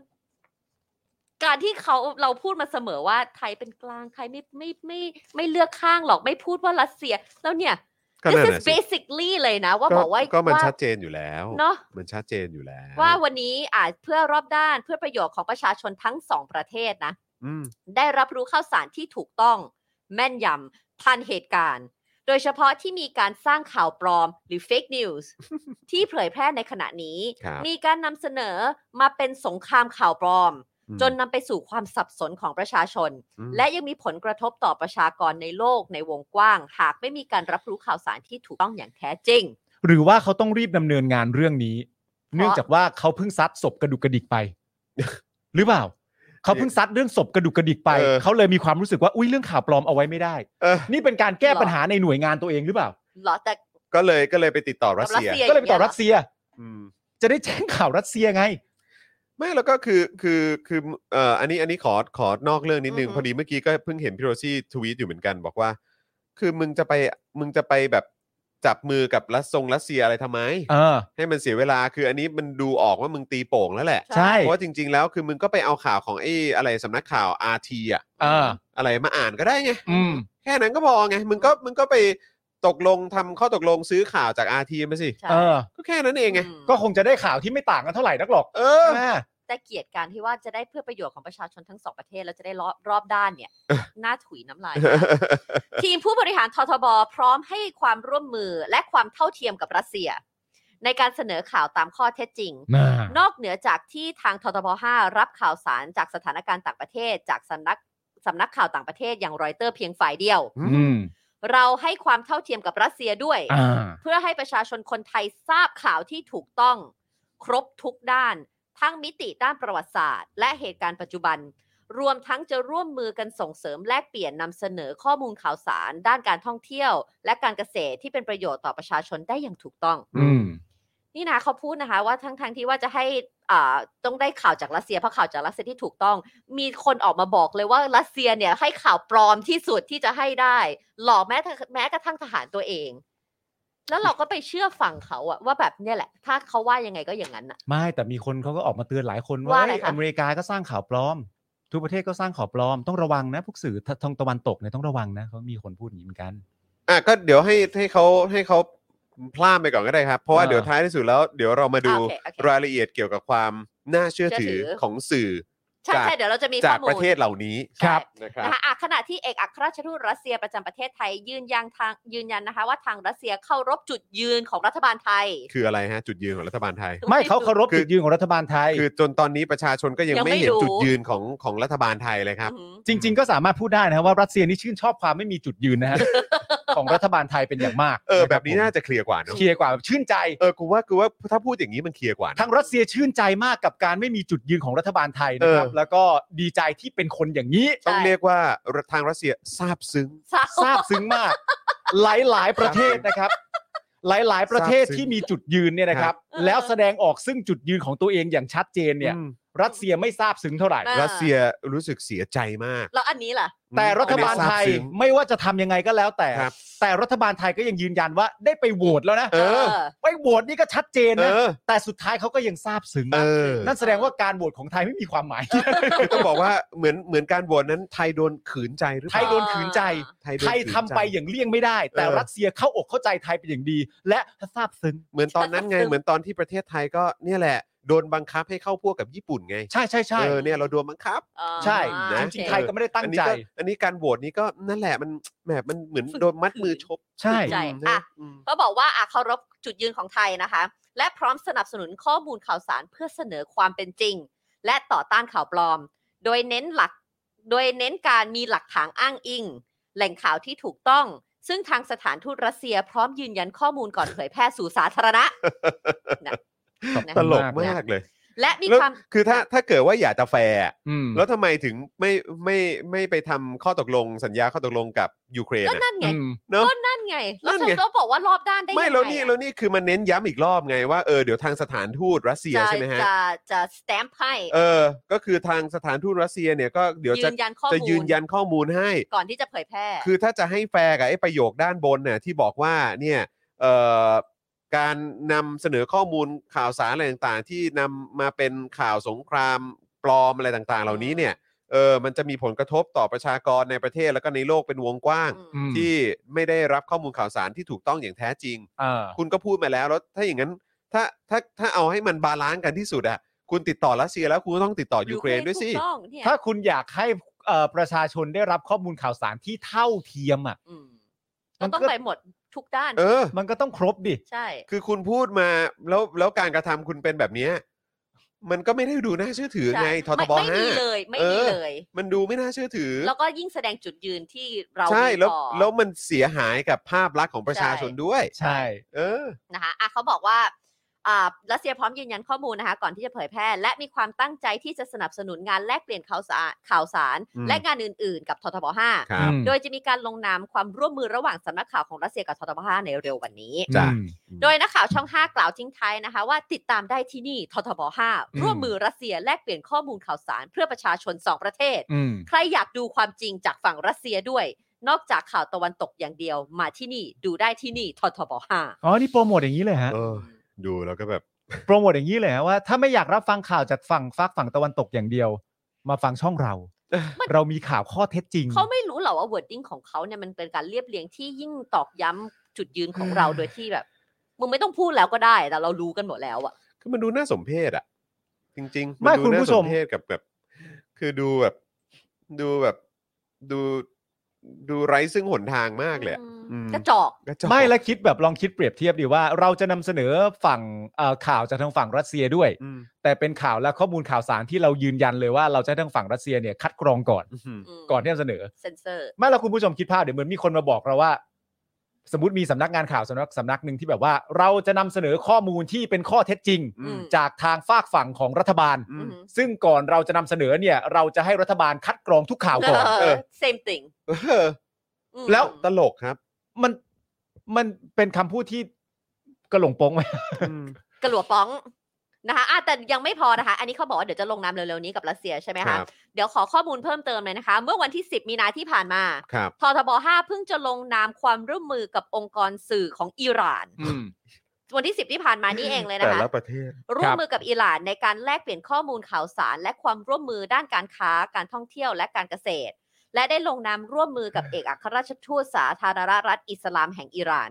D: การที่เขาเราพูดมาเสมอว่าไทยเป็นกลางใครไม่ไม่ไม่ไม่เลือกข้างหรอกไม่พูดว่ารัสเซีย แล้วเนี่ย
B: ก็
D: this
B: นั่น
D: is
B: น่ะสิ
D: basically เลยนะ ว่าบอกว่า
B: ก็มัน
D: ว่า
B: ชัดเจนอยู่แล้ว
D: เนาะ
B: มันชัดเจนอยู่แล้ว
D: ว่าวันนี้อาจเพื่อรอบด้านเพื่อประโยชน์ของประชาชนทั้งสองประเทศนะ
B: อืม
D: ได้รับรู้ข่าวสารที่ถูกต้อง แม่นยำทันเหตุการณ์ โดยเฉพาะที่มีการสร้างข่าวปลอมหรือ fake news ที่เผยแพร่ในขณะนี้
B: ครับ
D: มีการนำเสนอมาเป็นสงครามข่าวปลอม
B: อืม
D: จนนำไปสู่ความสับสนของประชาชน
B: อืม
D: และยังมีผลกระทบต่อประชากรในโลกในวงกว้าง หากไม่มีการรับรู้ข่าวสารที่ถูกต้องอย่างแท้จริง
C: หรือว่าเขาต้องรีบดำเนินงานเรื่องนี้ เนื่องจากว่าเขาเพิ่งซัดศพกระดุกกระดิกไป หรือเปล่า เขาเพิ่งซัดเรื่องศพกระดุกกระดิกไป
B: เออ
C: เขาเลยมีความรู้สึกว่าอุ้ยเรื่องข่าวปลอมเอาไว้ไม่ได้
B: เออ
C: นี่เป็นการแก้
D: หรอ
C: ปัญหาในหน่วยงานตัวเองหรือเปล่า
D: เหรอแต่
B: ก็เลยก็เลยไปติดต่อรัสเซีย
D: กับรัสเซีย
C: ก็เลยไปต่อรัสเซีย
B: อืม
C: จะได้แจ้งข่าวรัสเซียไง
B: ไม่แล้วก็คือคือคือเอ่ออันนี้อันนี้ขอขอนอกเรื่องนิดนึง
D: อือฮึ
B: พอดีเมื่อกี้ก็เพิ่งเห็นพี่โรซี่ทวีตอยู่เหมือนกัน บอกว่า คือมึงจะไปมึงจะไปแบบจับมือกับรัสซงรัสเซียอะไรทำไม
C: เออ
B: ให้มันเสียเวลาคืออันนี้มันดูออกว่ามึงตีโป่งแล้วแหละ
C: ใช่
B: เพราะว่าจริง ๆ แล้วคือมึงก็ไปเอาข่าวของไอ้อะไรสำนักข่าว RT อ่ะ
C: เออ
B: อะไรมาอ่านก็ได้ไง
F: อืม
B: แค่นั้นก็พอไง มึงก็มึงก็ไปตกลงทำข้อตกลงซื้อข่าวจากอาทีมาสิ
D: ใช่
C: เออ
B: ก็แค่นั้นเองไง
D: อืม
C: ก็คงจะได้ข่าวที่ไม่ต่างกันเท่าไหร่นักหรอก
B: เออ
C: แม่
D: แต่เกียรติการที่ว่าจะได้เพื่อประโยชน์ของประชาชนทั้งสองประเทศแล้วจะได้รอบรอบด้าน เนี่ยน่าถุยน้ำลาย ทีมผู้บริหารททบ พร้อมให้ความร่วมมือและความเท่าเทียมกับรัสเซีย ในการเสนอข่าวตามข้อเท็จจริง
C: น่าน
D: อกเหนือจากที่ทางททบ 5 รับข่าวสารจากสถานการณ์ต่างประเทศ จากสำนักสำนักข่าวต่างประเทศอย่างรอยเตอร์เพียงฝ่ายเดียว
C: อืม
D: เราให้ความเท่าเทียมกับรัสเซียด้วย
C: อ่า
D: เพื่อให้ประชาชนคนไทยทราบข่าวที่ถูกต้อง ครบทุกด้าน ทั้งมิติด้านประวัติศาสตร์ และเหตุการณ์ปัจจุบัน รวมทั้งจะร่วมมือกันส่งเสริมแลกเปลี่ยนนำเสนอข้อมูลข่าวสาร ด้านการท่องเที่ยว และการเกษตรที่เป็นประโยชน์ต่อประชาชนได้อย่างถูกต้อง
C: อืม
D: นี่นะเขาพูดนะคะว่าทั้งทั้งที่ว่าจะให้อ่าต้องได้ข่าวจากรัสเซียเพราะข่าวจากรัสเซียที่ถูกต้อง มีคนออกมาบอกเลยว่ารัสเซียเนี่ยให้ข่าวปลอมที่สุดที่จะให้ได้ หลอกแม้แม้กระทั่งทหารตัวเอง แล้วเราก็ไปเชื่อฝั่งเขาอะว่าแบบเนี่ยแหละ ถ้าเขาว่ายังไงก็อย่างนั้นอะ
C: ไม่แต่มีคนเขาก็ออกมาเตือนหลายคนว่า
D: ว่าอะไร
C: เอ้ย
D: คะ
C: อเมริกาก็สร้างข่าวปลอม ทุกประเทศก็สร้างข่าวปลอมต้องระวังนะพวกสื่อทางตะวันตกเนี่ยต้องระวังนะเขามีคนพูดอย่างนี้เหมือนกัน
B: อ่ะก็เดี๋ยวให้ให้เขาให้เขาพลาดไปก่อนก็ได้ครับ เพราะว่า
C: เออ
B: เดี๋ยวท้ายที่สุดแล้ว เดี๋ยวเรามาดู
D: อ่ะโอเคโอเค
B: รายละเอียดเกี่ยวกับความน่าเชื่อถือ
D: เชื่อถือ
B: ของสื่อ
D: ใช่
B: จาก
D: ใช่เดี๋ยวเราจะมี
B: จา
D: ข้
B: ก
D: อมูล
B: ประเทศเหล่านี้
D: ใช่
B: นะครับ
D: นะคะอ่ะขณะที่เอกอัครราชทูตรัสเซียประจำประเทศไทยยืนยันทางยืนยันนะคะ ว่าทางรัสเซียเข้ารบจุดยืนของรัฐบาลไทย
B: คืออะไรฮะ จุดยืนของรัฐบาลไทย
C: ไม่เขาเคารพ
B: คือ
C: จุดยืนของรัฐบาลไทย
B: คือจนตอนนี้ประชาชนก็ยัง
D: ยังไม่
B: ไม่เห็น
D: รู้
B: จุดยืนของของรัฐบาลไทยเลยครับ
D: อือหือ
C: จริง ๆ ก็สามารถพูดได้นะครับว่ารัสเซียนี่ชื่นชอบความไม่มีจุดยืน นะฮะ ของรัฐบาลไทยเป็นอย่างมาก
B: เออะ
C: ค
B: แบ
C: รัผ
B: บ
C: ม
B: นี้น่าจะเคลียร์กว่าเนอะ
C: เคลียร์กว่าแบบชื่นใจ
B: เออกูว่ากูว่าถ้าพูดอย่างนี้มันเคลียร์กว่านะ
C: ทางรัสเซียชื่นใจมากกับการไม่มีจุดยืนของรัฐบาลไทยนะครับ
B: เออ
C: แล้วก็ดีใจที่เป็นคนอย่างนี้
D: ใช่
B: ต้องเรียกว่าทางรัสเซียซาบซึ้ง
D: เศร้า
C: ซาบซึ้งมาก หลายๆ ประเทศนะครับ หลายๆ ประเทศ
B: ซาบซึ้ง
C: ที่มีจุดยืนเนี่ยนะครับ
D: ครับ
C: แล้วแสดงออกซึ่งจุดยืนของตัวเองอย่างชัดเจนเนี่ย
B: อืม
C: รัสเซียไม่ซาบซึ้งเท่าไหร่
D: เออ
B: รัสเซียรู้สึกเสียใจมาก
D: แล้วอันนี้ล่ะ
C: แต่รัฐบาลไทย
B: อันนี้ซบซึ้ง
C: ไม่ว่าจะทำยังไงก็แล้วแต่
B: ครับ
C: แต่รัฐบาลไทยก็ยังยืนยันว่าได้ไปโหวตแล้วนะ
B: เออ
C: ไปโหวตนี่ก็ชัดเจน
B: เอ
C: นะ
B: อ
C: แต่สุดท้ายเขาก็ยังซาบซึ้ง
B: เอ
C: นะ
B: อ
C: นั่นแสดงว่าการโหวตของไทยไม่มีความหมาย
B: คือต้องบอกว่าเหมือนเหมือนการโหวตนั้นไทยโดนขืนใจหรือ
C: ไท
B: เปล่าย
C: โดนขืนใจ
B: โดน
C: ไท
B: ขื
C: ย
B: นใจ
C: ทำไปอย่างเลี่ยงไม่ได้ แต่
B: เออ
C: รัสเซียเข้าอกเข้าใจไทยเป็นอย่างดี และซาบซึ้ง
B: เหมือนตอนนั้นไง เหมือนตอนที่ประเทศไทยก็เนี่ยแหละ โดนบังคับให้เข้าพวกกับญี่ปุ่นไง
C: ใช่ใช่ใช่
B: เออเนี่ยเราโดนบังคับ
D: อ๋อ
C: ใช่
D: อ่า
B: นะ
C: จ
D: โอ
C: ริง
D: เค
C: ๆไทยก็ไม่ได้ตั้ง
B: อันนี้
C: ใจ
B: ก็อันนี้การโหวตนี้ก็นั่นแหละมันแหมมันเหมือนโดนมัดมือชก
C: ใช่
D: ใช่
B: อืมน
D: อ่ะ
B: อืม
D: ก็บอกว่าอ่ะเคารพจุดยืนของไทยนะคะ และพร้อมสนับสนุนข้อมูลข่าวสารเพื่อเสนอความเป็นจริง และต่อต้านข่าวปลอม โดยเน้นหลัก โดยเน้นการมีหลักฐานอ้างอิง แหล่งข่าวที่ถูกต้อง ซึ่งทางสถานทูตรัสเซียพร้อมยืนยันข้อมูลก่อนเผยแพร่สู่สาธารณะ นะนะ
B: ตลกมากเลย
D: และมี
B: แล้ว
D: ความ
B: คือถ้าถ้าเกิดว่าอยากจะแฟร์อะ
C: อืม
B: แล้วทำไมถึงไม่ไม่ไม่ไปทำข้อตกลงสัญญาข้อตกลงกับยูเครน
D: ก็
B: อะ
D: นั่นไง
C: อืม
B: เนอะ
D: ก็นั่นไง แล้ว
B: นั่นไง
D: เราบอกว่ารอบด้านได้ยัง
B: ไม่
D: ไง
B: แล้วนี่
D: อะ
B: แล้วนี่คือมันเน้นย้ำอีกรอบไงว่าเออเดี๋ยวทางสถานทูตรัสเซีย
D: จะ
B: ใช่ไหมฮะ
D: จะจะสแตมป์ให้
B: เออ ก็คือทางสถานทูตรัสเซียเนี่ยก็เดี๋ยว
D: ยื
B: จะ
D: นยันข้อ
B: จะ
D: มูล
B: ยืนยันข้อมูลให้
D: ก่อนที่จะเผยแพร่
B: คือถ้าจะให้แฟร์กับไอ้ประโยคด้านบนเนี่ยที่บอกว่าเนี่ยเอ่อการนำเสนอข้อมูลข่าวสารอะไรต่างๆ ที่นำมาเป็นข่าวสงครามปลอมอะไรต่างๆ เหล่านี้เนี่ยเออมันจะมีผลกระทบต่อประชากรในประเทศแล้วก็ในโลกเป็นวงกว้าง
D: อืม
C: ม
B: ที่ไม่ได้รับข้อมูลข่าวสารที่ถูกต้องอย่างแท้จริง
C: เออ
B: คุณก็พูดมาแล้วแล้วถ้าอย่างนั้นถ้าถ้าถ้าเอาให้มันบาลานซ์กันที่สุดอะคุณติดต่อรัสเซียแล้วคุณก็ต้องติดต่อยูเครนด้วยสิ
D: ถูกต้องเนี่ย
C: ถ้าคุณอยากให้เอ่อประชาชนได้รับข้อมูลข่าวสารที่เท่าเทียมอ่ะ
D: อืม
C: มั
D: มัน
C: นก็
D: ต้องไปหมดทุกด้าน
B: เออ
C: มันก็ต้องครบดิ
D: ใช่
B: คือคุณพูดมาแล้วแล้วการกระทำคุณเป็นแบบเนี้ยมันก็ไม่ได้ดูน่าเชื่อถือไงท
D: ใช่
B: ทบ
D: ไม่ไม่
B: ห้า
D: มีเลยไม่
B: เอ
D: มี
B: อ
D: เลย
B: มันดูไม่น่าเชื่อถือ
D: แล้วก็ยิ่งแสดงจุดยืนที่เรา
B: ใช่
D: มี
B: แล้ว
D: ต่อ
B: แล้วมันเสียหายกับภาพลักษณ์ของประชาชนด้วย
C: ใช่
B: เออ
D: นะคะอ่ะเขาบอกว่าอ่ารัสเซียพร้อมยืนยันข้อมูลนะคะ ก่อนที่จะเผยแพร่ และมีความตั้งใจที่จะสนับสนุนงานแลกเปลี่ยนข่าวสารข่าวสาร
B: อืม
D: และงานอื่นๆ กับททบ
B: ค
D: 5
B: รับ
C: อืม
D: โดยจะมีการลงนามความร่วมมือระหว่างสำนักข่าวของรัสเซียกับททบ5ในเร็ววันนี้
B: จ้ะ
C: อืม
D: โดยนักข่าวช่อง 5 กล่าวทิ้งท้ายนะคะ ว่าติดตามได้ที่นี่ททบ
C: อ
D: 5
C: ืม
D: ร่วมมือรัสเซียแลกเปลี่ยนข้อมูลข่าวสารเพื่อประชาชน 2 ประเทศ
C: อืม
D: ใครอยากดูความจริงจากฝั่งรัสเซียด้วย นอกจากข่าวตะวันตกอย่างเดียวมาที่นี่ดูได้ที่นี่ททบ5
C: อ๋อนี่โปรโมทอย่างนี้เลยฮะ
B: เออ ดูแล้วก็แบบ
C: โปรโมทอย่างนี้เลยฮะว่าถ้าไม่อยากรับฟังข่าวจากฝั่งฝากฝั่งตะวันตกอย่างเดียว มาฟังช่องเรา เรามีข่าวข้อเท็จจริง
D: เขาไม่รู้ หรอกว่า wording ของเขาเนี่ยมันเป็นการเรียบเรียงที่ยิ่งตอกย้ำจุดยืนของเราโดยที่แบบมึงไม่ต้องพูดแล้วก็ได้แต่เรารู้กันหมดแล้วอะ
B: คือมันดูน่าสมเพศอ่ะ จริงๆ
C: ไม่
B: ดู
C: คุณ
B: น่า
C: ผู้ชม
B: สมเพศกับแบบ คือดูแบบ ดูแบบดูดูไร้ซึ่งหนทางมากเลยอะ
D: อืม
B: อืม
D: กระจอก
B: กระจอก
C: ไม่แล้วคิดแบบลองคิดเปรียบเทียบดีว่าเราจะนำเสนอฝั่งเอ่อข่าวจากทางฝั่งรัสเซียด้วย
B: อืม
C: แต่เป็นข่าวและข้อมูลข่าวสารที่เรายืนยันเลยว่าเราจะให้ทางฝั่งรัสเซียเนี่ยคัดกรองก่อน
B: อืม
D: ม
C: ก่อนที่จะเสนอ
D: เซนเซอร์
C: ไม่เราคุณผู้ชมคิดภาพเดี๋ยวเหมือนมีคนมาบอกเราว่า สมมติมีสำนักงานข่าวสำนักสำนักหนึ่งที่แบบว่า เราจะนำเสนอข้อมูลที่เป็นข้อเท็จจริง
D: อืม
C: จากทางฝากฝั่งของรัฐบาล
B: อืม
D: ม
C: ซึ่งก่อนเราจะนำเสนอเนี่ย เราจะให้รัฐบาลคัดกรองทุกข่าว ก่อน
D: เอ
B: เอ
D: อ
B: อ
D: same thing
B: เออ
D: อืม
C: แล้ว
B: ตลกครับ
C: มันมันเป็นคำพูดที่กระหลงโป้งไหม
B: อืม
D: กระหลัวป้องนะคะอ่ะแต่ยังไม่พอนะคะ อันนี้เขาบอกว่าเดี๋ยวจะลงนามเร็วๆนี้กับรัสเซียใช่ไหม
B: ครั
D: คะ
B: บ
D: เดี๋ยวขอข้อมูลเพิ่มเติมเลยนะคะ เมื่อวันที่ 10 มีนาที่ผ่านมา
B: ครับ
D: ททบ5เพิ่งจะลงนามความร่วมมือกับองค์กรสื่อของอิหร่าน วันที่ 10 ที่ผ่านมานี่เองเลยนะ
B: แต่
D: คะ
B: ละประเทศ
D: ร่วมมือกับอิหร่านในการแลกเปลี่ยนข้อมูลข่าวสาร และความร่วมมือด้านการค้า การท่องเที่ยวและการเกษตร และได้ลงนามร่วมมือกับเอกอัครราชทูตสาธารณรัฐอิสลามแห่งอิหร่าน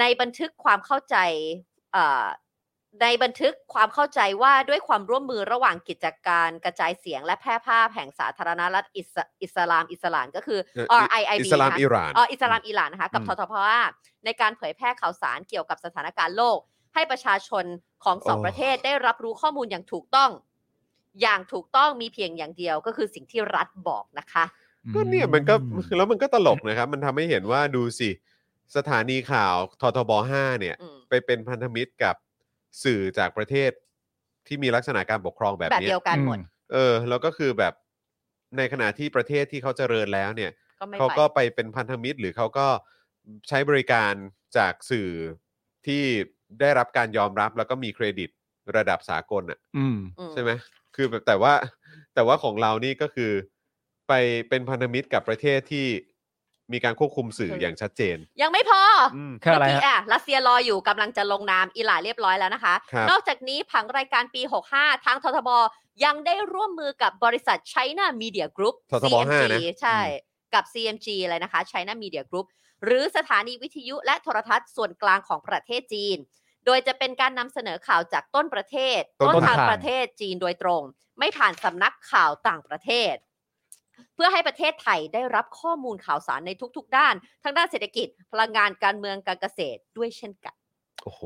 D: ในบันทึกความเข้าใจเอ่อในบันทึกความเข้าใจว่าด้วยความร่วมมือระหว่างกิจการกระจายเสียง และแพร่ภาพแห่งสาธารณรัฐอิสอิสลามอิสลานก็คือ
B: เอ่อ
D: RIIB
B: อิสลาม
D: นะคะ
B: อิหร่าน
D: เอ่ออิสลามอิหร่านนะคะกับ
B: อืม
D: ททพในการเผยแพร่ข่าวสารเกี่ยวกับสถานการณ์โลก ให้ประชาชนของสอง
B: โอ้
D: ประเทศได้รับรู้ข้อมูลอย่างถูกต้อง อย่างถูกต้องมีเพียงอย่างเดียวก็คือสิ่งที่รัฐบอกนะคะ
B: ก็เนี่ยมันก็แล้วมันก็ตลกนะครับ มันทำให้เห็นว่าดูสิ สถานีข่าวททบ5เนี่ย
D: อืม
B: ไปเป็นพันธมิตรกับสื่อจากประเทศที่มีลักษณะการปกครองแบบ
D: แบบ
B: เนี้ย
D: เดียวกันหมด
B: เออ แล้วก็คือแบบในขณะที่ประเทศที่เขาเจริญแล้วเนี่ย
D: ก็ไม่
B: เขา
D: ไป
B: ก็ไปเป็นพันธมิตรหรือเขาก็ใช้บริการจากสื่อที่ได้รับการยอมรับแล้วก็มีเครดิตระดับสากลอ่ะ
D: อืม
B: ใช่ไหมคือแบบแต่ว่าแต่ว่าของเรานี่ก็คือไปเป็นพันธมิตรกับประเทศที่มีการควบคุมสื่ออย่างชัดเจน
D: ยังไม่พอ
B: อืม
C: คืออะไร
D: เมื่กี้
C: ฮะ
D: อ่ะรัสเซียรออยู่กำลังจะลงนามอิหร่านเรียบร้อยแล้วนะคะ
B: ครับ
D: นอกจากนี้ผังรายการปี 65 ทางททบยังได้ร่วมมือกับบริษัท China Media Group
B: ททบ
D: CMG
B: นะ
D: ใช่ กับ CMG อะไรนะคะ China Media Group หรือสถานีวิทยุและโทรทัศน์ส่วนกลางของประเทศจีน โดยจะเป็นการนำเสนอข่าวจากต้นประเทศ
B: ต้น
D: ต้นทาง
C: ทาง
D: ประเทศจีนโดยตรง ไม่ผ่านสำนักข่าวต่างประเทศ เพื่อให้ประเทศไทยได้รับข้อมูลข่าวสารในทุกๆ ด้าน ทั้งด้านเศรษฐกิจพลังงานการเมืองการเกษตรด้วยเช่นกัน
B: โอ้โห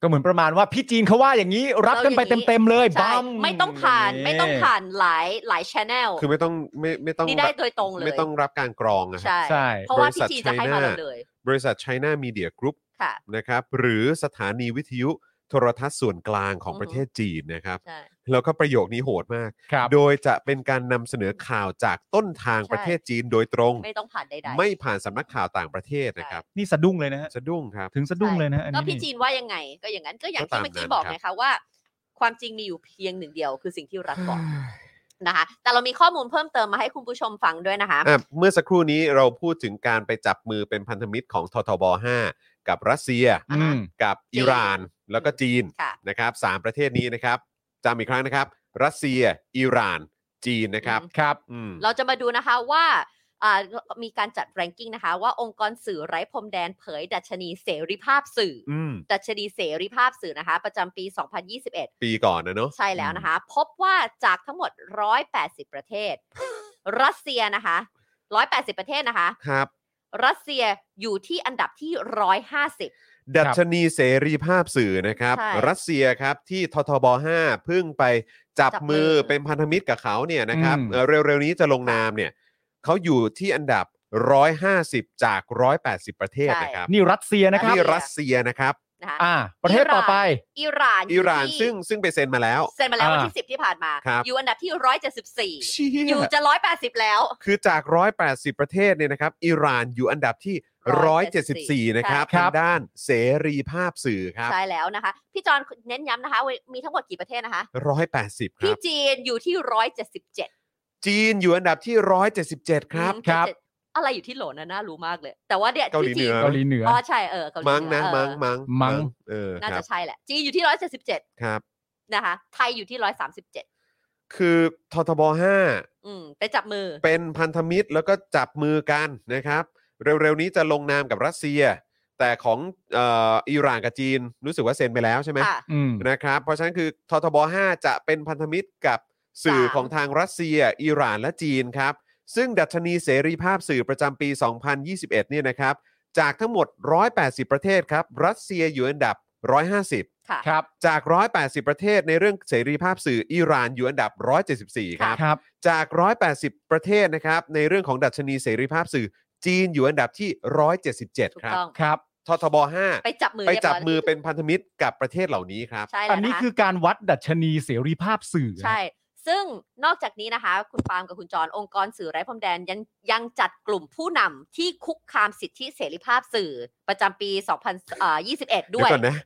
C: ก็เหมือนประมาณว่าพี่จีนเขาว่าอย่างนี้ รับกันไปเต็มๆเลย
D: ใช่
C: บ้าม
D: ไม่ต้องผ่านไม่ต้องผ่านหลายหลายชแนล
B: คือไม่ต้องไม่ไม่ต้อง
D: นี่ได้โดยตรงเลย
B: ไม่ต้องรับการกรองนะครั
D: ใช่
B: บ
C: ใช่
D: เพราะว่าพี่
B: บริษัท
D: จีนจะให้มา
B: China
D: เราเลย
B: บริษัท China Media Group
D: ค่ะ
B: นะครับ หรือสถานีวิทยุโทรทัศน์ส่วนกลางของ
D: อือฮึ
B: ประเทศจีนนะครับ
D: ใช่
B: แล้วก็ประโยคนี้โหดมาก
C: ครับ
B: โดยจะเป็นการนำเสนอข่าวจากต้นทาง
D: ใช่
B: ประเทศจีนโดยตรง
D: ไม่ต้องผ่านใด
B: ไม่ผ่านสำนักข่าวต่างประเทศนะครับ
C: นี่สะดุ้งเลยนะฮะ
B: สะดุ้งครับ
C: ถึงสะดุ้งเลยนะฮะอัน
D: ๆ ก็
C: นี้
D: พี่จีนว่ายังไง ก็อย่างนั้นก็อย่าง
B: ก็
D: ที่
B: ตาม
D: เมื่อกี้
B: นั้น
D: บอ
B: ค
D: ก
B: รับ
D: ไงคะว่า ความจริงมีอยู่เพียงหนึ่งเดียว คือสิ่งที่รัฐบอกนะคะ แต่เรามีข้อมูลเพิ่มเติมมาให้คุณผู้ชมฟังด้วยนะคะ
B: อ่ะเมื่อสักครู่นี้เราพูดถึงการไปจับมือเป็นพันธมิตรของททบ 5 กับรัสเซีย
C: อืม
B: กับอิหร่านแล้วก็จีน
D: ค่ะ
B: นะครับสามประเทศนี้นะครับจำอีกครั้งนะครับ รัสเซีย อิหร่าน จีนนะครับ
C: ครับ
B: อืม
D: เราจะมาดูนะคะว่าอ่ามีการจัดแรงกิ้งนะคะ ว่าองค์กรสื่อไร้พรมแดนเผย ดัชนีเสรีภาพสื่ออ
B: อืม
D: ดัชนีเสรีภาพสื่อนะคะ ประจำปี 2021
B: ปีก่อนนะเนาะ
D: ใช่แล้วนะคะ พบว่าจากทั้งหมด 180 ประเทศ รัสเซียนะคะ 180 ประเทศนะคะ
B: ครับ
D: รัสเซียอยู่ที่อันดับที่ 150
B: ดัชนีเสรีภาพสื่อนะครับ
D: ใช่
B: รัสเซียครับที่ททบ 5 เพิ่งไปจับ
D: จับมื
B: มื
D: อ
B: อเป็นพันธมิตรกับเขาเนี่ยนะครับ
C: อืม
B: เอ่อเร็วๆนี้จะลงนามเนี่ยเขาอยู่ที่อันดับ 150 จาก 180 ประเทศนะครับ
C: นี่รัสเซียนะครับ
B: นี่รัสเซียนะครับ
D: นะคะ
C: อ่า ประเทศต่อไป
D: อิหร่าน
B: อิหร่าน
D: ยู่ที่
B: ซึ่งซึ่งไปเซ็นมาแล้ว
D: เซ็นมาแล้ว
C: อ่า
D: วันที่ 10 ที่ผ่านมา
B: ครับ
D: อยู่อันดับที่
B: เชี่
D: 174 อยู่
B: ย
D: จะ 180 แล้ว
B: คือจาก 180 ประเทศเนี่ยนะครับ อิหร่านอยู่อันดับที่ 174 นะครับ
C: ครั
B: ทาง
C: บ
B: ด้านเสรีภาพสื่อครับ
D: ใช่แล้วนะคะ พี่จอนเน้นย้ำนะคะว่ามีทั้งหมดกี่ประเทศนะคะ
B: 180 ครั
D: พี่
B: บ
D: จีนอยู่ที่ 177
B: จีนอยู่อันดับที่ 177 ครับ
D: อืม
C: ครับ
D: เจ็ดอะไรอยู่ที่โหลนะน่ารู้มากเลย แต่ว่าเนี่ย
B: เกาหลี
D: ที่จี
B: เหนื
C: เกาหลีเหนือ
D: อ๋
C: อ
D: อใช่เออเกาหลี
B: มั้งนะ
D: เหอ
B: มั้งมั้ง
C: มั้ง
B: เออ
D: น่า
B: ครั
D: จะ
B: บ
D: ใช่แหละ จีนอยู่ที่ร้อยเจ็ดสิบเจ็ด
B: ครับ
D: นะคะ ไทยอยู่ที่ร้อยสามสิบเจ็ด
B: คือททบ
D: อืมไปจับมือ
B: เป็นพันธมิตรแล้วก็จับมือกันนะครับ เร็วๆนี้จะลงนามกับรัสเซีย แต่ของเอออิหร่านกับจีนรู้สึกว่าเซ็นไปแล้วใช่ไหม
D: ค่ะ
C: อืม
B: นะครับเพราะฉะนั้นคือททบ 5 จะเป็นพันธมิตรกับสื่อ
D: สาม
B: ของทางรัสเซีย อิหร่านและจีนครับ ซึ่งดัชนีเสรีภาพสื่อประจำปี 2021 เนี่ยนะครับ จากทั้งหมด 180 ประเทศครับ รัสเซียอยู่อันดับ 150
D: ค่ะ
C: ครับ
B: จาก 180 ประเทศในเรื่องเสรีภาพสื่ออิหร่านอยู่อันดับ 174 ครับ
C: ครับ
B: จาก 180 ประเทศนะครับ ในเรื่องของดัชนีเสรีภาพสื่อจีนอยู่อันดับที่
D: ถู
B: 177
D: ก
B: ครับ
D: ต้อง
C: ครับ
B: ททบ
D: ไป
B: 5
D: จับมือ
B: ไป
D: เรียร้ย
B: จับมือเป็นพันธมิตรกับประเทศเหล่านี้ครับ
D: ใช่แล้
C: อั
D: วน นะะ
C: นี้คือการวัดดัชนีเสรีภาพสื่อ
D: ใช่ ซึ่งนอกจากนี้นะคะ คุณปาล์มกับคุณจรองค์กรสื่อไร้พรมแดนยังยังจัดกลุ่มผู้นำที่คุกคามสิทธิเสรีภาพสื่อประจำปี 2021 ด้วย
B: เก่อนนะ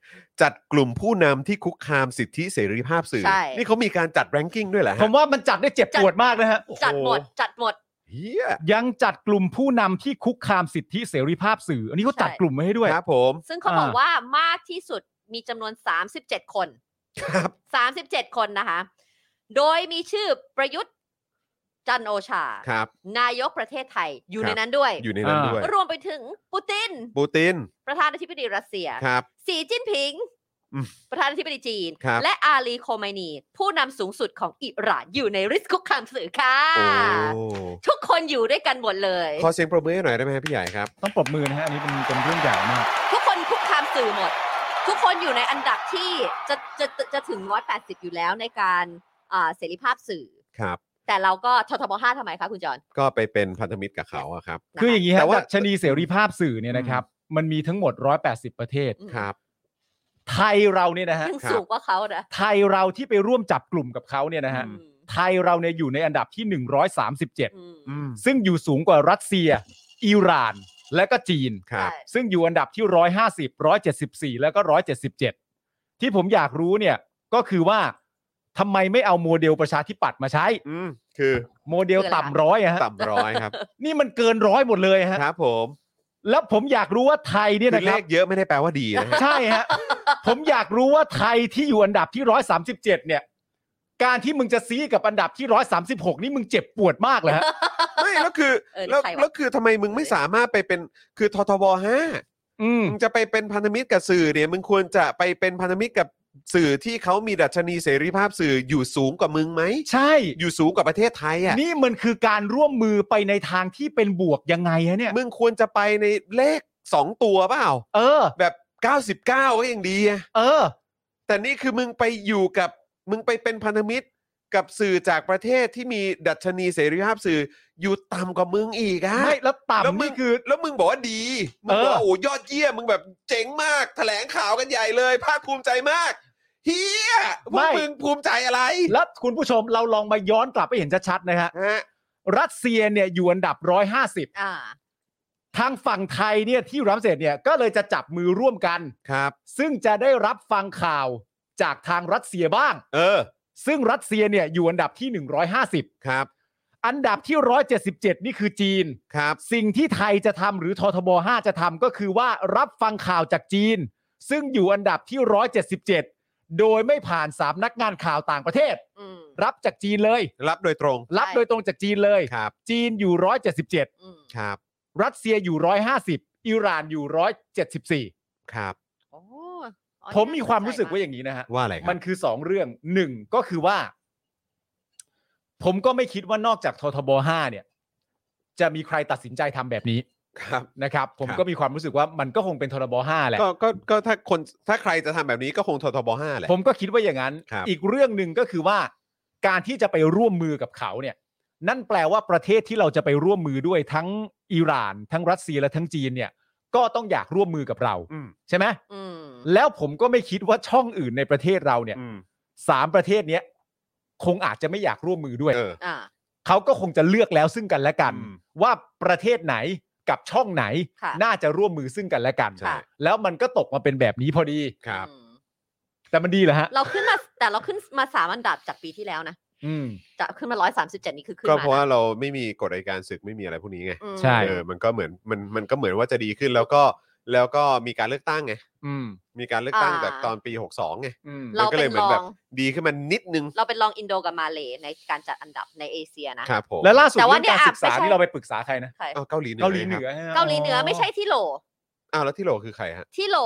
B: จัดกลุ่มผู้นำที่คุกคามสิทธิเสรีภาพสื่อ
D: ใช่
B: นี่เขามีการจัดแรงกิ้งด้วยเหรอ
G: ผ
B: ฮะ
G: มว่ามันจัดได้เจ็บปวดมากนะฮะ
D: จัดหมด จัดหมด
B: เฮีย
C: ยังจัดกลุ่มผู้นำที่คุกคามสิทธิเสรีภาพสื่อ อันนี้เขาจัด
D: ใช่
C: กลุ่มไว้ให้ด้วย
B: ครับผม
D: ซึ่งเขาบอก
C: อ่า
D: ว่ามากที่สุดมีจำนวน 37 คน
B: ครับ
D: 37 คนนะคะ โดยมีชื่อประยุทธ์จันทร์โอชา
B: ครับ
D: นายกประเทศไทยอ
B: ค
D: ยู่
B: รับ
D: ในนั้นด้วย
B: อยู่ในนั้น
C: อ่า
B: ด้วย
D: รวมไปถึงปูติน
B: ปูติน
D: ประธานาธิบดีรัสเซีย
B: ครับ
D: สีจิ้นผิง
B: อืม
D: ประธานาธิบดีจีน
B: ครับ
D: และอาลีโคไมนี ผู้นำสูงสุดของอิหร่านอยู่ในริสคุกคามสื่อค่ะ
B: โอ้
D: ทุกคนอยู่ด้วยกันหมดเลย
B: ขอเสียงปรบมือให้หน่อยได้ไหมฮะพี่ใหญ่ครับ
C: ต้องปรบมือนะฮะ อันนี้เป็นเป็นเรื่องใหญ่มาก
D: ทุกคนคุกคามสื่อหมด ทุกคนอยู่ในอันดับที่จะจะจะจะถึง 180 อยู่แล้วในการอ่าเสรีภาพสื่อ
B: ครับ
D: แต่เราก็ททบ5ทำไมคะคุณจอน
B: ก็ไปเป็นพันธมิตรกับเขาอะครับ
D: นะะ
C: คืออย่างนี้ฮะ
B: แต่ว่า
C: ดัชนีเสรีภาพสื่อเนี่ยนะครับ มันมีทั้งหมด 180 ประเทศ
D: อืม
B: ครับ
C: ไทยเราเนี่ยนะฮะ
D: ยังสูงกว่าเขานะ
C: ไทยเราที่ไปร่วมจับกลุ่มกับเขาเนี่ยนะฮะ
D: อืม
C: ไทยเราเนี่ยอยู่ในอันดับที่ 137
D: อืม
B: อืม
C: ซึ่งอยู่สูงกว่ารัสเซีย อิหร่าน และก็จีน
B: ครับ
D: ใช่
C: ซึ่งอยู่อันดับที่ 150 174 แล้วก็ 177 ที่ผมอยากรู้เนี่ยก็คือว่าทำไมไม่เอาโมเดลประชาธิปัตย์มาใช้
B: อืม คือ
C: โมเดล
D: คืออะไร
C: ต่ำร้อยอะฮะ
B: ต่ำร้อยครับ
C: นี่มันเกินร้อยหมดเลย ฮะ
B: ครับผม
C: แล้วผมอยากรู้ว่าไทยเนี่ย
B: คือ
C: นะค
B: เล
C: รั
B: ข
C: บ
B: เยอะไม่ได้แปลว่าดีนะฮะ
C: ใช่ฮะ ผมอยากรู้ว่าไทยที่อยู่อันดับที่ 137 เนี่ย การที่มึงจะซีกับอันดับที่ 136 นี่มึงเจ็บปวดมากเลยฮะ
B: ไม่แล้วคือ
D: เออ
B: แล้ว
D: ใครวะ
B: แล้วคือทำไมมึงไม่สามารถไปเป็น คือททบห้า
C: อืม
B: มึงจะไปเป็นพันธมิตรกับสื่อเนี่ยมึงควรจะไปเป็นพันธมิตรกับสื่อที่เขามีดัชนีเสรีภาพสื่ออยู่สูงกว่ามึงไหม
C: ใช่
B: อยู่สูงกว่าประเทศไทยอ่ะ
C: นี่มันคือการร่วมมือไปในทางที่เป็นบวกยังไงฮะเนี่ย
B: มึงควรจะไปในเลข 2 ตัวเปล่า
C: เออ
B: แบบ 99 ก็ยังดีอะ
C: เออ
B: แต่นี่คือมึงไปอยู่กับมึงไปเป็นพันธมิตรกับสื่อจากประเทศที่มีดัชนีเสรีภาพสื่ออยู่ต่ำกว่ามึงอีกอะ
C: ไม่แล้ว
B: แล้ว
C: ต่ำ
B: มึ
C: นี่
B: ง
C: คือ
B: แล้วมึงบอกว่าดีมึงบอกว่า
C: เออ
B: โอ้ยอดเยี่ยมมึงแบบเจ๋งมากแถลงข่าวกันใหญ่เลยภาคภูมิใจมากเฮียพวกมึงภูมิใจอะไร
C: แล้วคุณผู้ชมเราลองมาย้อนกลับไปเห็นชัดๆนะฮะ
B: ฮะ
C: รัสเซียเนี่ยอยู่อันดับ
D: อ่า
C: 150 ทางฝั่งไทยเนี่ยที่รับเสร็จเนี่ยก็เลยจะจับมือร่วมกัน
B: ครับ
C: ซึ่งจะได้รับฟังข่าวจากทางรัสเซียบ้าง
B: เออ
C: ซึ่งรัสเซียเนี่ยอยู่อันดับที่ 150
B: ครับ
C: อันดับที่ 177 นี่คือจีน
B: ครับ
C: สิ่งที่ไทยจะทำหรือททบ 5 จะทำก็คือว่ารับฟังข่าวจากจีน ซึ่งอยู่อันดับที่ 177 โดยไม่ผ่านสามนักงานข่าวต่างประเทศ
D: อืม
C: รับจากจีนเลย
B: รับโดยตรง
C: รับโดยตรงจากจีนเลย
B: ครับ
C: จีนอยู่
D: อืม
B: ครับ
C: 177 รัสเซียอยู่ 150 อิหร่านอยู่ 174
B: ครับ
D: โอ้อ๋อ
C: ผมมี
D: น่
C: ความรู้สึก
D: ใจ
C: ว่าอย่างนี้นะฮะ
B: ว่าอะไรครั
C: มั
B: บ
C: นคือสองเรื่องหนึ่งก็คือว่า ผมก็ไม่คิดว่านอกจากททบห้าเนี่ย จะมีใครตัดสินใจทำแบบนี้
B: ครับ
C: นะครับ ผม
B: ครับ
C: ก็มีความรู้สึกว่ามันก็คงเป็นททบห้าแหละ
B: ก็ก็ก็ถ้าคนถ้าใครจะทำแบบนี้ก็คงททบห้าแหละ
C: ผมก็คิดว่าอย่างนั้น
B: ครับ
C: อีกเรื่องหนึ่งก็คือว่า การที่จะไปร่วมมือกับเขาเนี่ย นั่นแปลว่าประเทศที่เราจะไปร่วมมือด้วยทั้งอิหร่าน ทั้งรัสเซียและทั้งจีนเนี่ย ก็ต้องอยากร่วมมือกับเรา
B: อืม
C: ใช่ไหม
D: อืม
C: แล้วผมก็ไม่คิดว่าช่องอื่นในประเทศเราเนี่ย
B: อืม
C: สามประเทศเนี้ยคงอาจจะไม่อยากร่วมมือด้วย
B: เออ
D: อ่า
C: เขาก็คงจะเลือกแล้วซึ่งกันและกัน
B: อืม
C: ว่าประเทศไหนกับช่องไหน
D: ค่ะ
C: น่าจะร่วมมือซึ่งกันและกัน
B: ใช่
C: แล้วมันก็ตกมาเป็นแบบนี้พอดี
B: ครับ
D: อืม
C: แต่มันดีเหรอฮะ
D: เราขึ้นมาแต่เราขึ้นมาสามอันดับจากปีที่แล้วนะ
C: อืม
D: จะขึ้นมาร้อยสามสิบเจ็ดนี่คือขึ้น
B: ก็
D: มา
B: เพราะว่าเราไม่มีกฎอัยการศึกไม่มีอะไรพวกนี้ไง
D: อืม
C: ใช่
B: เออมันก็เหมือนมันมันก็เหมือนว่าจะดีขึ้นแล้วก็ แล้วก็มีการเลือกตั้งไง
C: อืม
B: มีการเลือกตั้ง
D: อ่า
B: แบบตอนปี 62ไง
C: อืม
B: มั
D: เรา
B: ก็เลย
D: เป็น
B: เหมือนแบบ
D: รอง
B: ดีขึ้นมานิดนึง
D: เราเป็นรองอินโดกับมาเลในการจัดอันดับในเอเชียนะ
B: ครับผม
C: แล้วล่าสุด
D: แต่ว่า
C: เรื่อง
D: เนี่
C: การ
D: ย
C: ศึกษา
D: อ่ะไม่ใช่
C: ที่เราไปปรึกษาใครนะ
D: ใคร
B: เอาเกาหลีเหนือ
C: เกาหลีเห
B: ไง
C: นือ
B: ครับ
C: ใช่ไม
D: เกาหลีเหนือไม่ใช่ที่โหล
B: อ้าวแล้วที่โหลคือใครฮะ
D: ที่โหล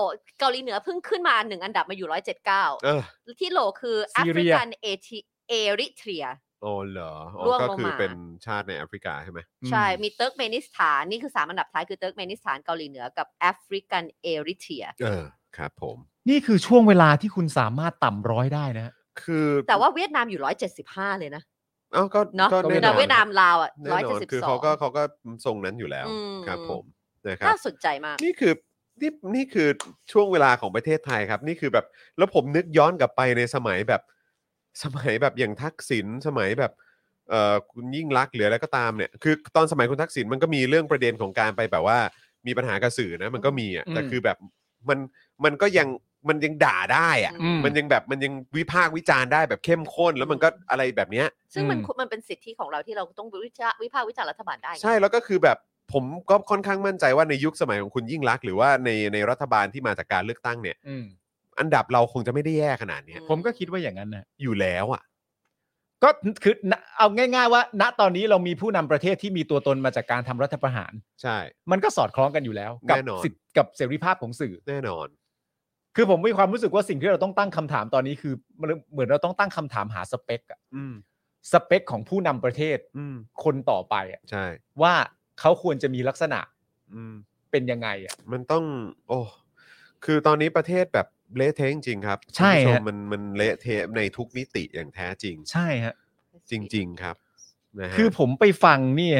D: เกาหลีเหนือเพิ่งขึ้นมาหนึ่งอันดับมาอยู่ร้อยเจ็ดเก้า
B: เออ
D: ที่โหลคือแอฟริกันเอธิเอริเทรีย
B: อ๋อเหรออ๋อ
D: ร่วง
B: ก็
D: ลง
B: คือ
D: มา
B: เป็นชาติในแอฟริกาใช่ไหม
C: อืม
D: ใช่ มีเติร์กเมนิสถานนี่คือสามอันดับท้ายคือเติร์กเมนิสถานเกาหลีเหนือกับแอฟริกันเอริเทรีย
B: เออครับผม
C: นี่คือช่วงเวลาที่คุณสามารถต่ำร้อยได้นะฮะ
B: คือ
D: แต่ว่าเวียดนามอยู่ร้อยเจ็ดสิบห้าเลยนะ
B: เอ้าก็
D: เนาะ
B: ก็
C: เวี
B: แน่
C: ย
B: น
C: ดน
B: อ
C: ม
B: น
D: เวียดนามลาวอ่ะ
B: แน่
D: ร้อย
B: น
D: เจ็
B: อ
D: ด
B: น
D: สิบ
B: คือ
D: สอ
B: เขา
D: ง
B: ก็เขาก็ทรงนั้นอยู่แล้ว
D: อืม
B: ครับผมนะครับ
D: น่าสนใจมาก
B: นี่คือนี่นี่คือช่วงเวลาของประเทศไทยครับ นี่คือแบบแล้วผมนึกย้อนกลับไปในสมัยแบบสมัยแบบอย่างทักษิณสมัยแบบเอ่อคุณยิ่งรักษณ์หรืออะไรก็ตามเนี่ยคือตอนสมัยคุณทักษิณมันก็มีเรื่องประเด็นของการไปแบบว่า มีปัญหากับสื่อนะมันก็มีอ่ะ
C: อืม
B: แต่คือแบบมันมันก็ยังมันยังด่าได้อ่ะ
D: อืม
B: มันยังแบบมันยังวิพากษ์วิจารณ์ได้แบบเข้มข้น แล้วมันก็อะไรแบบเนี้ย
D: ซึ่งมัน
C: อืม
D: ควรมันเป็นสิทธิของเราที่เราต้องวิจารวิพากษ์วิจารณ์รัฐบาลได้ไง
B: ใช่แล้วก็คือแบบผมก็ค่อนข้างมั่นใจว่าในยุคสมัยของคุณยิ่งรักษณ์หรือว่าในในรัฐบาลที่มาจากการเลือกตั้งเนี่ย
C: อืม
B: อันดับเราคงจะไม่ได้แย่ขนาดเนี้ย
D: อื
C: ผมก็คิดว่าอย่างนั้นนะ
B: อยู่แล้วอ่ะ
C: ก็คือณเอาง่าย ๆ ว่า ณตอนนี้เรามีผู้นำประเทศที่มีตัวตนมาจากการทำรัฐประหาร
B: ใช่
C: มันก็สอดคล้องกันอยู่แล้ว กั
B: แน่นอน
C: สิทธิ์กับเสรีภาพของสื่อ
B: แน่นอน
C: คือผมมีความรู้สึกว่าสิ่งที่เราต้องตั้งคำถามตอนนี้คือมันเหมือนเราต้องตั้งคำถามหาสเปคอะ
B: อืม
C: สเปคของผู้นำประเทศ
B: อืม
C: คนต่อไปอะ
B: ใช่
C: ว่าเขาควรจะมีลักษณะ
B: อืม
C: เป็นยังไงอะ
B: มันต้อง โอ้ คือตอนนี้ประเทศแบบเละเทะจริงๆครับคุ
C: ใช่
B: ณผู้ชม
C: ฮะ
B: มันมันเละเทะในทุกมิติอย่างแท้จริง
C: ใช่ฮะ
B: จริง ๆ ครับ นะฮะ
C: คือผมไปฟังเนี่ย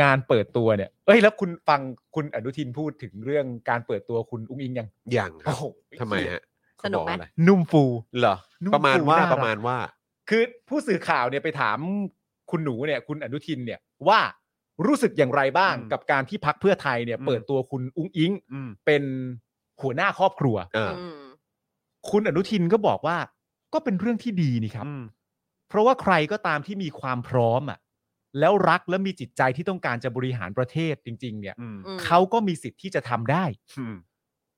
C: งานเปิดตัวเนี่ย เอ้ยแล้วคุณฟังคุณอนุทินพูดถึงเรื่องการเปิดตัวคุณอุ้งอิงยัง
B: อย่างครับ
C: โอ้โห
B: ทำไมฮะ
D: สนุก
B: เขาบอ
D: ไหม
B: ว่าอะร
C: นุ่มฟู
B: เหรอ
C: นุ่ม
B: ประมาณว่า
C: ฟูน่ารัก
B: ประมาณว่า
C: คือผู้สื่อข่าวเนี่ยไปถามคุณหนูเนี่ย คุณอนุทินเนี่ยว่ารู้สึกอย่างไรบ้าง
B: อืม
C: กับการที่พักเพื่อไทยเนี่ย
B: อืม
C: เปิดตัวคุณอุ้งอิง
B: อืม
C: เป็นหัวหน้าครอบครัว
B: เออ
D: อืม
C: คุณอนุทินก็บอกว่า ก็เป็นเรื่องที่ดีนี่ครับ
B: อืม
C: เพราะว่าใครก็ตามที่มีความพร้อมอ่ะแล้วรักและมีจิตใจที่ต้องการจะบริหารประเทศจริง ๆ เนี่ย
B: อืม
D: อืม
C: เขาก็มีสิทธิ์ที่จะทำได้
B: อืม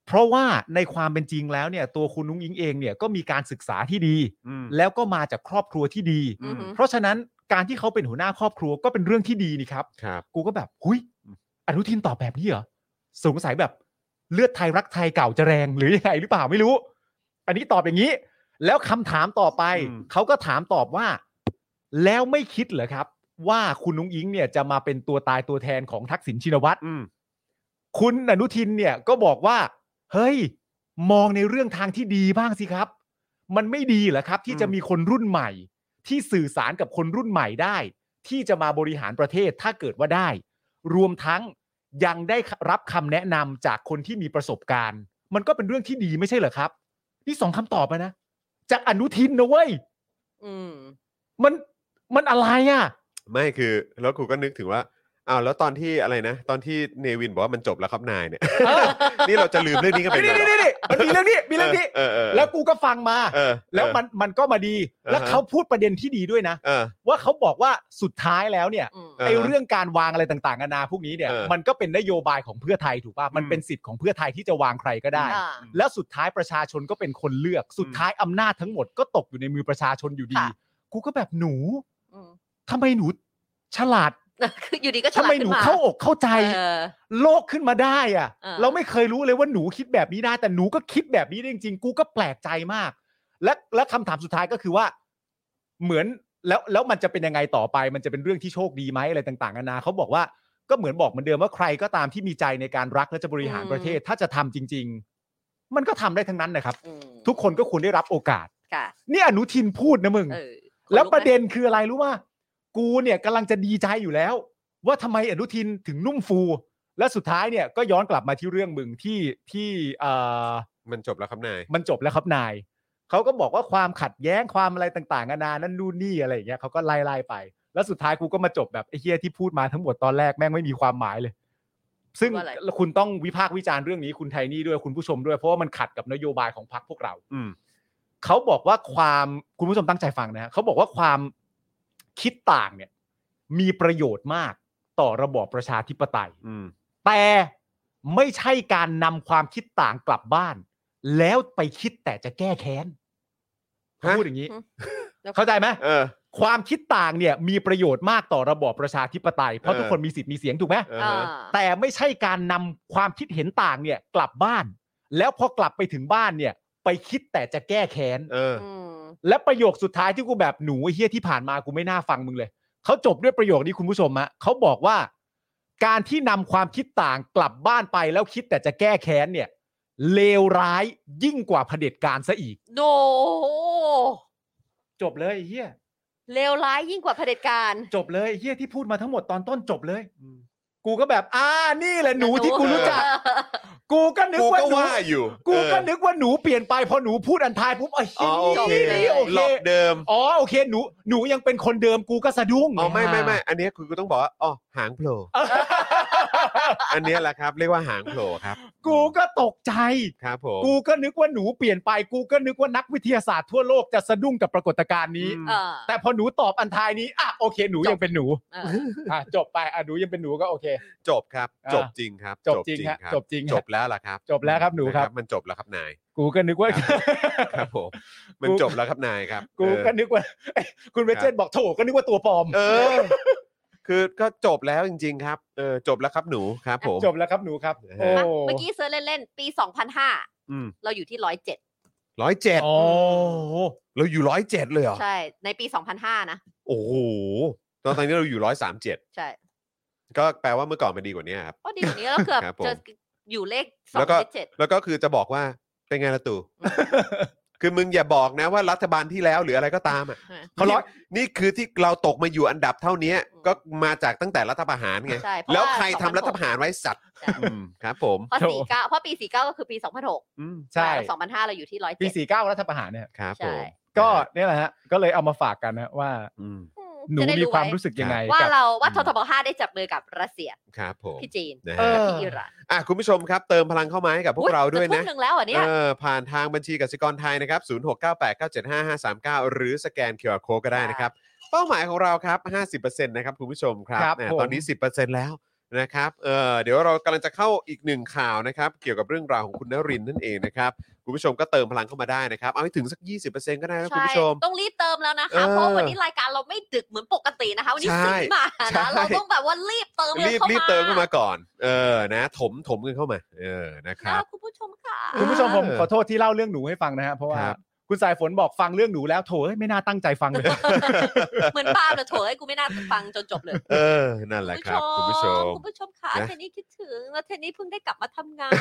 C: เพราะว่าในความเป็นจริงแล้วเนี่ย ตัวคุณนุ้งอิงเองเนี่ยก็มีการศึกษาที่ดี
B: อืม
C: แล้วก็มาจากครอบครัวที่ดี
D: อืม
C: เพราะฉะนั้นการที่เขาเป็นหัวหน้าครอบครัวก็เป็นเรื่องที่ดีนี่ครับ
B: ครับ
C: กูก็แบบหุยอนุทินตอบแบบนี้เหรอสงสัยแบบเลือดไทยรักไทยเก่าจะแรงหรือยังไงหรือเปล่าไม่รู้ อันนี้ตอบอย่างนี้ แล้วคำถามต่อไป
B: อืม
C: เขาก็ถามตอบว่า แล้วไม่คิดเหรอครับ ว่าคุณนุ้งอิงเนี่ยจะมาเป็นตัวตายตัวแทนของทักษิณชินวัตร
B: อืม
C: คุณอนุทินเนี่ยก็บอกว่า เฮ้ย มองในเรื่องทางที่ดีบ้างสิครับ มันไม่ดีเหรอครับ ที่จะ
B: อืม
C: มีคนรุ่นใหม่ ที่สื่อสารกับคนรุ่นใหม่ได้ ที่จะมาบริหารประเทศถ้าเกิดว่าได้ รวมทั้งยังได้รับคำแนะนำจากคนที่มีประสบการณ์ มันก็เป็นเรื่องที่ดีไม่ใช่เหรอครับ นี่สองคำตอบอะนะ จากอนุทินนะเว้ย
D: อืม
C: มันมันอะไรอะ่ะ
B: ไม่คือแล้วกูก็นึกถึงว่าอ้าวแล้วตอนที่อะไรนะ ตอนที่เนวินบอกว่ามันจบแล้วครับนายเนี่ย
C: เออ
B: นี่เราจะลืมเรื่องนี้กันไป
C: นี่
B: เลย
C: นี่
B: เหรอ
C: นี่นี่มันมีเรื่องนี้มีเรื่องนี้
B: เออเออเออ
C: แล้วกูก็ฟังมา
B: เออ
C: แล้ว
B: เออ
C: มันมันก็มาดี
B: อ่าฮะ
C: แล้วเขาพูดประเด็นที่ดีด้วยนะ
B: เออ
C: ว่าเขาบอกว่าสุดท้ายแล้วเนี่ย
D: อืม
B: เออ
C: ไอ้เรื่องการวางอะไรต่างๆนานาพวกนี้เนี่ย
B: เออ
C: มันก็เป็นนโยบายของเพื่อไทยถูกป่ะมัน
B: อืม
C: เป็นสิทธิ์ของเพื่อไทยที่จะวางใครก็ได้
D: อ่า
C: แล้วสุดท้ายประชาชนก็เป็นคนเลือก สุดท้ายอำนาจทั้งหมดก็ตกอยู่ในมือประชาชนอยู่ดี
D: ค่ะ
C: กูก็แบบหนู
D: อืม
C: ทำไมหนู ฉลาด
D: คืออยู่ดีก็ฉ
C: ทำ
D: ลาด
C: ไมห
D: ขึ้
C: นู
D: นมา
C: เข้าอกเข้าใจ
D: เออ
C: โลกขึ้นมาได้อะ
D: เออ
C: เราไม่เคยรู้เลยว่าหนูคิดแบบนี้ได้แต่หนูก็คิดแบบนี้ได้จริงๆ กูก็แปลกใจมาก และและคำถามสุดท้ายก็คือว่า เหมือนแล้วแล้วมันจะเป็นยังไงต่อไป มันจะเป็นเรื่องที่โชคดีไหมอะไรต่างๆนานาเขาบอกว่าก็เหมือนบอกเหมือนเดิมว่าใครก็ตามที่มีใจในการรักและจะบริหารประเทศ ถ้าจะทำจริง ๆ มันก็ทำได้ทั้งนั้นนะครับ
D: อืม
C: ทุกคนก็ควรได้รับโอกาส
D: ค่ะ
C: นี่อนุทินพูดนะมึง
D: เออขน
C: แล้ว
D: ก
C: ประ
D: ไหม
C: เด็นคืออะไรรู้ว่า กูเนี่ยกำลังจะดีใจอยู่แล้ว ว่าทำไมอนุทินถึงนุ่มฟู และสุดท้ายเนี่ยก็ย้อนกลับมาที่เรื่องมึงที่ที่เอ่อ
B: มันจบแล้วครับนาย
C: มันจบแล้วครับนาย เขาก็บอกว่าความขัดแย้งความอะไรต่างๆนานานั่นนู่นนี่อะไรอย่างเงี้ยเขาก็ไล่ไล่ไป แล้วสุดท้ายกูก็มาจบแบบไอ้เฮียที่พูดมาทั้งหมดตอนแรกแม่งไม่มีความหมายเลย ซึ่ง
D: ว่าอะไร
C: คุณต้องวิพากษ์วิจารณ์เรื่องนี้คุณไทนี่ด้วยคุณผู้ชมด้วยเพราะว่ามันขัดกับนโยบายของพรรคพวกเรา
B: อืม
C: เขาบอกว่าความคุณผู้ชมตั้งใจฟังนะฮะเขาบอกว่าความคิดต่างเนี่ย มีประโยชน์มากต่อระบอบประชาธิปไตย
B: อืม
C: แต่ ไม่ใช่การนำความคิดต่างกลับบ้าน แล้วไปคิดแต่จะแก้แค้น
B: ฮะ
C: พูดอย่างนี้
D: อื ม
C: เข้าใจไหม
B: เออ
C: ความคิดต่างเนี่ยมีประโยชน์มากต่อระบอบประชาธิปไตยเพราะ
B: เออ
C: ทุกคนมีสิทธิ์มีเสียงถูกไหม
B: เออ
D: อ่า
B: ฮะ
C: แต่ไม่ใช่การนำความคิดเห็นต่างเนี่ยกลับบ้าน แล้วพอกลับไปถึงบ้านเนี่ย ไปคิดแต่จะแก้แค้น
B: เออ
D: อืม
C: และประโยคสุดท้ายที่กูแบบหนูไอ้เฮี้ยที่ผ่านมากูไม่น่าฟังมึงเลย เขาจบด้วยประโยคนี้คุณผู้ชมฮะเขาบอกว่า การที่นำความคิดต่างกลับบ้านไปแล้วคิดแต่จะแก้แค้นเนี่ย เลวร้ายยิ่งกว่าเผด็จการซะอีก
D: โด
C: จบเลยไอ้เฮี้ย
D: เลวร้ายยิ่งกว่าเผด็จการ
C: จบเลยไอ้เฮี้ยที่พูดมาทั้งหมดตอนต้นจบเลยกูก็แบบอ่านี่แหละหนูที่กูรู้จัก กูก็นึก
B: กู
C: ว่า
B: ก็
C: หนู
B: ว่าอยู่
C: กูก็
B: เออ
C: นึกว่าหนูเปลี่ยนไปพอหนูพูดอันทายปุ๊บไอ้
B: อ๋
C: เหี้
B: อย โอเค
D: จบเลย
C: โอ
B: หล
C: เค
B: อกเดิม
C: อ๋อโอเคหนูหนูยังเป็นคนเดิมกูก็สะดุ้ง
B: อ๋อไม่ไม่ไม่อันเนี้ยคือกูต้องบอกว่าอ๋อหางโผล่
C: เออ
B: อันเนี้ยแหละครับ เรียกว่าหางโผล่ครับ
C: กูก็ตกใจ
B: ครับผม
C: กูก็นึกว่าหนูเปลี่ยนไป กูก็นึกว่านักวิทยาศาสตร์ทั่วโลกจะสะดุ้งกับปรากฏการณ์นี้
B: อืม
D: เออ
C: แต่พอหนูตอบอันทายนี้อ่ะโอเคหนูยังเป็น หนู
D: เออ
C: อ่ะจบไปอ่ะหนูยังเป็นหนูก็โอเค
B: จบครับ
C: อ่า
B: จบจริงครับ
C: จบจริงฮะจบจริงฮะ
B: จบแล้วล่ะครับ
C: จบแล้วครับหนูครับ
B: ะมันจบแล้วครับนาย
C: กูก็นึกว่า
B: ครับผม มัน
C: กู
B: จบแล้วครับนายครับ
C: กูก็
B: เออ
C: นึกว่า เอ้ยคุณเวจเจนบอกโถก็นึกว่าตัวปลอม
B: เออ คือก็จบแล้วจริง ๆ ครับเออจบแล้วครับหนูครับ ผม
C: จบแล้วครับหนูครับ
B: นะฮะ
C: โอ้
D: เมื่อกี้เซิร์ชเล่นๆ ปี 2005
B: อืม
D: เราอยู่ที่ 107
B: ร้อยเจ็ด
C: โอ้โห
B: เราอยู่ร้อยเจ็ดเลยเหรอ
D: ใช่ ในปี 2005 นะ
B: โอ้โหตอนตอนนี้เราอยู่ร้อยสามเจ็ด
D: ใช่
B: ก็แปลว่าเมื่อก่อนมันดีกว่านี้ครับ
D: ก็ดีกว่านี้แล้วเกือบ
B: ครับผม
D: จะอยู่เลข
B: แล้วก็
D: 207
B: แล้วก็คือจะบอกว่าเป็นไง ละตู่คือมึงอย่าบอกนะว่ารัฐบาลที่แล้วหรืออะไรก็ตามอ่ะ
C: เขาร้อย
B: นี่นี่คือที่เราตกมาอยู่อันดับเท่านี้ก็มาจากตั้งแต่รัฐประหารไง
D: ใช่เพราะ
B: แล้ว
D: ว่า
B: ใครทำรัฐ
D: 2006
B: ประหารไว้สัตว์
D: ใช่
B: อืมครับ ผม
D: เพราะ49เพราะปี 49 ก็คือปี 2006
B: อืม
C: ใช่
D: แล้ว2005 เราอยู่ที่
C: ปี
D: 107
C: สี่เก้ารัฐประหารเนี่ย
B: ครับผ
D: ใช่
B: ม
C: ก็เนี่ยแหละฮะก็เลยเอามาฝากกันนะว่า
B: อืม
D: อืม
C: หนู
D: จะได้
C: มีความ
D: ไ
C: รู้สึกยังไง
D: ว่า
C: กับ
D: เราว่า
B: อื
D: ท
B: ม
D: ทบ5ได้จับมือกับรัสเซีย
B: ครับผม
D: พี่จีน
B: นะ
C: เอ
B: ฮะ
D: พี่อิหร่าน
B: อ่ะคุณผู้ชมครับ เติมพลังเข้ามาให้กับพว
D: อุ๊
B: กเราด้วย
D: จะทุ่
B: นะ
D: มหนึ่งแล้วเหรอ่ะเนี่ย
B: เออผ่านทางบัญชีกสิกรไทยนะครับ 0698975539 หรือสแกน QR Code ก็ได้นะครับ เป้าหมายของเราครับ 50%นะครับคุณผู้ชมครับ
C: ครับ
B: แหม
C: ผม
B: ตอนนี้ 10%แล้วนะครับเออเดี๋ยวเรากำลังจะเข้าอีกหนึ่งข่าวนะครับ เกี่ยวกับเรื่องราวของคุณนรินทร์นั่นเองนะครับ คุณผู้ชมก็เติมพลังเข้ามาได้นะครับ เอาให้ถึงสัก 20%ก็ได้นะคุณ
D: ใช่
B: ผู้ชม
D: ต้องรีบเติมแล้วนะ
B: เออ
D: คะ เพราะวันนี้รายการเราไม่ดึกเหมือนปกตินะคะ วันนี้
B: ใช่
D: สีมา
B: ใช่
D: นะเราต้องแบบว่ารีบเติม
B: รีบรีบเติมเข้ามาก่อน เออนะถมถมกันเข้ามา เออนะค
D: นะ
B: รับ
D: คุณผู้ชมค่ะ
C: คุณผู้ชมผมขอโทษที่เล่าเรื่องหนูให้ฟังนะฮะเพราะว่า
B: ครับ
C: คุณสายฝนบอกฟังเรื่องหนูแล้วโถเอ้ยไม่น่าตั้งใจฟังเลย
D: เหมือนปาล์มเลยโถเอ้ยกูไม่น่าฟังจนจบเลย
B: เออ นั่นแหละครับ คุณผู้ชม
D: คุณผู้ชมค่ะ
B: นะ
D: เทนนี่คิดถึง แล้วเทนนี่เพิ่งได้กลับมาทำงาน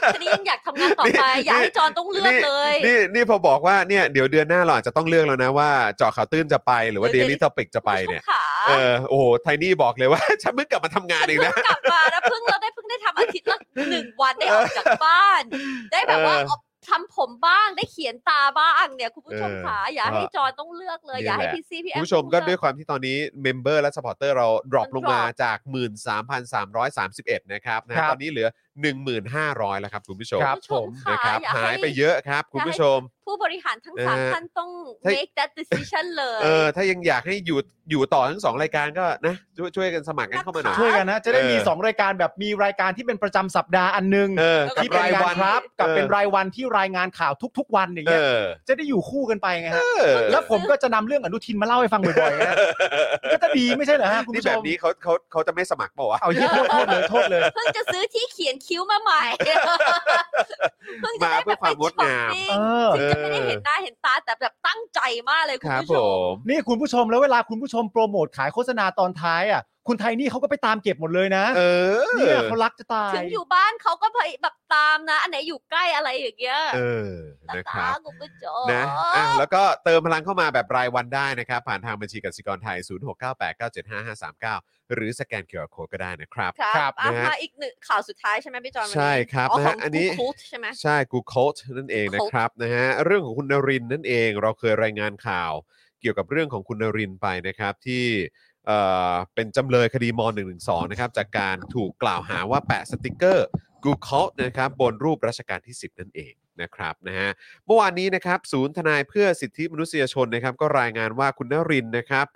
D: เทนนี่ยังอยากทำงานต่อไป
B: นี่
D: อยากให้จอนต้องเลือกเลย
B: นี่นี่พอบอกว่าเนี่ยเดี๋ยวเดือนหน้าเราอาจจะต้องเลือกแล้วนะว่าเจาะข่าวตื้นจะไปหรือว่า
D: หรือ
B: Daily Topic จะไปเนี่ย
D: คุณผู้ชมค่ะ
B: เออโอ้โหไทนี่บอกเลยว่า ฉันเพิ่งกลับมาทำงานเองนะ
D: กลับมาแล้วเพิ่งเราได้เพิ่งได้ทำอาทิตย์ละหนึ่งวันได้ออกจากบ้าน ได้แบบว่า
B: เออ
D: เอาทำผมบ้างได้เขียนตาบ้างเนี่ยคุณผู้ชมค่ะอย่าให้จอนต้องเลือกเลย
B: นี่
D: อย่าให้
B: แหละ
D: พี่ซีพี่แอ
B: คุณ
D: ม
B: ผู้ชมก็ด้วย
D: เลือ
B: ความที่ตอนนี้เมมเบอร์และสปอร์เตอร์เราดรอป
D: มัน drop
B: ลงมาจาก 13,331 นะครับนะ
C: ครั
B: ฮะ
C: บ
B: ตอนนี้เหลือ 1,500 แล้วครับคุณผู้ชม
C: ครั
D: คุณผู้ชมค่ะ
B: นะครับ
D: อย่า
B: หาย
D: ให้
B: ไปเยอะครับ คุณผู้ชม
D: ผู้บริหารทั้ง
B: เออ
D: สามท่านต้อง
B: ถ้า
D: make that decision เลย
B: เออถ้ายังอยากให้อยู่อยู่ต่อทั้งสองรายการก็นะช่วยช่วยกันสมัครกันเข้ามาหน่อย
C: ช่วยกันนะ จะได้มี
B: เออ
C: สองรายการแบบมีรายการที่เป็นประจำสัปดาห์อันหนึง
B: เออ
D: แล้ว
B: กั
D: ก็
B: บ
C: ที่
D: เป็
C: เป็น
B: ราย
C: ก
B: วัน
C: ครักับเป็น
B: ออ
C: รายวันที่รายงานข่าวทุก ๆ วันอย่าง
B: เอ
C: เงี้ย
B: อ
C: จะได้อยู่คู่กันไปไงฮะ
B: เออ
C: แล้วผมก็จะนำเรื่องอนุทินมาเล่าให้ฟังบ่อยๆนะก็จะดีไม่ใช่เหรอฮะคุณ
B: นี่
C: ผู้ช
B: แบบ
C: ม
B: นี้เขาเขาเขาจะไม่สมัครเปล่าวะ
C: เอาเหี้ยโทษโทษเลยโทษเลย
D: เพิ่งจะซื้อที่เขียนคิ้วมาใหม่ เพิ่งจะ
B: มา
D: ได้
B: เพื่อความงดงาม
D: ไปช้อปปิ้
C: เอง อ
D: ถึงจะไม่ได้เห็นหน้าเห็นตาแต่แบบตั้งใจมากเลยคุ
B: ค
D: ณ
B: รับผ
D: ผู้ชม
B: ม
C: นี่คุณผู้ชมแล้วเวลาคุณผู้ชมโปรโมทขายโฆษณาตอนท้ายอ่ะคุณไทยนี่เขาก็ไปตามเก็บหมดเลยนะ
B: เอ
C: เนี่ย
B: อ
C: เขารักจะตาย
D: ถึงอยู่บ้านเขาก็ไปแบบตามนะ อันไหนอยู่ใกล้อะไรอย่างเงี้ย
B: เออนะครับ
D: ตามคุณผู้ชม
B: นะอ่ะแล้วก็เติมพลังเข้ามาแบบรายวันได้นะครับ ผ่านทางบัญชีกสิกรไทย 0698975539 หรือสแกน QR Code ก็ได้นะครับ
D: ค
C: ครั
D: รับบอ่ะ
B: นะฮะ
D: มาอีกหนึ่งข่าวสุดท้ายใช่ไหมพี่จอนวันนี้
B: ใช่ครับ
D: อ๋อ
B: นะ
D: ข
B: ฮะ
D: อง
B: อันนี้
D: คูทใช่ไหม
B: ใช่กูโค้ชนั่นเองนะครับนะฮะเรื่องของคุณนรินทร์นั่นเองเราเคยรายงานข่าว เกี่ยวกับเรื่องของคุณนรินทร์ไปนะครับที่เอ่อเป็นจำเลยคดีม .112 นะครับจากการถูกกล่าวหาว่าแปะสติกเกอร์ Google นะครับบนรูปรัชกาลที่ 10 นั่นเองนะครับนะฮะเมื่อวานนี้นะครับศูนย์ทนายเพื่อสิทธิมนุษยชนนะครับก็รายงานว่าคุณนรินทร์นะครับ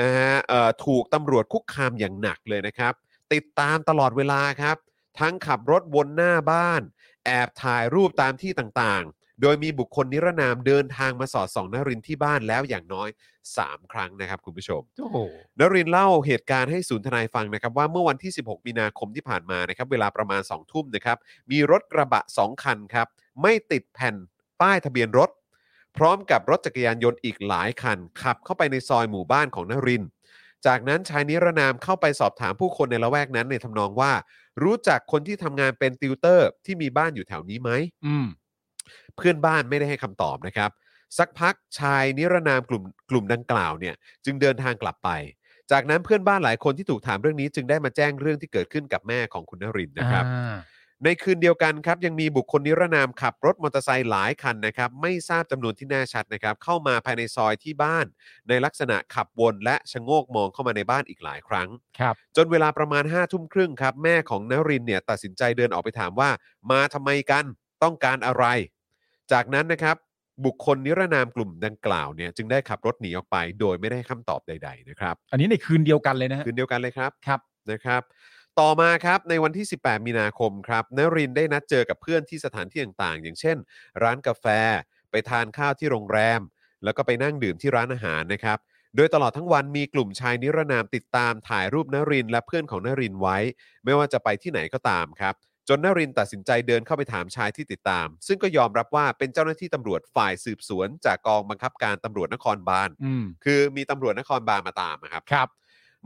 B: นะฮะเอ่อถูกตำรวจคุกคามอย่างหนักเลยนะครับ ติดตามตลอดเวลาครับ ทั้งขับรถวนหน้าบ้าน แอบถ่ายรูปตามที่ต่างๆ โดยมีบุคคลนิรนามเดินทางมาสอดส่องนรินทร์ที่บ้านแล้วอย่างน้อย 3 ครั้งนะครับคุณผู้ชม
A: โอ้โห
B: นรินทร์เล่าเหตุการณ์ให้ศูนย์ทนายฟังนะครับว่าเมื่อวันที่ 16 มีนาคมที่ผ่านมานะครับเวลาประมาณ 2 ทุ่มนะครับมีรถกระบะ 2 คันครับไม่ติดแผ่นป้ายทะเบียนรถ พร้อมกับรถจักรยานยนต์อีกหลายคัน ขับเข้าไปในซอยหมู่บ้านของนรินทร์จากนั้นชายนิรนามเข้าไปสอบถามผู้คนในละแวกนั้นในทำนองว่า รู้จักคนที่ทำงานเป็นติวเตอร์ที่มีบ้านอยู่แถวนี้ไหม
A: อืม
B: เพื่อนบ้านไม่ได้ให้คำตอบนะครับ สักพักชายนิรนามกลุ่มกลุ่มดังกล่าวเนี่ยจึงเดินทางกลับไป จากนั้นเพื่อนบ้านหลายคนที่ถูกถามเรื่องนี้จึงได้มาแจ้งเรื่องที่เกิดขึ้นกับแม่ของคุณนรินทร์นะครับ ในคืนเดียวกันครับยังมีบุคคลนิรนามขับรถมอเตอร์ไซค์หลายคันนะครับไม่ทราบจำนวนที่แน่ชัดนะครับ เข้ามาภายในซอยที่บ้าน ในลักษณะขับวนและชะโงกมองเข้ามาในบ้านอีกหลายครั้ง
A: ครับ
B: จนเวลาประมาณ5้าทุ่มครึ่งครับ แม่ของนรินทร์เนี่ยตัดสินใจเดินออกไปถามว่ามาทำไมกันต้องการอะไร จากนั้นนะครับ บุคคลนิรนามกลุ่มดังกล่าวเนี่ยจึงได้ขับรถหนีออกไป โดยไม่ได้ให้คำตอบใด ๆ นะครับ
A: อันนี้ในคืนเดียวกันเลยนะฮะ
B: คืนเดียวกันเลยครับ
A: ครับ
B: นะครับ ต่อมาครับในวันที่ 18 มีนาคมครับนรินทร์ได้นัดเจอกับเพื่อนที่สถานที่ต่างๆ อย่างเช่น ร้านกาแฟ ไปทานข้าวที่โรงแรม แล้วก็ไปนั่งดื่มที่ร้านอาหารนะครับ โดยตลอดทั้งวันมีกลุ่มชายนิรนามติดตามถ่ายรูปนรินทร์และเพื่อนของนรินทร์ไว้ ไม่ว่าจะไปที่ไหนก็ตามครับ จนนรินทร์ตัดสินใจเดินเข้าไปถามชายที่ติดตาม ซึ่งก็ยอมรับว่าเป็นเจ้าหน้าที่ตำรวจฝ่ายสืบสวน จากกองบังคับการตำรวจนครบาล
A: อืม
B: คือมีตำรวจนครบาลมาตามอะครับ
A: ครับ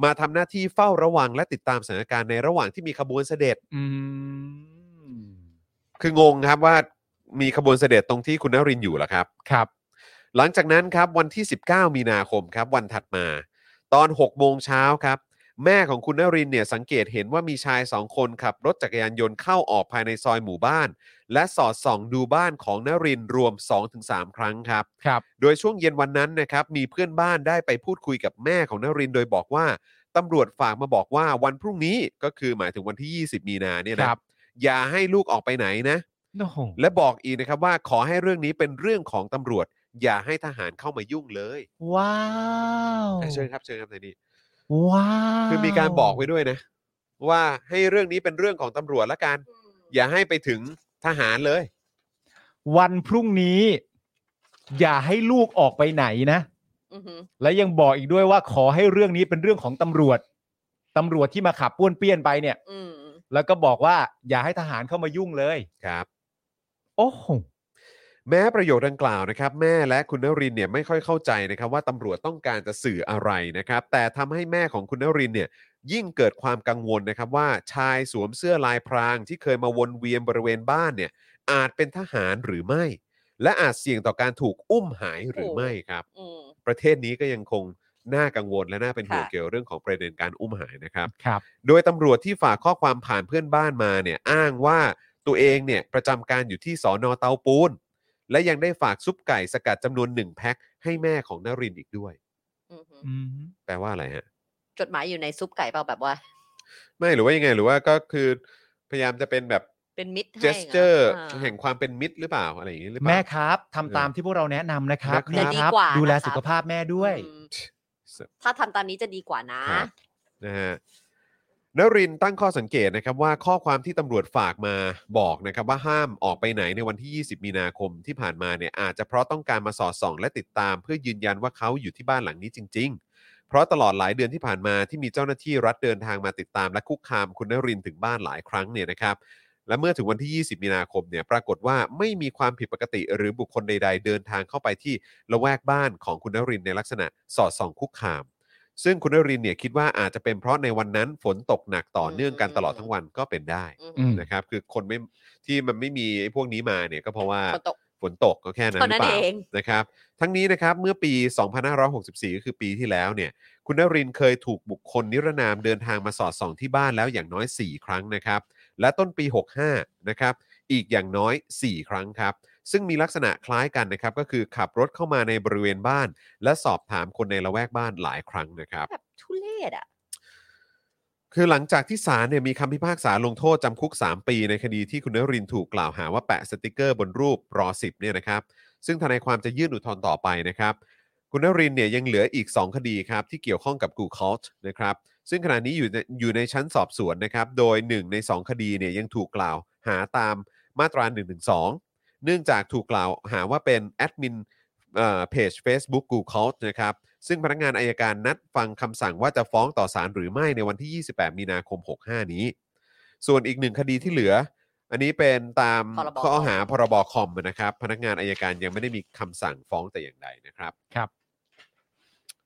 B: มาทำหน้าที่เฝ้าระวังและติดตามสถานการณ์ในระหว่างที่มีขบวนเสด็จ
A: อืม
B: คืองงครับว่ามีขบวนเสด็จตรงที่คุณนรินทร์อยู่เหรอครับ
A: ครับ
B: หลังจากนั้นครับวันที่ 19 มีนาคมครับวันถัดมา ตอน 6 โมงเช้าครับ แม่ของคุณนรินทร์เนี่ยสังเกตเห็นว่ามีชายสองคนขับรถจักรยานยนต์เข้าออกภายในซอยหมู่บ้าน และสอดส่องดูบ้านของนรินทร์รวม 2-3 ครั้งครับ
A: ครับ
B: โดยช่วงเย็นวันนั้นนะครับมีเพื่อนบ้านได้ไปพูดคุยกับแม่ของนรินทร์โดยบอกว่าตำรวจฝากมาบอกว่าวันพรุ่งนี้ก็คือหมายถึงวันที่ 20 มีนาเนี่ยนะครับ อย่าให้ลูกออกไปไหนนะ
A: โอ้โห
B: และบอกอีกนะครับว่าขอให้เรื่องนี้เป็นเรื่องของตำรวจ อย่าให้ทหารเข้ามายุ่งเลย
A: ว้าว
B: อ่ะเชิญครับเชิญครับในนี้
A: ว้าว
B: คือมีการบอกไว้ด้วยนะ ว่าให้เรื่องนี้เป็นเรื่องของตำรวจละกัน อย่าให้ไปถึงทหารเลย
A: วันพรุ่งนี้ อย่าให้ลูกออกไปไหนนะ
D: อือหือ
A: และยังบอกอีกด้วยว่าขอให้เรื่องนี้เป็นเรื่องของตำรวจตำรวจที่มาขับป้วนเปี้ยนไปเนี่ย
D: อืม
A: แล้วก็บอกว่าอย่าให้ทหารเข้ามายุ่งเลย
B: ครับ
A: โอ้โห
B: แม้ประโยคดังกล่าวนะครับ แม่และคุณนรินทร์เนี่ยไม่ค่อยเข้าใจนะครับ ว่าตำรวจต้องการจะสื่ออะไรนะครับ แต่ทำให้แม่ของคุณนรินทร์เนี่ยยิ่งเกิดความกังวลนะครับ ว่าชายสวมเสื้อลายพรางที่เคยมาวนเวียนบริเวณบ้านเนี่ยอาจเป็นทหารหรือไม่ และอาจเสี่ยงต่อการถูกอุ้มหายหรือไม่ครับ
D: อืม
B: ประเทศนี้ก็ยังคงน่ากังวลและน่าเป็นห่วง
D: ค่ะ
B: เกี่ยวเรื่องของประเด็นการอุ้มหายนะครับ
A: ครับ
B: โดยตำรวจที่ฝากข้อความผ่านเพื่อนบ้านมาเนี่ยอ้างว่าตัวเองเนี่ยประจำการอยู่ที่สอนอเตาปูน และยังได้ฝากซุปไก่สกัดจำนวนหนึ่งแพ็คให้แม่ของนรินทร์อีกด้วย
D: อือหือ
A: อืม
B: แปลว่าอะไรฮะ
D: จดหมายอยู่ในซุปไก่เปล่าแบบว่า
B: ไม่หรือว่ายังไงหรือว่าก็คือพยายามจะเป็นแบบ
D: เป็นมิตรให้
B: gesture
D: า
B: แห่งความเป็นมิตรหรือเปล่าอะไรอย่างนี้หรือเปล่า
A: แม่ครับทำตามที่พวกเราแนะนำนะครับ
B: นะครับ
A: นี่ครับ
D: จะดีกว่านะครับ
A: ดูแลสุขภาพแม่ด้วย
D: อืมถ้าทำตามนี้จะดีกว่านะ
B: ครับ นะฮะนรินทร์ตั้งข้อสังเกตนะครับว่าข้อความที่ตำรวจฝากมาบอกนะครับว่าห้ามออกไปไหนในวันที่ 20 มีนาคมที่ผ่านมาเนี่ยอาจจะเพราะต้องการมาสอดส่อง และติดตามเพื่อยืนยันว่าเขาอยู่ที่บ้านหลังนี้จริง ๆ เพราะตลอดหลายเดือนที่ผ่านมาที่มีเจ้าหน้าที่รัฐเดินทางมาติดตามและคุกคามคุณนรินทร์ถึงบ้านหลายครั้งเนี่ยนะครับ และเมื่อถึงวันที่ 20 มีนาคมเนี่ยปรากฏว่าไม่มีความผิดปกติ หรือบุคคลใด ๆ เดินทางเข้าไปที่ละแวกบ้านของคุณนรินทร์ในลักษณะสอดส่องคุกคาม ซึ่งคุณนรินทร์เนี่ยคิดว่าอาจจะเป็นเพราะในวันนั้นฝนตกหนักต่อเนื่องกันตลอดทั้งวันก็เป็นได้
D: อืม
A: อืม
B: นะครับ คือคนไม่ที่มันไม่มีไอ้พวกนี้มาเนี่ยก็เพราะว่า
D: ฝนตก
B: ฝนตกก็แค่นั้นหรื
D: เท่านั้
B: อน เปล่า
D: เอง
B: นะครับ ทั้งนี้นะครับเมื่อปี 2564 ก็คือปีที่แล้วเนี่ย คุณนรินทร์เคยถูกบุคคลนิรนามเดินทางมาสอดส่องที่บ้านแล้วอย่างน้อย 4 ครั้งนะครับ และต้นปี 65 นะครับ อีกอย่างน้อย 4 ครั้งครับ ซึ่งมีลักษณะคล้ายกันนะครับ ก็คือขับรถเข้ามาในบริเวณบ้าน และสอบถามคนในละแวกบ้านหลายครั้งนะครับ
D: แบบทุเรศอ่ะ
B: คือหลังจากที่ศาลเนี่ยมีคำพิพากษาลงโทษจำคุก 3 ปีในคดีที่คุณนรินทร์ถูกกล่าวหาว่าแปะสติกเกอร์บนรูปรอ10เนี่ยนะครับ ซึ่งทนายความจะยื่นอุทธรณ์ต่อไปนะครับ คุณนรินทร์เนี่ยยังเหลืออีก 2 คดีครับ ที่เกี่ยวข้องกับ Google นะครับ ซึ่งขณะนี้อยู่ในอยู่ในชั้นสอบสวนนะครับ โดย 1 ใน 2 คดีเนี่ยยังถูกกล่าวหาตามมาตรา1นึเนื่องจากถูกกล่าวหาว่าเป็นแอดมินเอ่อเพจ Facebook g o o g l e นะครับ ซึ่งพนักงานอายการนัดฟังคำสั่งว่าจะฟ้องต่อศาลหรือไม่ในวันที่ 28 มีนาคม 65 นี้ ส่วนอีกหนึ่งคดีที่เหลือ อันนี้เป็นตาม
D: พรบ
B: ข้อหาพรบคอมนะครับ พนักงานอายการยังไม่ได้มีคำสั่งฟ้องแต่อย่างใดนะครับ
C: ครับ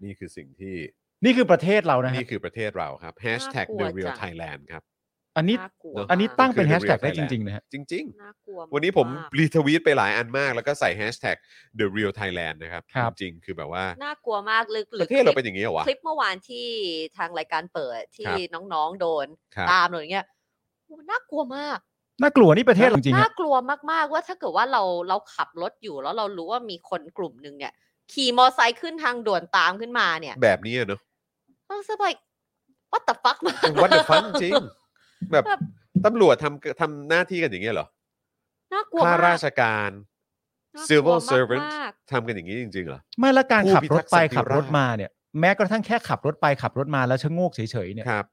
B: นี่คือสิ่งที่
C: นี่คือประเทศเรานะฮะ
B: นี่คือประเทศเราครับ Hashtag
D: น่ากลั
B: The
D: ว
B: Real
D: จัง
B: Thailand ครับ
C: อันนี้
D: ากลัว
C: อันนี้ตั้งเป็น
B: คือ
C: แฮ
B: The
C: ชแท็ก
B: Real
C: ได้จ
B: Thailand
C: ริงๆนะฮะ
B: จริง ๆ
D: น่ากลัวาก
B: วันนี้ผมรีทวีตไปหลายอันมาก แล้วก็ใส่ Hashtag The Real Thailand นะครับ
C: ครับ
B: จริงๆ คือแบบว่า
D: น่ากลัวมากลึก
B: ประเทศเราเป็นอย่างนี้เหรอวะ
D: คลิปเมื่อวานที่ทางรายการเปิดที่
B: ครั
D: น้องๆโดน
B: ครับ
D: ตามเลยอย่างเงี้ยโอ้น่ากลัวมาก
C: น่ากลัวนี่ประเทศเราจริงๆ
D: น่า
C: ฮะ
D: กลัวมากๆว่าถ้าเกิดว่าเราเราขับรถอยู่แล้วเรารู้ว่ามีคนกลุ่มหนึ่งเนี่ย ขี่มอไซค์ขึ้นทางด่วนตามขึ้นมาเนี่ย
B: แบบนี้อะเนาะ
D: เราสบายวัตตฟักมาก
B: What the fuck จริง แบบ
D: แบบ
B: ตำรวจทำทำหน้าที่กันอย่างนี้ยเหรอ
D: น่ากลั
B: ข้าม
D: วาก
B: ราชการ
D: น่ากลัว
B: civil servant
D: มาก
B: ทำกันอย่างนี้จริงๆเหรอ
C: ไม่และการ
B: ผู้
C: ขับ
B: พิ
C: ร
B: ทั
C: ถ
B: กษ์
C: ไป
B: สันติ
C: ขับรถ
B: ราษฎร์
C: มาเนี่ย แม้กระทั่งแค่ขับรถไปขับรถมาแล้วชะโงกเฉยๆเนี่ย
B: ครับ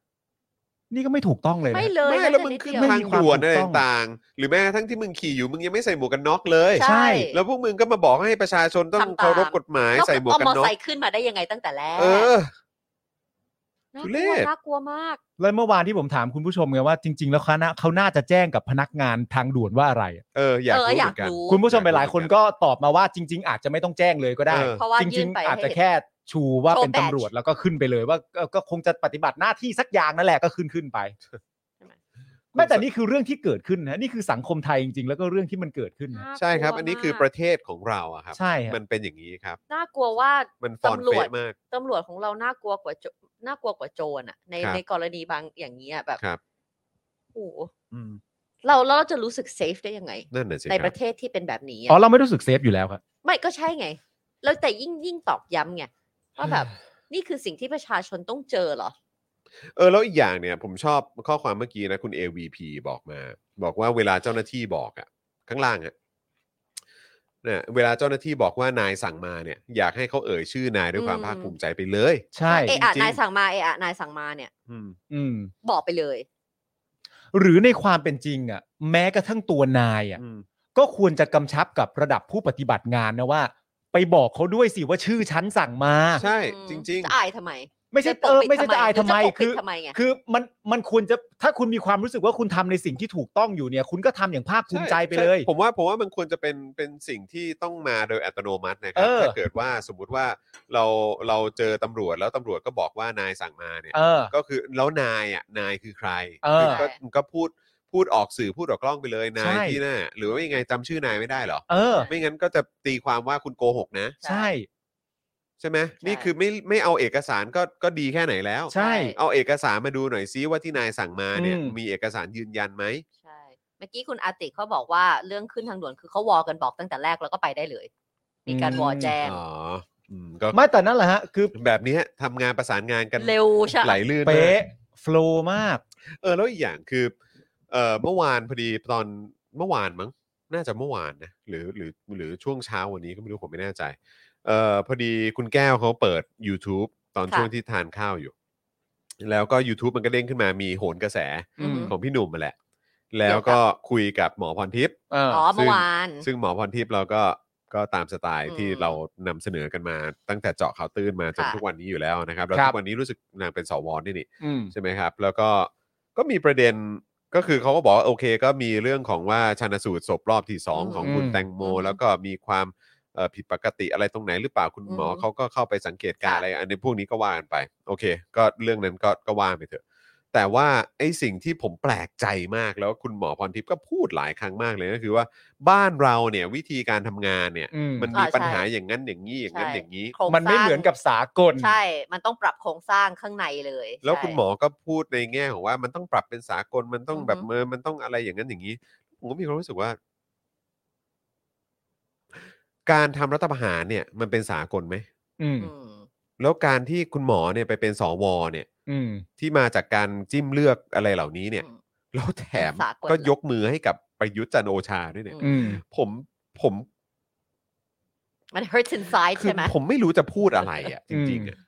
C: นี่ก็ไม่ถูกต้องเลยนะ
D: ไม่เลย
B: ไม่
D: นะ
B: แล้ว
D: แต่
B: มึง
D: นิด
B: ขึ้น
D: เดียว
B: ทางด่วนอะไร
C: ไม่มีความถูกต้อง
B: ต่างๆ หรือแม้กระทั่งที่มึงขี่อยู่มึงยังไม่ใส่หมวกกันน็อกเลย
D: ใช่
B: แล้วพวกมึงก็มาบอกให้ประชาชนต้อง
D: ทำตาม
B: เคารพกฎหมาย
D: แล้ว
B: ใส่หมวกกัน
D: เอาม
B: น็
D: อ
B: อก
D: ไซค์ขึ้นมาได้ยังไงตั้งแต่แรก
B: เออ
D: น่า
B: ทุ
D: ก
B: เร
D: ลัว
B: ศ
D: น่ากลัวมาก
C: แล้วเมื่อวานที่ผมถามคุณผู้ชมไงว่าจริง ๆ แล้วคณะเขาน่าจะแจ้งกับพนักงานทางด่วนว่าอะไร
B: เอออยาก
D: เออ
B: รู้
D: อ
B: เห
D: ยา
B: มื
D: ก
B: อนกัน
D: รู้
C: คุณผู้ชม
B: อยากรู้
C: หลายๆคนก็ตอบมาว่าจริง ๆ อาจจะไม่ต้องแจ้งเลยก็ได้
B: เออ
D: เพราะว่า
C: จ
D: ยื่
C: ริง
D: นไป
C: ๆ
D: ให้
C: อาจจะ
D: เห็น
C: แค่ชูว่าเป็น
D: โชว์แบต
C: ตำรวจแล้วก็ขึ้นไปเลยว่าเอ่อก็คงจะปฏิบัติหน้าที่สักอย่างนั่นแหละก็ขึ้นขึ้นไปแม้แต่นี่คือเรื่องที่เกิดขึ้นนะนี่คือสังคมไทยจริงๆ แล้วก็เรื่องที่มันเกิดขึ้นนะ
D: น่ากลัว
B: ใช่ครับ อันนี้คือ
D: มาก
B: ประเทศของเราอะครับ
C: ใช่ฮะ
B: มันเป็นอย่างนี้ครับ
D: น่ากลัวว่า
B: มันฟอน
D: ตำรว
B: เฟะ
D: จ
B: มาก
D: ตำรวจของเราน่ากลัวกว่าโจน่ากลัวกว่าโจรอ่ะ ใน
B: ครับ
D: ในกรณีบางอย่างนี้ยแบบ
B: ครับ
D: โอ้โห
C: อืม
D: เราแล้วเราจะรู้สึกเซฟได้ยังไง
B: นั่นน่ะสิ
D: ใน
B: ค
D: ป
B: รับ
D: ระเทศที่เป็นแบบนี้อะ
C: อ๋อเราไม่รู้สึกเซฟอยู่แล้วครับ
D: ไม่ก็ใช่ไง แล้วแต่ยิ่งยิ่งตอกย้ำไงว่า แบบ นี่คือสิ่งที่ประชาชนต้องเจอเหรอ
B: เออแล้วอีกอย่างเนี่ย ผมชอบข้อความเมื่อกี้นะคุณ AVP บอกมา บอกว่าเวลาเจ้าหน้าที่บอกอะข้างล่างอะเนี่ยเวลาเจ้าหน้าที่บอกว่านายสั่งมาเนี่ย อยากให้เขาเอ่ยชื่อนายด้วยความ
D: อืม
B: ภาคภูมิใจไปเลย
C: ใช่
D: เอะอะ
B: จริงๆ
D: นายสั่งมาเอะอะนายสั่งมาเนี่ย
B: อืม
C: อืม
D: บอกไปเลย
C: หรือในความเป็นจริงอ่ะ แม้กระทั่งตัวนายอ่ะ
B: อืม
C: ก็ควรจะกำชับกับระดับผู้ปฏิบัติงานนะว่า ไปบอกเขาด้วยสิว่าชื่อชั้นสั่งมา
B: ใช่
D: อืม
B: จริง
D: จะอายทำไม
C: ไม่ใช่
D: จะปก
C: เออ
D: ปิด
C: ไม่ใช่จะอายทำไม
D: หรืจะปกปิ
C: คือ
D: ดทำไมไง
C: คือมันมันควรจะถ้าคุณมีความรู้สึกว่าคุณทำในสิ่งที่ถูกต้องอยู่เนี่ย คุณก็ทำอย่างภาค
B: ๆ
C: ภูมิใจไป
B: ช่
C: เลย
B: ช่ผมว่าผมว่ามันควรจะเป็นเป็นสิ่งที่ต้องมาโดยอัตโนมัตินะครั
C: เออ
B: ถ้าเกิดว่าสมมุติว่าเราเราเจอตำรวจแล้วตำรวจก็บอกว่านายสั่งมาเนี่ย
C: เออ
B: ก็คือแล้วนายอ่ะนายคือใคร
C: เออ
B: ก็ก็พูดพูดออกสื่อพูดออกกล้องไปเลยนาย
C: ใช่
B: ที่หน่าหรือว่ายังไงจำชื่อนายไม่ได้เหรอ
C: เออ
B: ไม่งั้นก็จะตีความว่าคุณโกหกนะ
C: ใช่
B: ใช่ไหมนี่คือไม่ไม่เอาเอกสารก็ก็ดีแค่ไหนแล้ว
C: ใช่
B: เอาเอกสารมาดูหน่อยซิว่าที่นายสั่งมาเนี่ย
C: อืม
B: มีเอกสารยืนยันไหม
D: ใช่ เมื่อกี้คุณอาติเขาบอกว่าเรื่องขึ้นทางด่วนคือเขาวอกันบอกตั้งแต่แรกแล้วก็ไปได้เลย มีการวอแจ้ง
B: อ๋ออืมก็
C: ไม่แต่นั่นแหละฮะ คือ
B: แบบนี้ทำงานประสานงานกัน
D: เร็วใช่
B: ไหลลื่นมาก
C: เป๊ะโฟลว์มาก
B: เออแล้วอีกอย่างคือเออเมื่อวานพอดีตอนเมื่อวานมั้งน่าจะเมื่อวานนะหรือหรือหรือช่วงเช้าวันนี้ก็ไม่รู้ผมไม่แน่ใจเออพอดีคุณแก้วเขาเปิด YouTube ตอนช่วงที่ทานข้าวอยู่ แล้วก็ YouTube มันก็เด้งขึ้นมามีโหนกระแส
D: อืม
B: ของพี่หนุ่มมาแหละ แล้วก็คุยกับหมอพรทิพย์
C: เออ
D: อ๋อ
B: ซึ่ง
D: เมื่อวาน
B: ซึ่งหมอพรทิพย์เราก็ก็ตามสไตล์ที่
D: อืม
B: เรานำเสนอกันมาตั้งแต่เจาะข่าวตื้นมาจน
D: ค่ะ
B: ทุกวันนี้อยู่แล้วนะครับแล้ว
C: ครั
B: ทุ
C: บ
B: กวันนี้รู้สึกนางเป็นสวนี่นี่
C: อืม
B: ใช่ไหมครับ แล้วก็ก็มีประเด็นก็คือเขาก็บอกว่าโอเคก็มีเรื่องของว่าชนสูตรศพรอบที่
D: อื
B: 2
D: ม
B: ของคุณ
C: อืม
B: แตงโม
D: อืม
B: แล้วก็มีความเอ่อผิดปกติอะไรตรงไหนหรือเปล่าคุณหมอ
D: อืม
B: เขาก็เข้าไปสังเกตการณ์
D: ค่ะ
B: อะไรอันนี้พวกนี้ก็ว่ากันไป โอเค ก็เรื่องนั้นก็ก็ว่าไปเถอะ แต่ว่าไอ้สิ่งที่ผมแปลกใจมากแล้วคุณหมอพรทิพย์ก็พูดหลายครั้งมากเลยก็คือว่าบ้านเราเนี่ยวิธีการทำงานเนี่ย
C: อืม
B: มันมีปัญหาอย่างนั้นอย่างนี้อย่างนั้น
D: ใช่
B: อย่างนี้
D: โครง
C: มัน
D: ส
C: ไม่
D: ร้าง
C: เหมือนกับสากล
D: ใช่ มันต้องปรับโครงสร้างข้างในเลย
B: แล้ว
D: ใช่
B: คุณหมอก็พูดในแง่ของว่ามันต้องปรับเป็นสากลมันต้องแบบ
D: อือฮึ
B: เมอมันต้องอะไรอย่างนั้นอย่างนี้ผมก็มีความรู้สึกว่า การทำรัฐประหารเนี่ย มันเป็นสากลไหม
C: อืม
D: อืม
B: แล้วการที่คุณหมอเนี่ยไปเป็นสวเนี่ย
C: อืม
B: ที่มาจากการจิ้มเลือกอะไรเหล่านี้เนี่ย
D: อืม
B: แล้วแถม
D: เป็นสากล
B: ก็ยกมือให้กับประยุทธ์จันทร์โอชาด้วยเนี่ย
C: อืม
B: ผมผม
D: มัน hurts inside
B: คือ
D: ใช่ไหม
B: ผมไม่รู้จะพูดอะไรอ่ะ จริงๆอ่ะ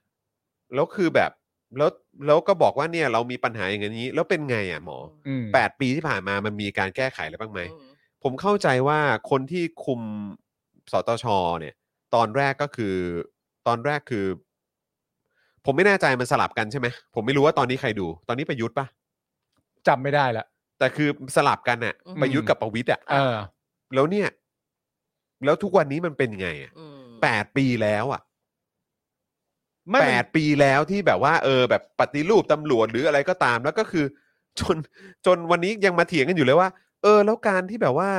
B: แล้วคือแบบ แล้วแล้วก็บอกว่าเนี่ยเรามีปัญหาอย่างนี้ แล้วเป็นไงอ่ะหมอ
C: อืม
B: แปดปีที่ผ่านมามันมีการแก้ไขอะไรบ้างไหม
D: อืม
B: ผมเข้าใจว่าคนที่คุมสตชเนี่ย ตอนแรกก็คือ ตอนแรกคือ ผมไม่แน่ใจมันสลับกันใช่ไหมผมไม่รู้ว่าตอนนี้ใครดู ตอนนี้ประยุทธ์ปะ
C: จำไม่ได้ละ
B: แต่คือสลับกันน่ะ
D: อืม
B: ประยุทธ์กับประวิทย์อ่ะ
C: เออ
B: แล้วเนี่ย แล้วทุกวันนี้มันเป็นยังไงอ่ะ
D: อืม
B: แปดปีแล้วอ่ะ
C: ไม่
B: แป
C: มัน
B: ดปีแล้วที่แบบว่า เออ แบบปฏิรูปตำรวจหรืออะไรก็ตาม แล้วก็คือ จน จนวันนี้ยังมาเถียงกันอยู่เลยว่า เออ แล้วการที่แบบว่า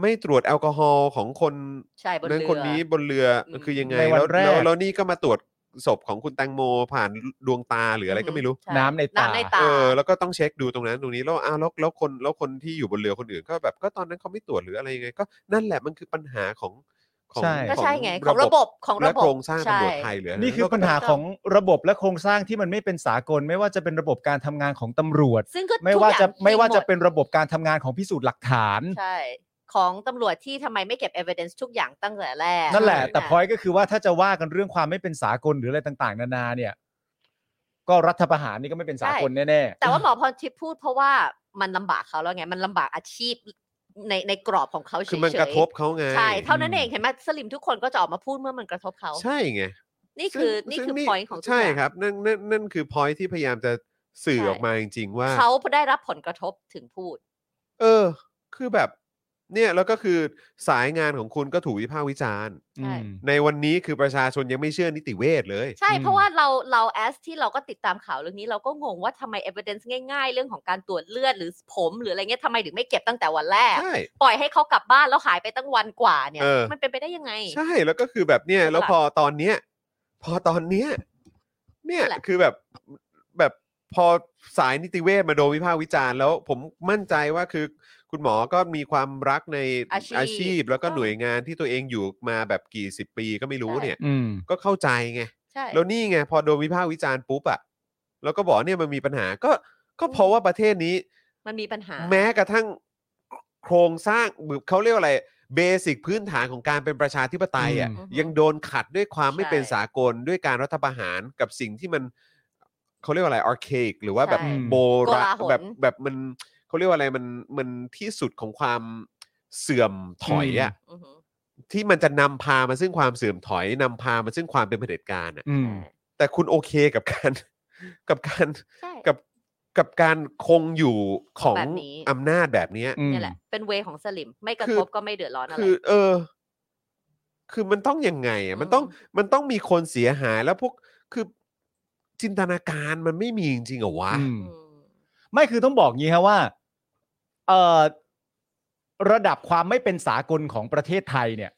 B: ไม่ตรวจแอลกอฮอล์ของคน
D: ใช่บน
B: เรื่อง
D: เรือ
B: คนนี้บนเรืออ
D: ม
B: คือยังไง
C: ในวัน
B: แล้ว
C: แรก
B: แล้วแล้วนี่ก็มาตรวจศพของคุณแตงโมผ่านดวงตาหรืออะไรก็ไม่รู้
D: ใช่
C: น้ำในตา
D: น้ำในตา
B: เออแล้วก็ต้องเช็คดูตรงนั้นตรงนี้แล้วอ้าวแล้วแล้วคนแล้วคนที่อยู่บนเรือคนอื่น ก็แบบก็ตอนนั้นเขาไม่ตรวจหรืออะไรยังไง ก็นั่นแหละมันคือปัญหาของของ
C: ใช่
D: ก็ใช่ไงของระบบของ
B: และ
D: ระบบ
B: โครงสร้างตำรวจ
D: ใช่
B: ไทยหรืออะไร
C: นี่คือปัญหาของระบบและโครงสร้างที่มันไม่เป็นสากล ไม่ว่าจะเป็นระบบการทำงานของตำรวจ
D: ซึ่งก็
C: ไม่
D: ทุก
C: ว่า
D: อย่
C: จะ
D: ง
C: ไม่ว่า
D: จริ
C: จะ
D: งหด
C: เป็นระบบการทำงานของพิสูจน์หลักฐาน
D: ใช่ ของตำรวจที่ทำไมไม่เก็บ evidence ทุกอย่างตั้งแต่แรก
C: นั่นแหละ
D: ใช่ไม
C: แต่พอยก็คือว่าถ้าจะว่ากันเรื่องความไม่เป็นสากลหรืออะไรต่างๆ นานาเนี่ย ก็รัฐประหารนี่ก็ไม่เป็นสากลแน่ๆ
D: แต่ว่าหมอพรทิพย์พูดเพราะว่ามันลำบากเขาแล้วไง มันลำบากอาชีพในในกรอบของเขาเฉยๆ
B: คือมันกระทบเขาไง
D: ใช่ เท่านั้นเองเห็นไหมสลิมทุกคนก็จะออกมาพูดเมื่อมันกระทบเขา
B: ใช่ไง
D: นี่คือ
B: ซึ่งซึ่
D: นี่คือ
B: นี่
D: point ของทุก
B: ใช่
D: อย่าง
B: ครับนั่นนั่นนั่นคือ point ที่พยายามจะสื่อ
D: ใช่
B: ออกมาจริงๆว่า
D: เขาได้รับผลกระทบถึงพูด
B: เออ คือแบบ เนี่ยแล้วก็คือสายงานของคุณก็ถูกวิพากษ์วิจารณ์
D: ใช่
C: อืม
B: ในวันนี้คือประชาชนยังไม่เชื่อนิติเวชเลย
D: ใช่
C: อืม
D: เพราะว่าเราเราแอสที่เราก็ติดตามข่าวเรื่องนี้เราก็งงว่าทำไม evidence ง่าย ๆ เรื่องของการตรวจเลือดหรือผมหรืออะไรเงี้ยทำไมถึงไม่เก็บตั้งแต่วันแรก
B: ใช่
D: ปล่อยให้เขากลับบ้านแล้วหายไปตั้งวันกว่าเนี่ย
B: เออ
D: มันเป็นไปได้ยังไง
B: ใช่แล้วก็คือแบบเนี่ย แล้วพอตอนเนี้ย พอตอนเนี้ย เนี่ย
D: นั่นแหละ
B: คือแบบแบบพอสายนิติเวชมาโดนวิพากษ์วิจารณ์แล้วผมมั่นใจว่าคือ คุณหมอก็มีความรักใน
D: อาชีพ
B: ชีพ แล้วก็หน่วยงานที่ตัวเองอยู่มาแบบกี่สิบปีก็ไม่รู้
D: ใช่
B: เนี่ย
C: อืม
B: ก็เข้าใจไง
D: ใช่
B: แล้วนี่ไงพอโดนวิพากษ์วิจารณ์ปุ๊บอะแล้วก็บอกเนี่ยมันมีปัญหาก็ก็เพราะว่าประเทศนี้
D: มันมีปัญหา
B: แม้กระทั่งโครงสร้างหรือเขาเรียกว่าอะไรเบสิกพื้นฐานของการเป็นประชาธิปไตยอ่ะ
C: อืม
B: ยังโดนขัดด้วยความไม่
D: ใช่
B: เป็นสากลด้วยการรัฐประหารกับสิ่งที่มันเขาเรียกว่าอะไรอาร์เคกหรือว่าแบบ
D: ใช่
B: โบราณ
D: โกลาหล
B: แบบแบบมันเขาเรียกว่าอะไรมันมันที่สุดของความเสื่อมถอยอ่ะ
D: อือหือ
B: ที่มันจะนำพามาซึ่งความเสื่อมถอยนำพามาซึ่งความเป็นเผด็จการอ่ะ
C: อืม
B: แต่คุณโอเคกับการ กับการ
D: ใช่
B: กับกับการคงอยู่ของ
D: แบบนี้
B: อำนาจแบบเนี้ย
C: อืม
D: เนี่ยแหละ เป็นเวของสลิมไม่กระ
B: คื
D: ท
B: อ
D: บก็ไม่เดือดร้อนอะไร
B: คือเออ คือมันต้องยังไงอ่ะ มันต้อง
D: อื
B: มันต้องมีคนเสียหายแล้วพวก คือจินตนาการมันไม่มีจริงๆเหรอวะ
C: อืม
D: อืม
C: ไม่คือต้องบอกงี้ฮะว่าเอ่อระดับความไม่เป็นสากลของประเทศไทยเนี่ย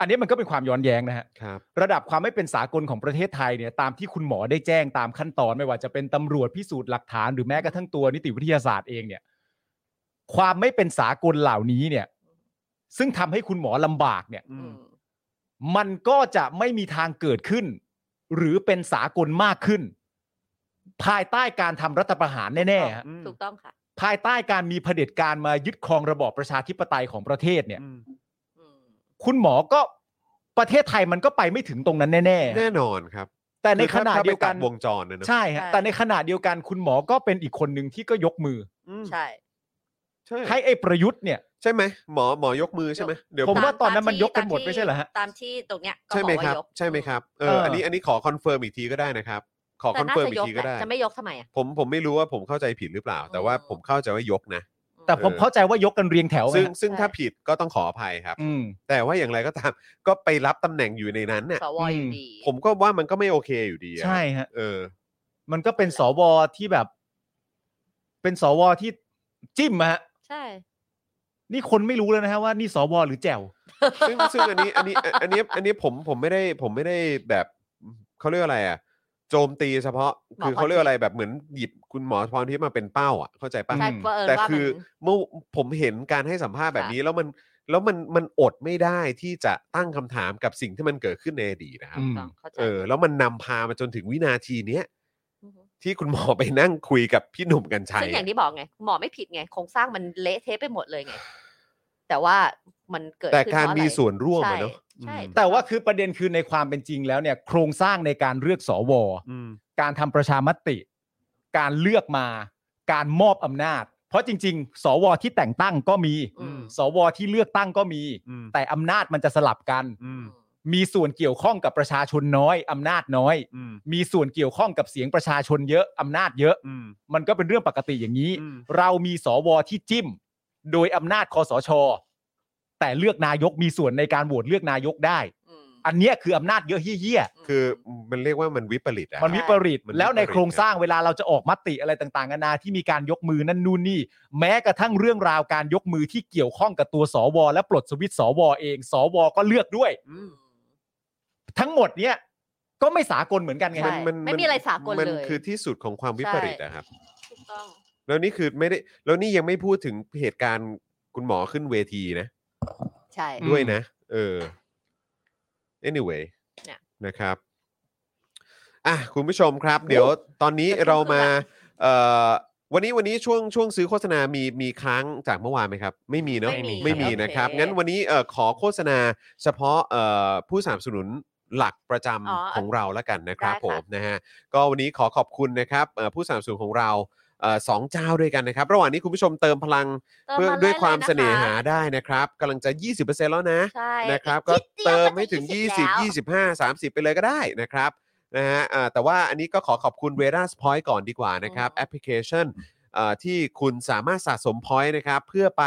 C: อันนี้มันก็เป็นความย้อนแย้งนะฮะ
B: ครับ
C: ระดับความไม่เป็นสากลของประเทศไทยเนี่ยตามที่คุณหมอได้แจ้งตามขั้นตอนไม่ว่าจะเป็นตำรวจพิสูจน์หลักฐานหรือแม้กระทั่งตัวนิติวิทยาศาสตร์เองเนี่ย ความไม่เป็นสากลเหล่านี้เนี่ย ซึ่งทำให้คุณหมอลำบากเนี่ย
B: อืม
C: มันก็จะไม่มีทางเกิดขึ้น หรือเป็นสากลมากขึ้น ภายใต้การทำรัฐประหารแน่ๆฮะ
B: อืม
D: ถูกต้องค่ะ
C: ภายใต้การมีเผด็จการมายึดครองระบอบประชาธิปไตยของประเทศเนี่ย
B: อืม
D: อืม
C: คุณหมอก็ประเทศไทยมันก็ไปไม่ถึงตรงนั้นแน่
B: แน่นอนครับ
C: ๆ แต่ในขณะ
B: คือถ้า
C: เดียวกัน
B: ถ้าไปตัวงจรนะเนอะ
C: ใช่ฮะแต่ในขณะเดียวกันคุณหมอก็เป็นอีกคนหนึ่งที่ก็ยกมือ
B: อืม
D: ใช่
B: ใช่
C: ให้ไอ้ประยุทธ์เนี่ย
B: ใช่ไหมหมอหมอยกมือใช่ไหมเดี๋ยว
C: ผมว่า
D: ต
C: ตอนนั้นมัน
D: ที่
C: ยกกันหมด
D: ตา
C: ไม่ใช่เหรอฮะ
D: ตามที่ตรงเนี้ยก็
B: ใช่ไหม
D: บอก
B: ครั
D: ว่า
B: บ
D: ยก
B: ใช่ไหมครับเอ
C: เอ
B: อ
C: อ
B: อั
C: อั
B: นนี้อันนี้ขอคอนเฟิร์มอีกทีก็ได้นะครับ ขอค
D: แต่
B: อน
D: น่า
B: เฟิร์ม
D: จะ
B: อี
D: ย
B: กที
D: ก
B: ก็
D: แหละ
B: ได้
D: จะไม่ยกทำไมอ่ะ
B: ผมผมไม่รู้ว่าผมเข้าใจผิดหรือเปล่า แต่ว่า
D: อืม
B: ผมเข้าใจว่ายกนะ
C: แต่ผม
B: เออ
C: เข้าใจว่ายกกันเรียงแถวไว้
B: ซึ่ง
C: ฮะ
B: ซึ่ง
D: ใช่
B: ถ้าผิดก็ต้องขออภัยครับ
C: อืม
B: แต่ว่าอย่างไรก็ตาม ก็ไปรับตำแหน่งอยู่ในนั้นน่ะ
D: สวอยู่ดี
B: ผมก็ว่ามันก็ไม่โอเคอยู่ดีอะ
C: ใช่ฮะ
B: เออ
C: มันก็เป็นสวที่แบบ เป็นสวที่จิ้มอะฮะ
D: ใช่
C: นี่คนไม่รู้แล้วนะฮะว่านี่สวหรือแจว
B: ซึ่งซึ่งอันนี้ อันนี้อันอันนี้อันนี้ผมผมไม่ได้ผมไม่ได้แบบเขาเรียกอะไรอ่ะโจมตีเฉพาะคือ
D: หมอพรทิพย์
B: เขาเรียกอะไรแบบเหมือนหยิบคุณหมอพรทิพย์มาเป็นเป้าอ่ะเข้าใจปะ
D: ใช่
C: อืม
D: เผอิญ
B: แต่
D: ว่า
B: คือ
D: มัน
B: เมื่อผมเห็นการให้สัมภาษณ์แบบนี้แล้วมันแล้วมันมันอดไม่ได้ที่จะตั้งคำถามกับสิ่งที่มันเกิดขึ้นในอดีตนะครับ
C: อืม
D: ต้องเข้าใจ
B: เออ แล้วมันนำพามาจนถึงวินาทีเนี้ย
D: ม
B: ที่คุณหมอไปนั่งคุยกับพี่หนุ่มกันชัย
D: ซึ่งอย่าง
B: อะ
D: ที่บอกไงหมอไม่ผิดไงโครงสร้างมันเละเทะไปหมดเลยไง แต่ว่ามันเกิด
B: แต่
D: ขึ้น
B: การ
D: เพะอะไร
B: มีส่วนร่วมอะ
D: ใช่
B: เนอะ
D: ใช่
B: อืม
C: แต่ว่าคือประเด็นคือในความเป็นจริงแล้วเนี่ย โครงสร้างในการเลือกสว
B: อืม
C: การทำประชามติ การเลือกมา การมอบอำนาจ เพราะจริง ๆ สวที่แต่งตั้งก็มี
D: อืม
C: สวที่เลือกตั้งก็มี
B: อืม
C: แต่อำนาจมันจะสลับกัน
B: อืม
C: มีส่วนเกี่ยวข้องกับประชาชนน้อยอำนาจน้อย
B: อืม
C: มีส่วนเกี่ยวข้องกับเสียงประชาชนเยอะอำนาจเยอะ
B: อืม
C: มันก็เป็นเรื่องปกติอย่างนี้
B: อืม
C: เรามีสวที่จิ้ม โดยอำนาจคอสช แต่เลือกนายกมีส่วนในการโหวตเลือกนายกได้
D: อืม
C: อันเนี้ยคืออำนาจเยอะเหี้ย
B: คือมันเรียกว่ามันวิปริตอะ
C: ๆมันวิปริต
B: มันวิปริต
C: แล้วในโครงสร้างเวลาเราจะออกมติอะไรต่างๆนานาที่มีการยกมือนั่นนู่นนี่ แม้กระทั่งเรื่องราวการยกมือที่เกี่ยวข้องกับตัวสว และปลดสวิตช์สวเอง สวก็เลือกด้วย
D: อืม
C: ทั้งหมดเนี้ยก็ไม่สากลเหมือนกันไง
D: ใช่ ไม่มีอะไรสากลเลย
B: มันคือที่สุดของความวิปริตอะครับ
D: ถูกต้อง
B: แล้วนี่คือไม่ได้แล้วนี่ยังไม่พูดถึงเหตุการณ์คุณหมอขึ้นเวทีนะ
D: ใช่
C: อืม
B: ด้วยนะ เออ anyway
D: เนี่ย
B: นะครับ อ่ะ คุณผู้ชมครับ เดี๋ยวตอนนี้เรามาเอ่อวันนี้วันนี้ช่วงช่วงซื้อโฆษณามีมีค้างจากเมื่อวานไหมครับ ไม่มีเนอะ
E: ไม่มี
B: ไม่มี
D: โอเ
B: นะครับ งั้นวันนี้เอ่อขอโฆษณาเฉพาะเอ่อผู้สนับสนุนหลักประจำ
D: อ๋อ
B: ของเราแล้วกันนะครับ
D: ได้ค่ะ
B: ผมนะฮะก็วันนี้ขอขอบคุณนะครับเอ่อผู้สนับสนุนของเราเอ่อสองเจ้าด้วยกันนะครับ ระหว่างนี้คุณผู้ชมเติมพลัง
D: เติม
B: เพื่อ
D: ไล่
B: ด้วยความ
D: ล
B: เสน่หา
D: ะคะ
B: ได้นะครับกำลังจะ 20%แล้วนะ
D: ใช่
B: นะครับ
D: อี
B: ก็
D: นิดดียว
B: เติมให้ถึง
D: ก็จะ
B: 20
D: 20
B: 25 30 ไปเลยก็ได้นะครับนะฮะอ่าแต่ว่าอันนี้ก็ขอขอบคุณเวด a สพอยต์ก่อนดีกว่านะครับ
D: อืม
B: แอปพลิเคชันเอ่อที่คุณสามารถสะสมพอยต์นะครับเพื่อไป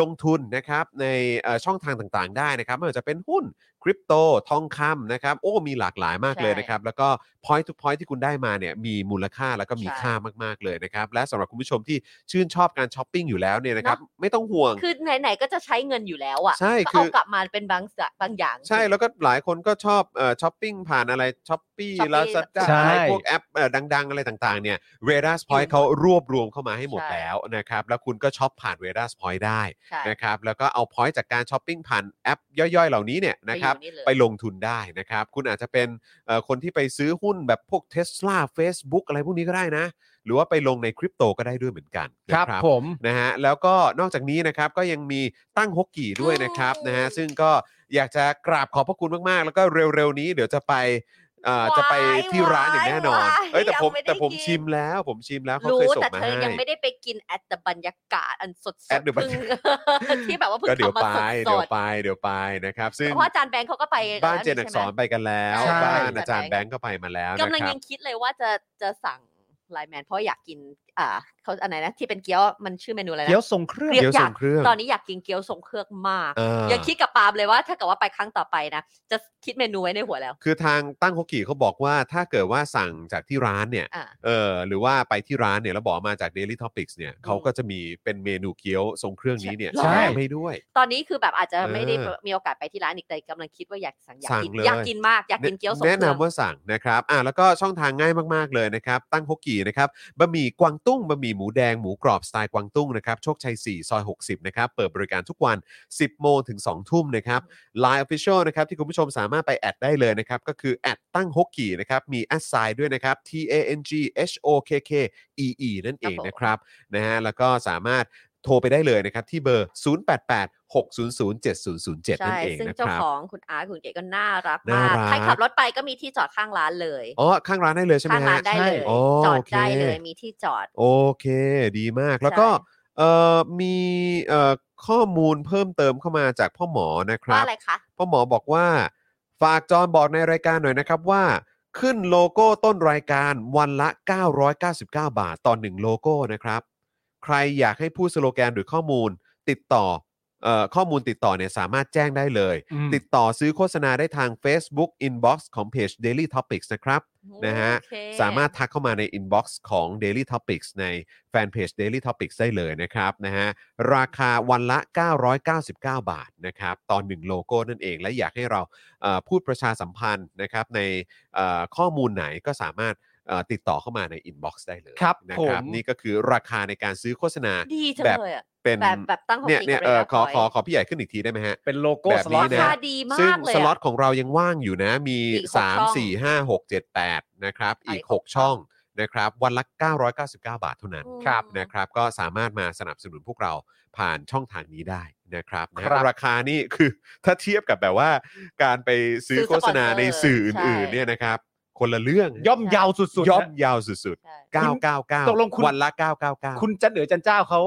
B: ลงทุนนะครับในเอ่อช่องทางต่างๆ ได้นะครับไม่ว่าจะเป็นหุ้นคริปโตทองคำนะครับโอ้มีหลากหลายมากเลยนะครับ แล้วก็พอยต์ทุกพอยต์ที่คุณได้มาเนี่ยมีมูลค่าแล้วก็มีค่ามากๆเลยนะครับและสำหรับคุณผู้ชมที่ชื่นชอบการช้อปปิ้งอยู่แล้วเนี่ยนะครับไม่ต้องห่วง
D: คือไหนๆก็จะใช้เงินอยู่แล้วอ่ะ
B: ใช่
D: ก็
B: คือ
D: เอากลับมาเป็นบางสะบางอย่าง
B: ใช่
D: สิ
B: แล้วก็หลายคนก็ชอบเอ่อช้อปปิ้งผ่านอะไรช้อปปี้
D: Shopee
B: ลาซาด้า
C: ใช่
B: พวกแอปเอ่อดัง ๆ อะไรต่างๆเนี่ยเวดัสพอย
D: อยู่
B: ต์เขารวบรวมเข้ามาให้หมด
D: ใช่
B: แล้วนะครับ แล้วคุณก็ช็อปผ่านเวดัสพอยต์ได้
D: ใช่
B: นะครับแล้วก็เอาพอยต์จากการช้อปปิ้งผ่านแอปย่อยๆ เหล่านี้เนี่ยนะครับ
D: ไปอยู่เลย
B: ไปลงทุนได้นะครับ คุณอาจจะเป็นเอ่อคนที่ไปซื้อหุ้นแบบพวก Tesla Facebook อะไรพวกนี้ก็ได้นะ หรือว่าไปลงในคริปโตก็ได้ด้วยเหมือนกันนะ
C: ครับผม
B: นะฮะแล้วก็นอกจากนี้นะครับก็ยังมีตั้งฮกกี่ด้วยนะครับนะฮะซึ่งก็อยากจะกราบขอบพระคุณมากๆ แล้วก็เร็วๆนี้เดี๋ยวจะไปเอ่อจะไปที่ร้านอย่างแน่นอน
D: ว้าย
B: เอ้ยแต่ผม
D: ยังไม่ได้
B: แต่ผม
D: กิน
B: ชิมแล้ว ผมชิมแล้วเขา
D: รู้
B: เคยส่ง
D: แต่
B: มา
D: เธ
B: ให้
D: อยังไม่ได้ไปกินแอดแต่บรรยากาศอันสดๆ
B: at the บรร
D: เพิ่ง
B: ยากาศ
D: ที่แบบว่าเพิ่ง
B: ก็เดี๋ยว
D: ทำมา
B: ไป
D: สด
B: เดี๋ยวไปเดี๋ยวไปนะครับ
D: ๆ
B: ซึ่ง
D: เพราะอาจารย์แบงค์เขาก็ไป
B: บ้านเจนอักสอน
D: ใช่ไหม
B: ไปกันแล้ว
C: ใช่
B: บ้านอาจารย์แบงก์ก็ไปมาแล้วนะ
D: กำลัง
B: ครับ
D: ยังคิดเลยว่าจะจะสั่งไลน์แมนเพราะอยากกิน อ่าเขาอันไหนนะที่เป็นเกี๊ยวมันชื่อเมนูอะไรนะ
C: เดี๋ยวส่งเครื่อง
D: เรียก
B: เดี๋ยวส่งเครื่อง
D: ตอนนี้อยากกินเกี๊ยวทรงเครื่องมาก
B: เอออ
D: ย่าคิดกับปาล์มเลยว่าถ้าเกิดว่าไปครั้งต่อไปนะจะคิดเมนูไว้ในหัวแล้ว
B: คือทางตั้งฮกกี่เขาบอกว่าถ้าเกิดว่าสั่งจากที่ร้านเนี่ย
D: อ่า
B: เออหรือว่าไปที่ร้านเนี่ยแล้วบอกมาจาก Daily Topics เนี่ยเขาก็จะมีเป็นเมนูเกี๊ยวทรงเครื่องนี้เนี่ย
D: ใช่
B: แถมให้ด้วย
D: ตอนนี้คือแบบอาจจะไม่ได้
B: เออ
D: มีโอกาสไปที่ร้านอีกแต่กำลังคิดว่าอยากสั่งอยาก
B: สั่ง
D: กิน
B: เลย
D: อยากกินมากอยากกินเกี๊ยวทรง
B: แนะ
D: เครื่
B: นำ
D: อง
B: ว่าสั่งนะครับอ่ะแล้วก็ช่องทางง่ายมากๆเลยนะครับ ตั้งฮกกี่นะครับบะหมี่กวางตุ้งบะหมี่หมูแดงหมูกรอบสไตล์กวางตุ้งนะครับโชคชัย 4 ซอย 60 นะครับ เปิดบริการทุกวัน 10 โมงถึง 2 ทุ่มนะครับ Line Official นะครับที่คุณผู้ชมสามารถไปแอดได้เลยนะครับ ก็คือแอดตั้งฮกกี่นะครับ มีแอดไซด์ด้วยนะครับ T A N G H O K K E E นั่นเองนะครับนะฮะแล้วก็สามารถโทรไปได้เลยนะครับ ที่เบอร์ 088 600 7007นั่น
D: ใช่
B: เอง
D: ซึ่ง
B: นะค
D: เจ้า
B: รับ
D: ของคุณอาร์ตคุณเก๋ก็น่ารัก
B: น่าม
D: าก
B: รัก
D: ใครขับรถไปก็มีที่จอดข้างร้านเลย
B: อ๋อข้างร้านได้เลยใช่ไหม
D: ข้าง
B: ฮะ
D: ร้านได้เลย
B: โอ้
D: จอด
B: โอค
D: ได้เลย มีที่จอด
B: โอเค ดีมากแล้วก็
D: ใช่
B: เอ่อมีเอ่อข้อมูลเพิ่มเติมเข้ามาจากพ่อหมอนะครั
D: ว่า
B: บ
D: อะไรคะ
B: พ่อหมอบอกว่าฝากจอนบอกในรายการหน่อยนะครับว่า ขึ้นโลโก้ต้นรายการวันละ 999 บาทต่อหนึ่งโลโก้นะครับ ใครอยากให้พูดสโลแกนหรือข้อมูลติดต่อเอ่อข้อมูลติดต่อเนี่ยสามารถแจ้งได้เลย
C: อืม
B: ติดต่อซื้อโฆษณาได้ทาง Facebook Inbox ของเพจ Daily Topics นะครับ นะฮะ
D: โอเค
B: สามารถทักเข้ามาใน Inbox ของ Daily Topics ในแฟนเพจ Daily Topics ได้เลยนะครับนะฮะราคาวันละ 999 บาทนะครับตอนหนึ่งโลโก้นั่นเอง และอยากให้เราเอ่อพูดประชาสัมพันธ์นะครับในเอ่อข้อมูลไหนก็สามารถเอ่อติดต่อเข้ามาใน Inbox ได้เลย
C: ครับ
B: นะ
C: ผม
B: นี่ก็คือราคาในการซื้อโฆษณา
D: ดีจัง
B: แบบ
D: เลยอะ
B: เป็น
D: แบบแบบตั้งของ
B: เนี่ย
D: ปี
B: เนี่ย
D: กับ
B: เอ่อขอ
D: Radar
B: ขอขอพี่ใหญ่ขึ้นอีกทีได้ไหมฮะ
C: เป็นโลโก้
B: แบบ
C: ส
B: นี้
C: ล็อ
D: รา
C: ต
B: นะ
D: คา
C: นะ
D: ดี
B: ซึ่ง
D: มากเลย
B: สล็อต
D: อะ
B: ของเรายังว่างอยู่นะ มี
D: อีกหกช่อง
B: 3 4 5 6 7 8 นะครับ อีก
D: อีกหก
B: 6 ช่องนะครับ วันละ 999 บาทเท่านั้น
D: อืมครับ
B: นะครับ ก็สามารถมาสนับสนุนพวกเรา ผ่านช่องทางนี้ได้นะครับนะครับ ราคานี่คือ ถ้าเทียบกับแบบว่า การไปซื้อ
D: ซื้อ
B: โฆษณา
D: สปอนเซอร์
B: ในสื่อ
D: ใช่
B: อื่นๆเนี่ยนะครับ คนละเรื่อง
C: ย่อมเยาวสุดๆ
B: ย่อม
C: นะ
B: ยาวสุด
D: ใช่
B: ๆ 999
C: ตกลงคุณ
B: วันละ 999
C: คุณจันเดือจันเจ้าเขา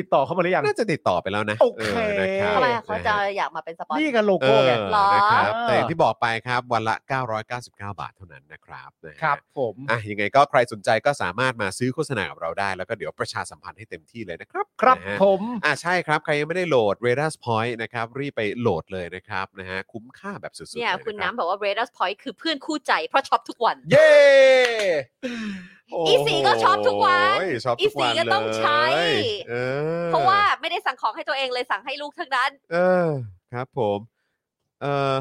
C: ติดต่อเข้ามาหรือยัง
B: น่าจะติดต่อไปแล้วนะ
C: โอเค
B: นะครับ
D: ทำไมอะ
B: น
D: เขา
B: ฮ
D: จะอยากมาเป็นสปอนเซอ
C: นี่
D: ร์
C: กันโล
B: เอ
C: โก้
B: อ
C: ไง
D: หรอ
B: นะครับ
C: เออ
B: แต่อย่างที่บอกไปครับ วันละ 999 บาทเท่านั้นนะครับนะฮะ
C: ครับผม
B: อ่ะยังไงก็ใครสนใจก็สามารถมาซื้อโฆษณากับเราได้ แล้วก็เดี๋ยวประชาสัมพันธ์ให้เต็มที่เลยนะครับ
C: ครับ
B: นะฮะ
C: ผม
B: อ่ะใช่ครับ ใครยังไม่ได้โหลด r a d a r s Point นะครับ รีบไปโหลดเลยนะครับนะฮะคุ้มค่าแบบสุดๆ
D: เนี่
B: ล
D: ย
B: รับ
D: คุณน้ำบอกว่า r a d a r Point คือเพื่อนคู่ใจเพราะช็อปทุกวัน
B: เย้
D: โอ้โหอีสีก็ช็อปทุกวัน
B: โอ้ยช็อปทุกวัน
D: อีสีก็ต้องใช้
B: เลยเออ
D: เพราะว่าไม่ได้สั่งของให้ตัวเองเลยสั่งให้ลูกทั้งนั้น
B: เออครับผมเอ่อ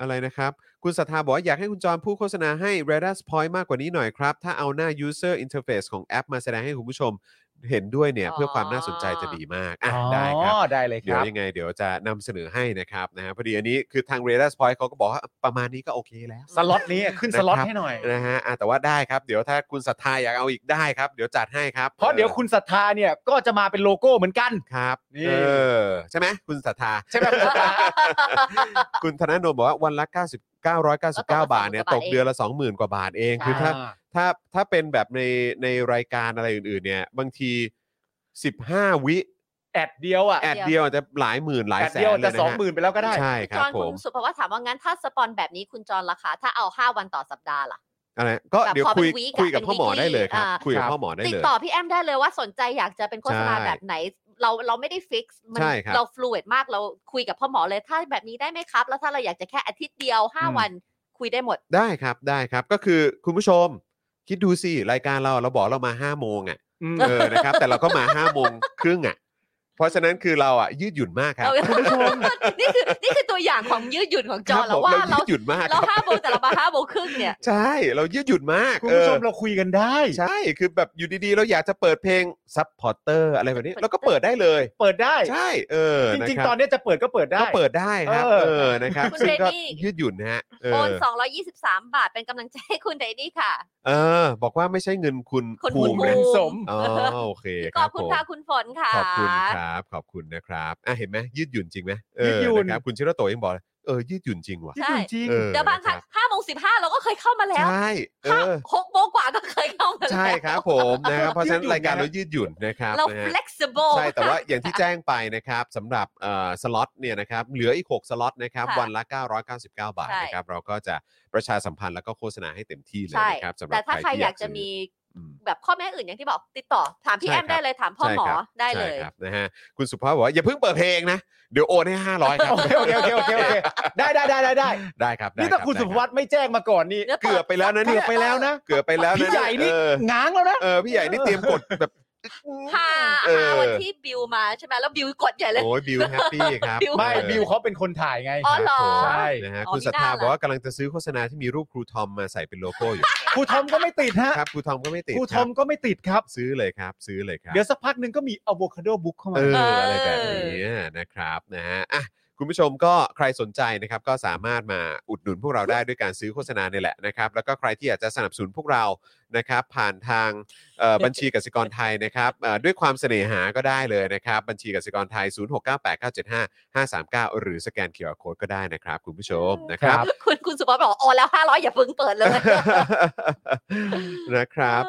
B: อะไรนะครับ คุณศรัทธาบอกว่าอยากให้คุณจอมพูดโฆษณาให้ r a d a r s Point มากกว่านี้หน่อยครับ ถ้าเอาหน้า user interface ของแอปมาแสดงให้คุณผู้ชมเห็นด้วยเนี่ย
D: อ๋อ
B: เพื่อความน่าสนใจจะดีมาก อ่ะ
C: อ๋อ
B: ได้ครับ
C: ได้เลยค
B: เดี๋ยว
C: รับ
B: ยังไงเดี๋ยวจะนำเสนอให้นะครับนะฮะพอดีอันนี้คือทาง r a d a r s Point เขาก็บอกว่าประมาณนี้ก็โอเคแล้ว
C: สล็อตนี้ขึ้นสล็อต
B: นะครับ
C: ให้หน่อย
B: นะฮะอ่ะแต่ว่าได้ครับ เดี๋ยวถ้าคุณศรัทธาอยากเอาอีกได้ครับ เดี๋ยวจัดให้ครับ
C: เพราะเดี๋ยวคุณศรัทธาเนี่ยก็จะมาเป็นโลโก้เหมือนกัน
B: ครับ
C: นี่
B: เออใช่ไหมคุณศรัทธา
C: ใช่ไหมคุณศรัทธา
B: คุณธนาโนมบอกว่าวันละ 90 999 บ
D: ก็ตกละ
B: าทเนี่ย
D: 20,000
B: ตกเดือนละ 20,000 กว่าบาทเอง
D: ใช่
B: คือถ้าถ้าถ้าเป็นแบบในในรายการอะไรอื่นๆ เนี่ย บางที 15 วิ
C: แอดเดียวอ่ะ
B: แอดเดียวอาจจะหลายหมื่นหลาย
C: แอด
B: แสน
C: เดียว
B: เล
C: จะ
B: ยนะ
C: สอง
B: ฮะ
C: หมื่นไปแล้วก็ได้
B: ใช่ค
D: จ
B: รับ
D: อน
B: ผ
D: คุ
B: ม
D: ณสุภวัฒน์ถามว่างั้นถ้าสปอนแบบนี้คุณจอนราคาถ้าเอา 5 วันต่อสัปดาห์ล่ะ
B: อะไรก็เดี๋ยว
D: แบบพอ
B: คุย
D: เป็น week อะ
B: คุยกับ
D: เป็น
B: พ่อหมอ
D: weekly
B: ได้เลยครับ
D: อ่า
B: คุยกับ
C: ครับ
B: พ่อหมอได้
D: ติด
B: เลย
D: ต่อพี่แอมได้เลยว่าสนใจอยากจะเป็นโฆษณา
B: ใช่
D: แบบไหน เราเราไม่ได้ฟิกซ์มั
B: ใช่ครับ
D: เราฟลูเอดมากเราคุยกับพ่อหมอเลยถ้าแบบนี้ได้ไหมครับ แล้วถ้าเราอยากจะแค่อาทิตย์เดียว
C: อืม
D: 5 วันคุยได้หมด
B: ได้ครับได้ครับก็คือคุณผู้ชม คิดดูสิ รายการเราเราบอกเรามา 5 โมงอ่ะ
C: อืม
B: เออนะครับ แต่เราก็มา5โมงครึ่งอ่ะเพราะฉะนั้นคือเราอ่ะยืดหยุ่นมากครับ
D: เอาคุณผู้ชม นี่คือนี่คือตัวอย่างของยืดหยุ่นของจอน
B: ค
D: แล้
B: บ
D: วว่า
B: ผม
D: เรา
B: ยืดหยุ่นมากค
D: เรา
B: รับ
D: ห้าโมงแต่เรามาห้าโมงครึ่งเนี่ย
B: ใช่เรายืดหยุ่นมาก
C: คุณผู้ชม
B: เออ
C: เราคุยกันได้
B: ใช่คือแบบอยู่ดีๆ เราอยากจะเปิดเพลงซับพอร์เตอร์อะไรแบบนี้
D: Supporter
B: เราก็เปิดได้เลย
C: เปิดได้
B: ใช่เออ
C: จริ
B: ะ
C: ง
B: ค
C: ๆ
B: บ
C: ตอนเนี้ยจะเปิดก็เปิดได้
B: ก็เปิดได้ครับ
C: เออ
B: เออนะครับ
D: คุณ
B: ซึ่งก็
D: เรนนี่
B: ยืดหยุ่นนะฮะเออ
D: โอน 223 บาทเป็นกำลังใจให้คุณไดนี่ค่ะ
B: เออ บอกว่าไม่ใช่เงินคุณ
D: คุณ
B: ภู
C: ภู
B: มิ
C: มิ
D: ภู
B: นะ
C: เงินสม
B: อ๋อโอเค
D: ข
B: รั
D: อบคุณ
B: ผม
D: ค่ะคุณฝนค่ะ
B: ขอบคุณครับขอบคุณนะครับอ่ะเห็นไหมยืดหยุ่นจริงไหมเออ
C: ยืดหยุ่น
B: ะครับคุณชิโรโตะยังบอกเลยเออยืดหยุ่นจริงว่ะ
D: ใช่
C: จริง
B: เออ
D: เดี๋ยวบางครั้งห้าโมงสิบห้าเราก็เคยเข้ามาแล้ว
B: ใช่เอ
D: ห้า
B: อ
D: หกโมงกว่าก็เคยเข้ามาแล้ว
B: ใช่ครับผมนะครับเพราะฉะนั้นรายการเรายืดหยุ่นนะครับ
D: เรา
B: นะฮะ
D: flexible
B: ใช่ แต่ว่าอย่างที่แจ้งไปนะครับสำหรับสล็อตเนี่ยนะครับเหลืออีก 6 สล็อตนะครับ
D: ค่ะ
B: วันละ 999 บาท
D: ใช่
B: นะครับเราก็จะประชาสัมพันธ์แล้วก็โฆษณาให้เต็มที่เลย
D: ใช่
B: นะครับสำหรั
D: แต่
B: บ
D: ถ้าใคร
B: ที่
D: อยากจะมี
B: ซื้อ อืม
D: แบบข้อแม้อื่นอย่างที่บอกติดต่อ ถามพี่
B: ใช่
D: แอ
B: ครั
D: ม
B: บ
D: ได้เลยถามพ่อหมอ
B: ใช่ครับ
D: ได้เลย
B: ใช่ครับนะฮะคุณสุภาพบอกว่าอย่าเพิ่งเปิดเพลงนะ เดี๋ยวโอนให้ 500 ครับ
C: โอเคโอเคโอเคโอเคโอเคได้ได้ได้ได้ได้
B: ได้ครับได้
C: นี่
B: รั
C: ถ้า
B: บ
C: คุณ
B: ได้
C: สุ
B: รับ
C: ภวัตไม่แจ้งมาก่อนนี่
D: เดี๋ยว
B: เกือบไปแล้วนะนี่
C: เกือบไปแล้วนะ
B: เกือบไปแล้วนะ
C: พี่ใหญ่นี่
B: เออ
C: ง้างแล้วนะ
B: เออพี่ใหญ่นี่เตรียมกดแบบ
D: หา
B: เออ
D: หาวันที่บิวมาใช่ไหมแล้วบิวกดใหญ่เลย
B: โอ้ยบิวแฮปปี้ครับ
D: บิว
C: ไม่บิวเขาเป็นคนถ่ายไง
D: อ๋อเหรอ
C: ใช่
B: นะฮะ
D: อ๋อ
B: คุณศรัทธา
D: มีหน้าเหรอ
B: บอกว่ากำลังจะซื้อโฆษณาที่มีรูปครูทอมมาใส่เป็นโลโก้อยู่
C: ครูทอมก็ไม่ติด ฮะ
B: ครับครูทอมก็ไม่ติด
C: ครูท
B: บ
C: อมก็ไม่ติดครับ
B: ซื้อเลยครับ ซื้อเลยครับ
C: เดี๋ยวสักพักหนึ่งก็มีอะโวคาโดบุ๊กเข้ามา
B: เอออะไรแบบนี้นะครับนะฮะอ่ะคุณผู้ชมก็ใครสนใจนะครับก็สามารถมาอุดหนุนพวกเราได้ด้วยการซื้อโฆษณาเนี่ยแหละนะครับแล้วก็ใครที่อยากจะสนับสนุนพวกเรานะครับผ่านทางเอ่อบัญชีกสิกรไทยนะครับเอ่อด้วยความเสน่หาก็ได้เลยนะครับบัญชีกสิกรไทย 0698975539 หรือสแกนเคอร์โคดก็ได้นะครับ คุณผู้ชมนะครับ
D: คุณคุณสุภาพบอกอ๋อแล้วห้าร้อยอย่าเพิ่งเปิดเลย
B: นะครับ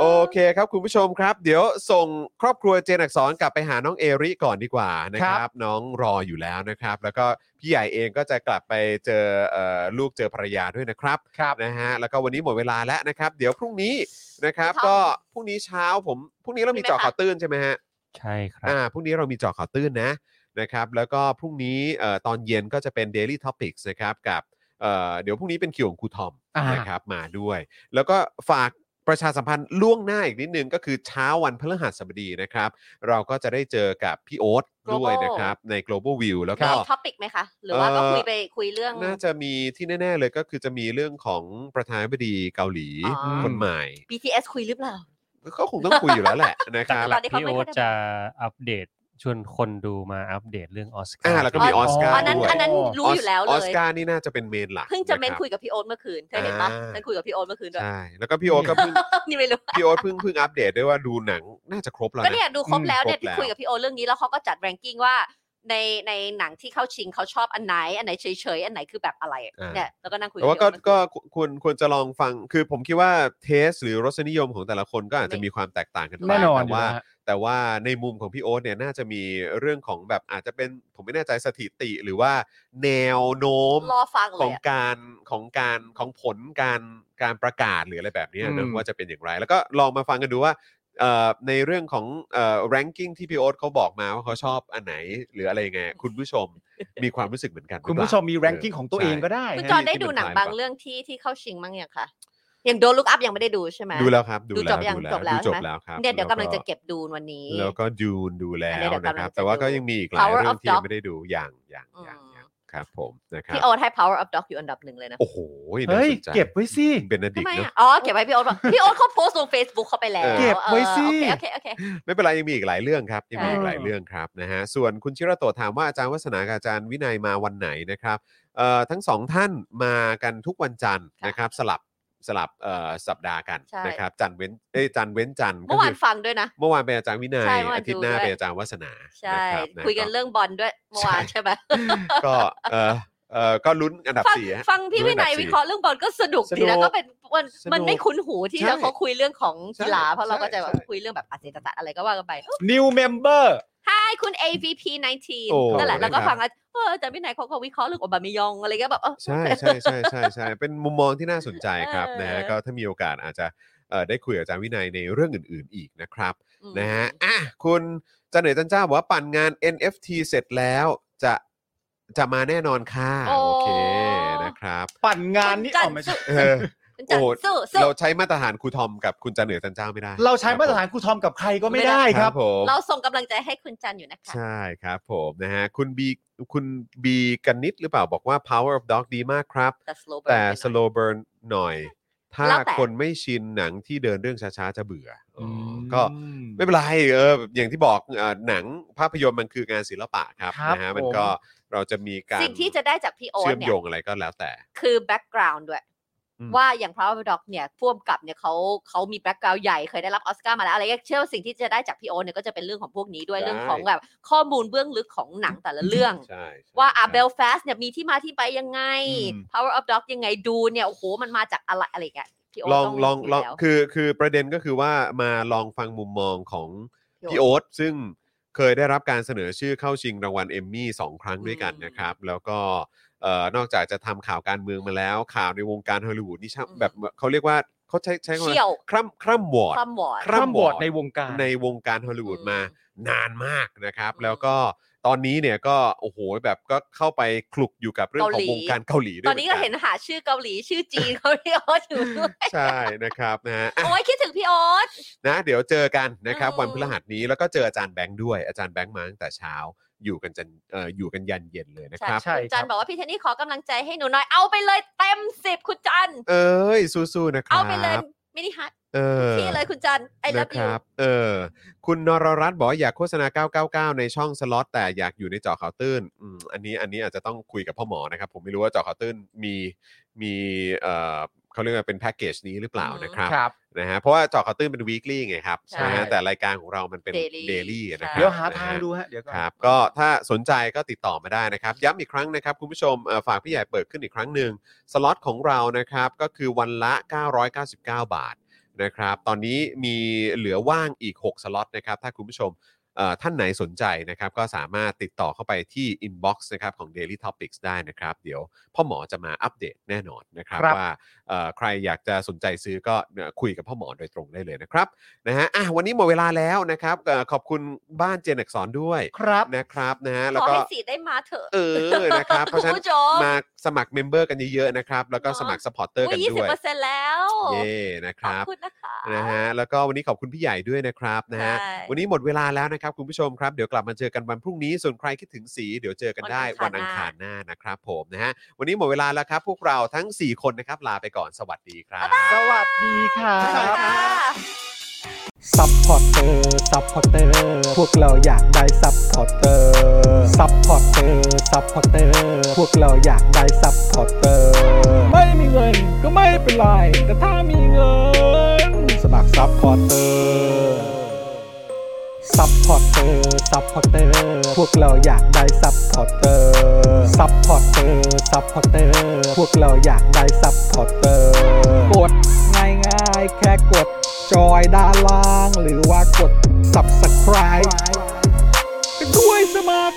B: โอเคครับคุณผู้ชมครับ เดี๋ยวส่งครอบครัวเจนอักษรกลับไปหาน้องเอริก่อนดีกว่านะค
C: ครั
B: รับ
C: บ
B: น้องรออยู่แล้วนะครับ แล้วก็พี่ใหญ่เองก็จะกลับไปเจอเอ่อลูกเจอภรรยาด้วยนะครับ
C: ครับ
B: นะฮะแล้วก็วันนี้หมดเวลาแล้วนะครับ เดี๋ยวพรุ่งนี้นะครับ ก็พรุ่งนี้เช้าผมพรุ่งนี้เรามีเจอข่าวตื้นใช่ไหมฮะ
E: ใช่ครับ
B: อ่าพรุ่งนี้เรามีเจาะข่าวตื้นนะนะครับแล้วก็พรุ่งนี้เอ่อตอนเย็นก็จะเป็น Daily Topics นะครับกับเอ่อเดี๋ยวพรุ่งนี้เป็นคิวของครูทอม
C: อ่าน
B: นะครับมาด้วย แล้วก็ฝากประชาสัมพันธ์ล่วงหน้าอีกนิดนึงก็คือเช้าวันพฤหัสบดีนะครับ เราก็จะได้เจอกับพี่โอ๊ตด้วยนะครับใน global view แล้วก็
D: มีท็อปิกไหมคะ หรือว่าก็คุยไปคุยเรื่อง
B: น่าจะมีที่แน่ ๆ เลยก็คือจะมีเรื่องของประธานาธิบดีเกาหลี
D: อ๋อ
B: คนใหม่
D: BTS คุยหรือเปล่า
B: ก็คงต้องคุยอยู่แล้วแหละนะค
E: จาก
B: รับ
E: หลักๆพี่โอ๊ตจะอัปเดต ชวนคนดูมาอัปเดตเรื่องออสการ์
B: อ่าแล้วก็มีออสการ์
D: อันนั้น
B: ด้วย
D: อันนั้นรู้อยู่แล้ว
B: อ
D: เล
B: อส
D: ย
B: การ์นี่น่าจะเป็นเมนหลัก
D: เพิ่งจะเม้น
B: รับ
D: คุยกับพี่โอ๊ตเมื่อคืนเธอเห็นปะ
B: อ่า
D: ฉันคุยกับพี่โอ๊ตเมื่อคืนด้วย
B: ใช่ แล้วก็พี่โอ๊ตก็เพิ่ง
D: นี่ไม่รู้
B: พี่โอ๊ตเพิ่งเพิ่งอัปเดตด้วยว่าดูหนังน่าจะครบแล้ว
D: ก็
B: นะ
D: เนี่ยดูครบแล้วเนี่ย
B: ครบ
D: ที่
B: แล้ว
D: คุยกับพี่โอเรื่องนี้แล้วเขาก็จัดแรงกิ้งว่าในในหนังที่เข้าชิงเขาชอบอันไหน อันไหนเฉยๆ อันไหนคือแบบอะไรเนี่ยแล้วก็นั่งคุย
B: แต่ว่าก็
D: พี่โอ๊ต
B: ก็ควรควรจะลองฟังคือผมคิดว่าเทสหรือรสนิยมของแต่ละคนก็อาจจะ
D: ไม่
B: มีความแตกต่างกันไป
E: แน่นอน
B: แต่ว่า
E: อยู่แล้วฮะ
B: แต่ว่าในมุมของพี่โอ๊ตเนี่ยน่าจะมีเรื่องของแบบอาจจะเป็นผมไม่แน่ใจสถิติหรือว่าแนวโน้ม
D: รอฟัง
B: ข
D: เล
B: อย ง
D: อะ
B: การของการของผลการการประกาศหรืออะไรแบบเนี้ยนะ
E: อืม
B: ว่าจะเป็นอย่างไร แล้วก็ลองมาฟังกันดูว่าเอ่อในเรื่องของเอ่อ ranking ที่พี่โอ๊ตเขาบอกมาว่าเขาชอบอันไหนหรืออะไรยังไงคุณผู้ชมมีความรู้สึกเหมือนกันหรือ
C: คุณ
B: เปล่า
C: ผู้ชมมีแรงกิ้งของตัวเองก็ได้
D: คุณ
B: ใช่
D: จอ
B: ฮะ
D: นได้ดูหนังบางเรื่องที่ที่เข้าชิงมั้งยังคะอย่างโดนลุกอัพยังไม่ได้ดูใช่ไหม
B: ดูแล้วครับดู
D: ดูจบยัง
B: ดู
D: จบแล้ว
B: ดูจบ
D: ใช่ไหม
B: แล้วครับ
D: เนี่ยเดี๋ยว
B: แ
D: กำลังจะเก็บดูวันนี้
B: แล้วก็ดูนดูแล้
D: อัน
B: ว
D: นี้เดี๋ยวกำลั
B: นะ
D: ง
B: ครับ
D: จะ
B: แต่ว่าก็
D: ดู
B: ยังมีอีกหลาย
D: Power
B: เรื่อ
D: of
B: งที่ยั
D: Dog
B: งไม่ได้ดูอย่างอย่างอย่าง
D: อืม
B: อย่างครับผมนะครับ
D: พี่โอตให้ power of dog อยู่อันดับหนึ่งเลยนะ
B: โอ้โหน่า
C: เฮ้ย
B: สนใจ
C: เก็บไว้สิ
B: เป็นอดีต
D: ทำไม
B: เน
D: อะ
B: อะ
D: อ๋อเก็บไว้พี่โอ๊ต บอกพี่โอ๊ตเขาโพสต์ลง Facebook เขาไปแล้ว
B: เออ
C: เก็บไว้สิ
D: เออโอเคโอเคโอเค
B: ไม่เป็นไรยังมีอีกหลายเรื่องครับยังมีอีก
D: ใช่
B: หลายเรื่องครับนะฮะส่วนคุณชิระโตะถามว่าอาจารย์วัฒนากับอาจารย์วินัยมาวันไหนนะครับเอ่อทั้งสองท่านมากันทุกวันจันทร์นะครับ สลับสลับเอ่อสัปดาห์กันนะครับจันทร์เว้นเอ้ยจันทร์เว้นจันทร์ก็
D: เมื่อวา
B: คื
D: น
B: อ
D: ฟังด้วยนะ
B: เมื่อวานเป็นอาจารย์วินัย
D: ใช่เมื่อวาน
B: อาทิตย์หน้า
D: ดูด้วย
B: เป็นอาจารย์วัฒนา
D: ใช่
B: รับะ
D: คุยกันเรื่องบอลด้วยเมื่อวานใช่ไหม
B: ก็เออเออก็ลุ้นอันดับ
D: ฟัง
B: สี่ฮะ
D: ฟังพี่
B: ดู
D: วิ
B: อันดับ
D: นัย
B: สี่
D: วิเคราะห์เรื่องบอลก็สนุก
B: สนุ
D: ดี
B: ก
D: แล้วก็เป็นมัน
B: สนุก
D: มันไม่คุ้นหูที่
B: ใช่
D: เราเขาคุยเรื่องของ
B: ใช่
D: กีฬาเพราะเราก็จะ
B: ใช่
D: แบบ
B: ใช่
D: คุยเรื่องแบบอาเซนตะอะไรก็ว่ากันไป
C: new member
D: ใช่คุณ AVP
B: โอ้
D: 19นั่นแหละแล้วก็
B: นะครับ
D: ฟังอ่ะเอออาจารย์วินัยเขาเขาวิเคราะห์เรื่องโอบามายองอะไรก็แบบเออ
B: ใช่ใช่ใช่ใช่ใช่เป็นมุมมองที่น่าสนใจครับนะฮะ
D: เออ
B: ก็ถ้ามีโอกาสอาจจะเอ่อได้คุยกับอาจารย์วินัยในเรื่องอื่น ๆ อีกนะครับ
D: อืม
B: นะฮะอ่ะคุณจันเหนือจันเจ้าบอกว่าปั่นงาน NFT เสร็จแล้วจะจะมาแน่นอนค่ะโอเคนะครับ
C: ปั่นงานนี่ออกมาใช่
B: เออ
D: คุณจัน
B: โอ้
D: สู้สู้
B: เราใช้มาตรฐานครูทอมกับคุณจันเหนือจันเจ้าไม่ได้
C: เราใช้มาตรฐานครูทอมกับใครก็ไม่ได้ครับ
B: ผม
D: เราส่งกำลังใจให้คุณจันอยู่นะคะ
B: ใช่ครับผมนะฮะคุณบีคุณบีกันนิดหรือเปล่าบอกว่า power of dog ดีมากครับ
D: แต่ slow burn
B: แต่
D: ไปหน่อย
B: slow burn หน่อย ถ้า
D: แล้วแต่
B: คนไม่ชินหนังที่เดินเรื่องช้าๆ จะเบื่ออ๋ออ
C: ม
B: ก็ไม่เป็นไรเอออย่างที่บอกเอ่อหนังภาพยนตร์มันคืองานศิลปะครับ
C: ครับ
B: นะฮะมัน
C: ผม
B: ก็เราจะมีการ
D: สิ่งที่จะได้จากพี่โอ๊ต
B: เชื่อม
D: เนี่
B: โย
D: ย
B: งอะไรก็แล้วแต่
D: คือแบ็กกราวน์ด้วย
B: อืม
D: ว่าอย่างพระวดอกเนี่ยพ่วมกับเนี่ยเขาเขามีแบ็กกราวน์ใหญ่เคยได้รับออสการ์มาแล้วอะไรเงี้ยเชื่อว่าสิ่งที่จะได้จากพี่โอตเนี่ยก็จะเป็นเรื่องของพวกนี้ด้วยเรื่องของแบบข้อมูลเบื้องลึกของหนังแต่ละเรื่อง
B: ใช่ใช่
D: ว่าอา
B: ใช่
D: เบลฟาสเนี่ยมีที่มาที่ไปยังไง
B: อืม
D: Power of Dog ยังไงดูเนี่ยโอ้โหมันมาจากอะไรอะไรเงี้ยพี่โอ๊ต
B: ลอง
D: ต้
B: ลอง
D: คุย
B: ลอง
D: แล้ว
B: คือคือประเด็นก็คือว่ามาลองฟังมุมมองของ พี่
D: โอ๊ต
B: โอ๊ตซึ่งเคยได้รับการเสนอชื่อเข้าชิงรางวัลเอมมี่สองครั้งด้วยกัน
D: อืม
B: นะครับ แล้วก็เอ่อนอกจากจะทำข่าวการเมืองมาแล้ว ข่าวในวงการฮอลลีวูดนี่ช่าง
D: อืม
B: แบบเขาเรียกว่าเขาใช้ใช้คำว่า
D: เชี่ยว
B: คร่ำคร่ำวอด
D: คำวอร์ด
B: ค รับ
C: ร่ำบอดในวงการ
B: ในวงการฮอลลีวูด
D: อืม
B: มานานมากนะครับ
D: อืม
B: แล้วก็ตอนนี้เนี่ยก็โอ้โหแบบก็เข้าไปคลุกอยู่กับเรื่องของ
D: เกาหลี
B: วงการเกาหลีด้วย
D: ตอนนี้ก็เห็น
B: มื
D: หาชื่อเกาหลีชื่อจีน เขาพี่โอ๊ตอยู่ด้วย
B: อนกันใช่นะครับนะฮะอ่ะ
D: โอ้ยคิดถึงพี่โอ๊ต
B: นะเดี๋ยวเจอกันนะครับ
D: อืม
B: วันพฤหัสนี้แล้วก็เจออาจารย์แบงค์ด้วยอาจารย์แบงค์มาตั้งแต่เช้าอยู่กันจนเอ่ออยู่กันยันเย็นเลยนะครับ
C: ใช่
D: คุณจันบอกว่าพี่เทนนี่ขอกำลังใจให้หนูหน่อยเอาไปเลยเต็มสิบคุณจัน
B: เอ้ยสู้ๆนะครับ
D: เอาไปเลยมินิฮัท
B: เออ
D: ที่เลยคุณจันไอ้รั
B: นะ
D: บ
B: ค
D: อยู่
B: รับเออคุณนรรัตน์บอกว่าอยากโฆษณา 999 ในช่องสล็อตแต่อยากอยู่ในเจอข่าวตื้นอืมอันนี้อันนี้อาจจะต้องคุยกับพ่อหมอนะครับ ผมไม่รู้ว่าเจอข่าวตื้นมีมีเอ่อเขาเรียกว่าเป็นแพ็กเกจนี้หรือเปล่า
D: อืม
B: นะครับ
C: ครับ
B: นะฮะเพราะว่าเจอข่าวตื้นเป็น weekly ไงครับ
D: ใช่
B: นะฮะแต่รายการของเรามันเป็น
D: Daily
B: daily นะครั
D: ใช่
B: บ
C: เดี๋ยวหาทาง
B: นะฮะ
C: ดูฮะเดี๋ยวก่อน
B: ครับก็ถ้าสนใจก็ติดต่อมาได้นะครับ ย้ำอีกครั้งนะครับ คุณผู้ชมเอ่อฝากพี่ใหญ่เปิดขึ้นอีกครั้งหนึ่งสล็อตของเรานะครับก็คือวันละ 999 บาทนะครับ ตอนนี้มีเหลือว่างอีก 6 สล็อตนะครับ ถ้าคุณผู้ชมเอ่อท่านไหนสนใจนะครับ ก็สามารถติดต่อเข้าไปที่ inbox นะครับของ daily topics ได้นะครับ เดี๋ยวพ่อหมอจะมาอัปเดตแน่นอนนะครับ
C: ครับ
B: ว่าเอ่อใครอยากจะสนใจซื้อก็เอ่อคุยกับพ่อหมอโดยตรงได้เลยนะครับนะฮะอ่ะวันนี้หมดเวลาแล้วนะครับเอ่อขอบคุณบ้านเจนอักษรด้วย
C: ครับ
B: นะครับนะฮะ
D: ข
B: แล้ว
D: อ
B: ก็
D: ให้สีได้มาเถอะ
B: เออนะครับ เพราะฉะนั้น
D: คุณผู้ชม
B: มาสมัครเมมเบอร์กันเยอะๆนะครับ แล้วก็
D: เนอะ
B: สมัครสปอร์ตเตอร์กัน
D: ยี่สิบ
B: ด้วย
D: เปอร์เซ็นต์แล้ว
B: เย่นะค
D: ขอบ
B: รับ
D: คุณนะคะ
B: นะฮะแล้วก็วันนี้ขอบคุณพี่ใหญ่ด้วยนะครับนะฮะ
D: ใช่
B: วันนี้หมดเวลาแล้วนะครับคุณผู้ชมครับเดี๋ยวกลับมาเจอกันวันพรุ่งนี้ส่วนใครคิดถึงสี เดี๋ยวเจอกันได้
D: วั
B: วัน
D: นอั
B: อัง
D: ง
B: คา
D: คาร ร
B: ห
D: ห
B: น้า
D: น้า
B: นะครับผมนะฮะวันนี้หมดเวลาแล้วครับ พวกเราทั้ง 4 คนนะครับลาไปก่อนสวัสดีครับ
C: สวัสดีครั
D: สวัสดี
C: บ
D: ค่ะ
A: ซัพพอร์เตอร์ซัพพอร์เตอร์พวกเราอยากได้ซัพพอร์เตอร์ซัพพอร์เตอร์ซัพพอร์เตอร์พวกเราอยากได้ซัพพอร์เตอร์ไม่มีเงินก็ไม่เป็นไร แต่ถ้ามีเงิน สมัครซัพพอร์เตอร์ซัพพอร์เตอร์ซัพพอร์เตอร์พวกเราอยากได้ซัพพอร์เตอร์ซัพพอร์เตอร์ซัพพอร์เตอร์พวกเราอยากได้ซัพพอร์เตอร์กดง่ายง่ายๆแค่กด จอยด้านล่าง หรือว่ากด subscribe ไปด้วยสมัคร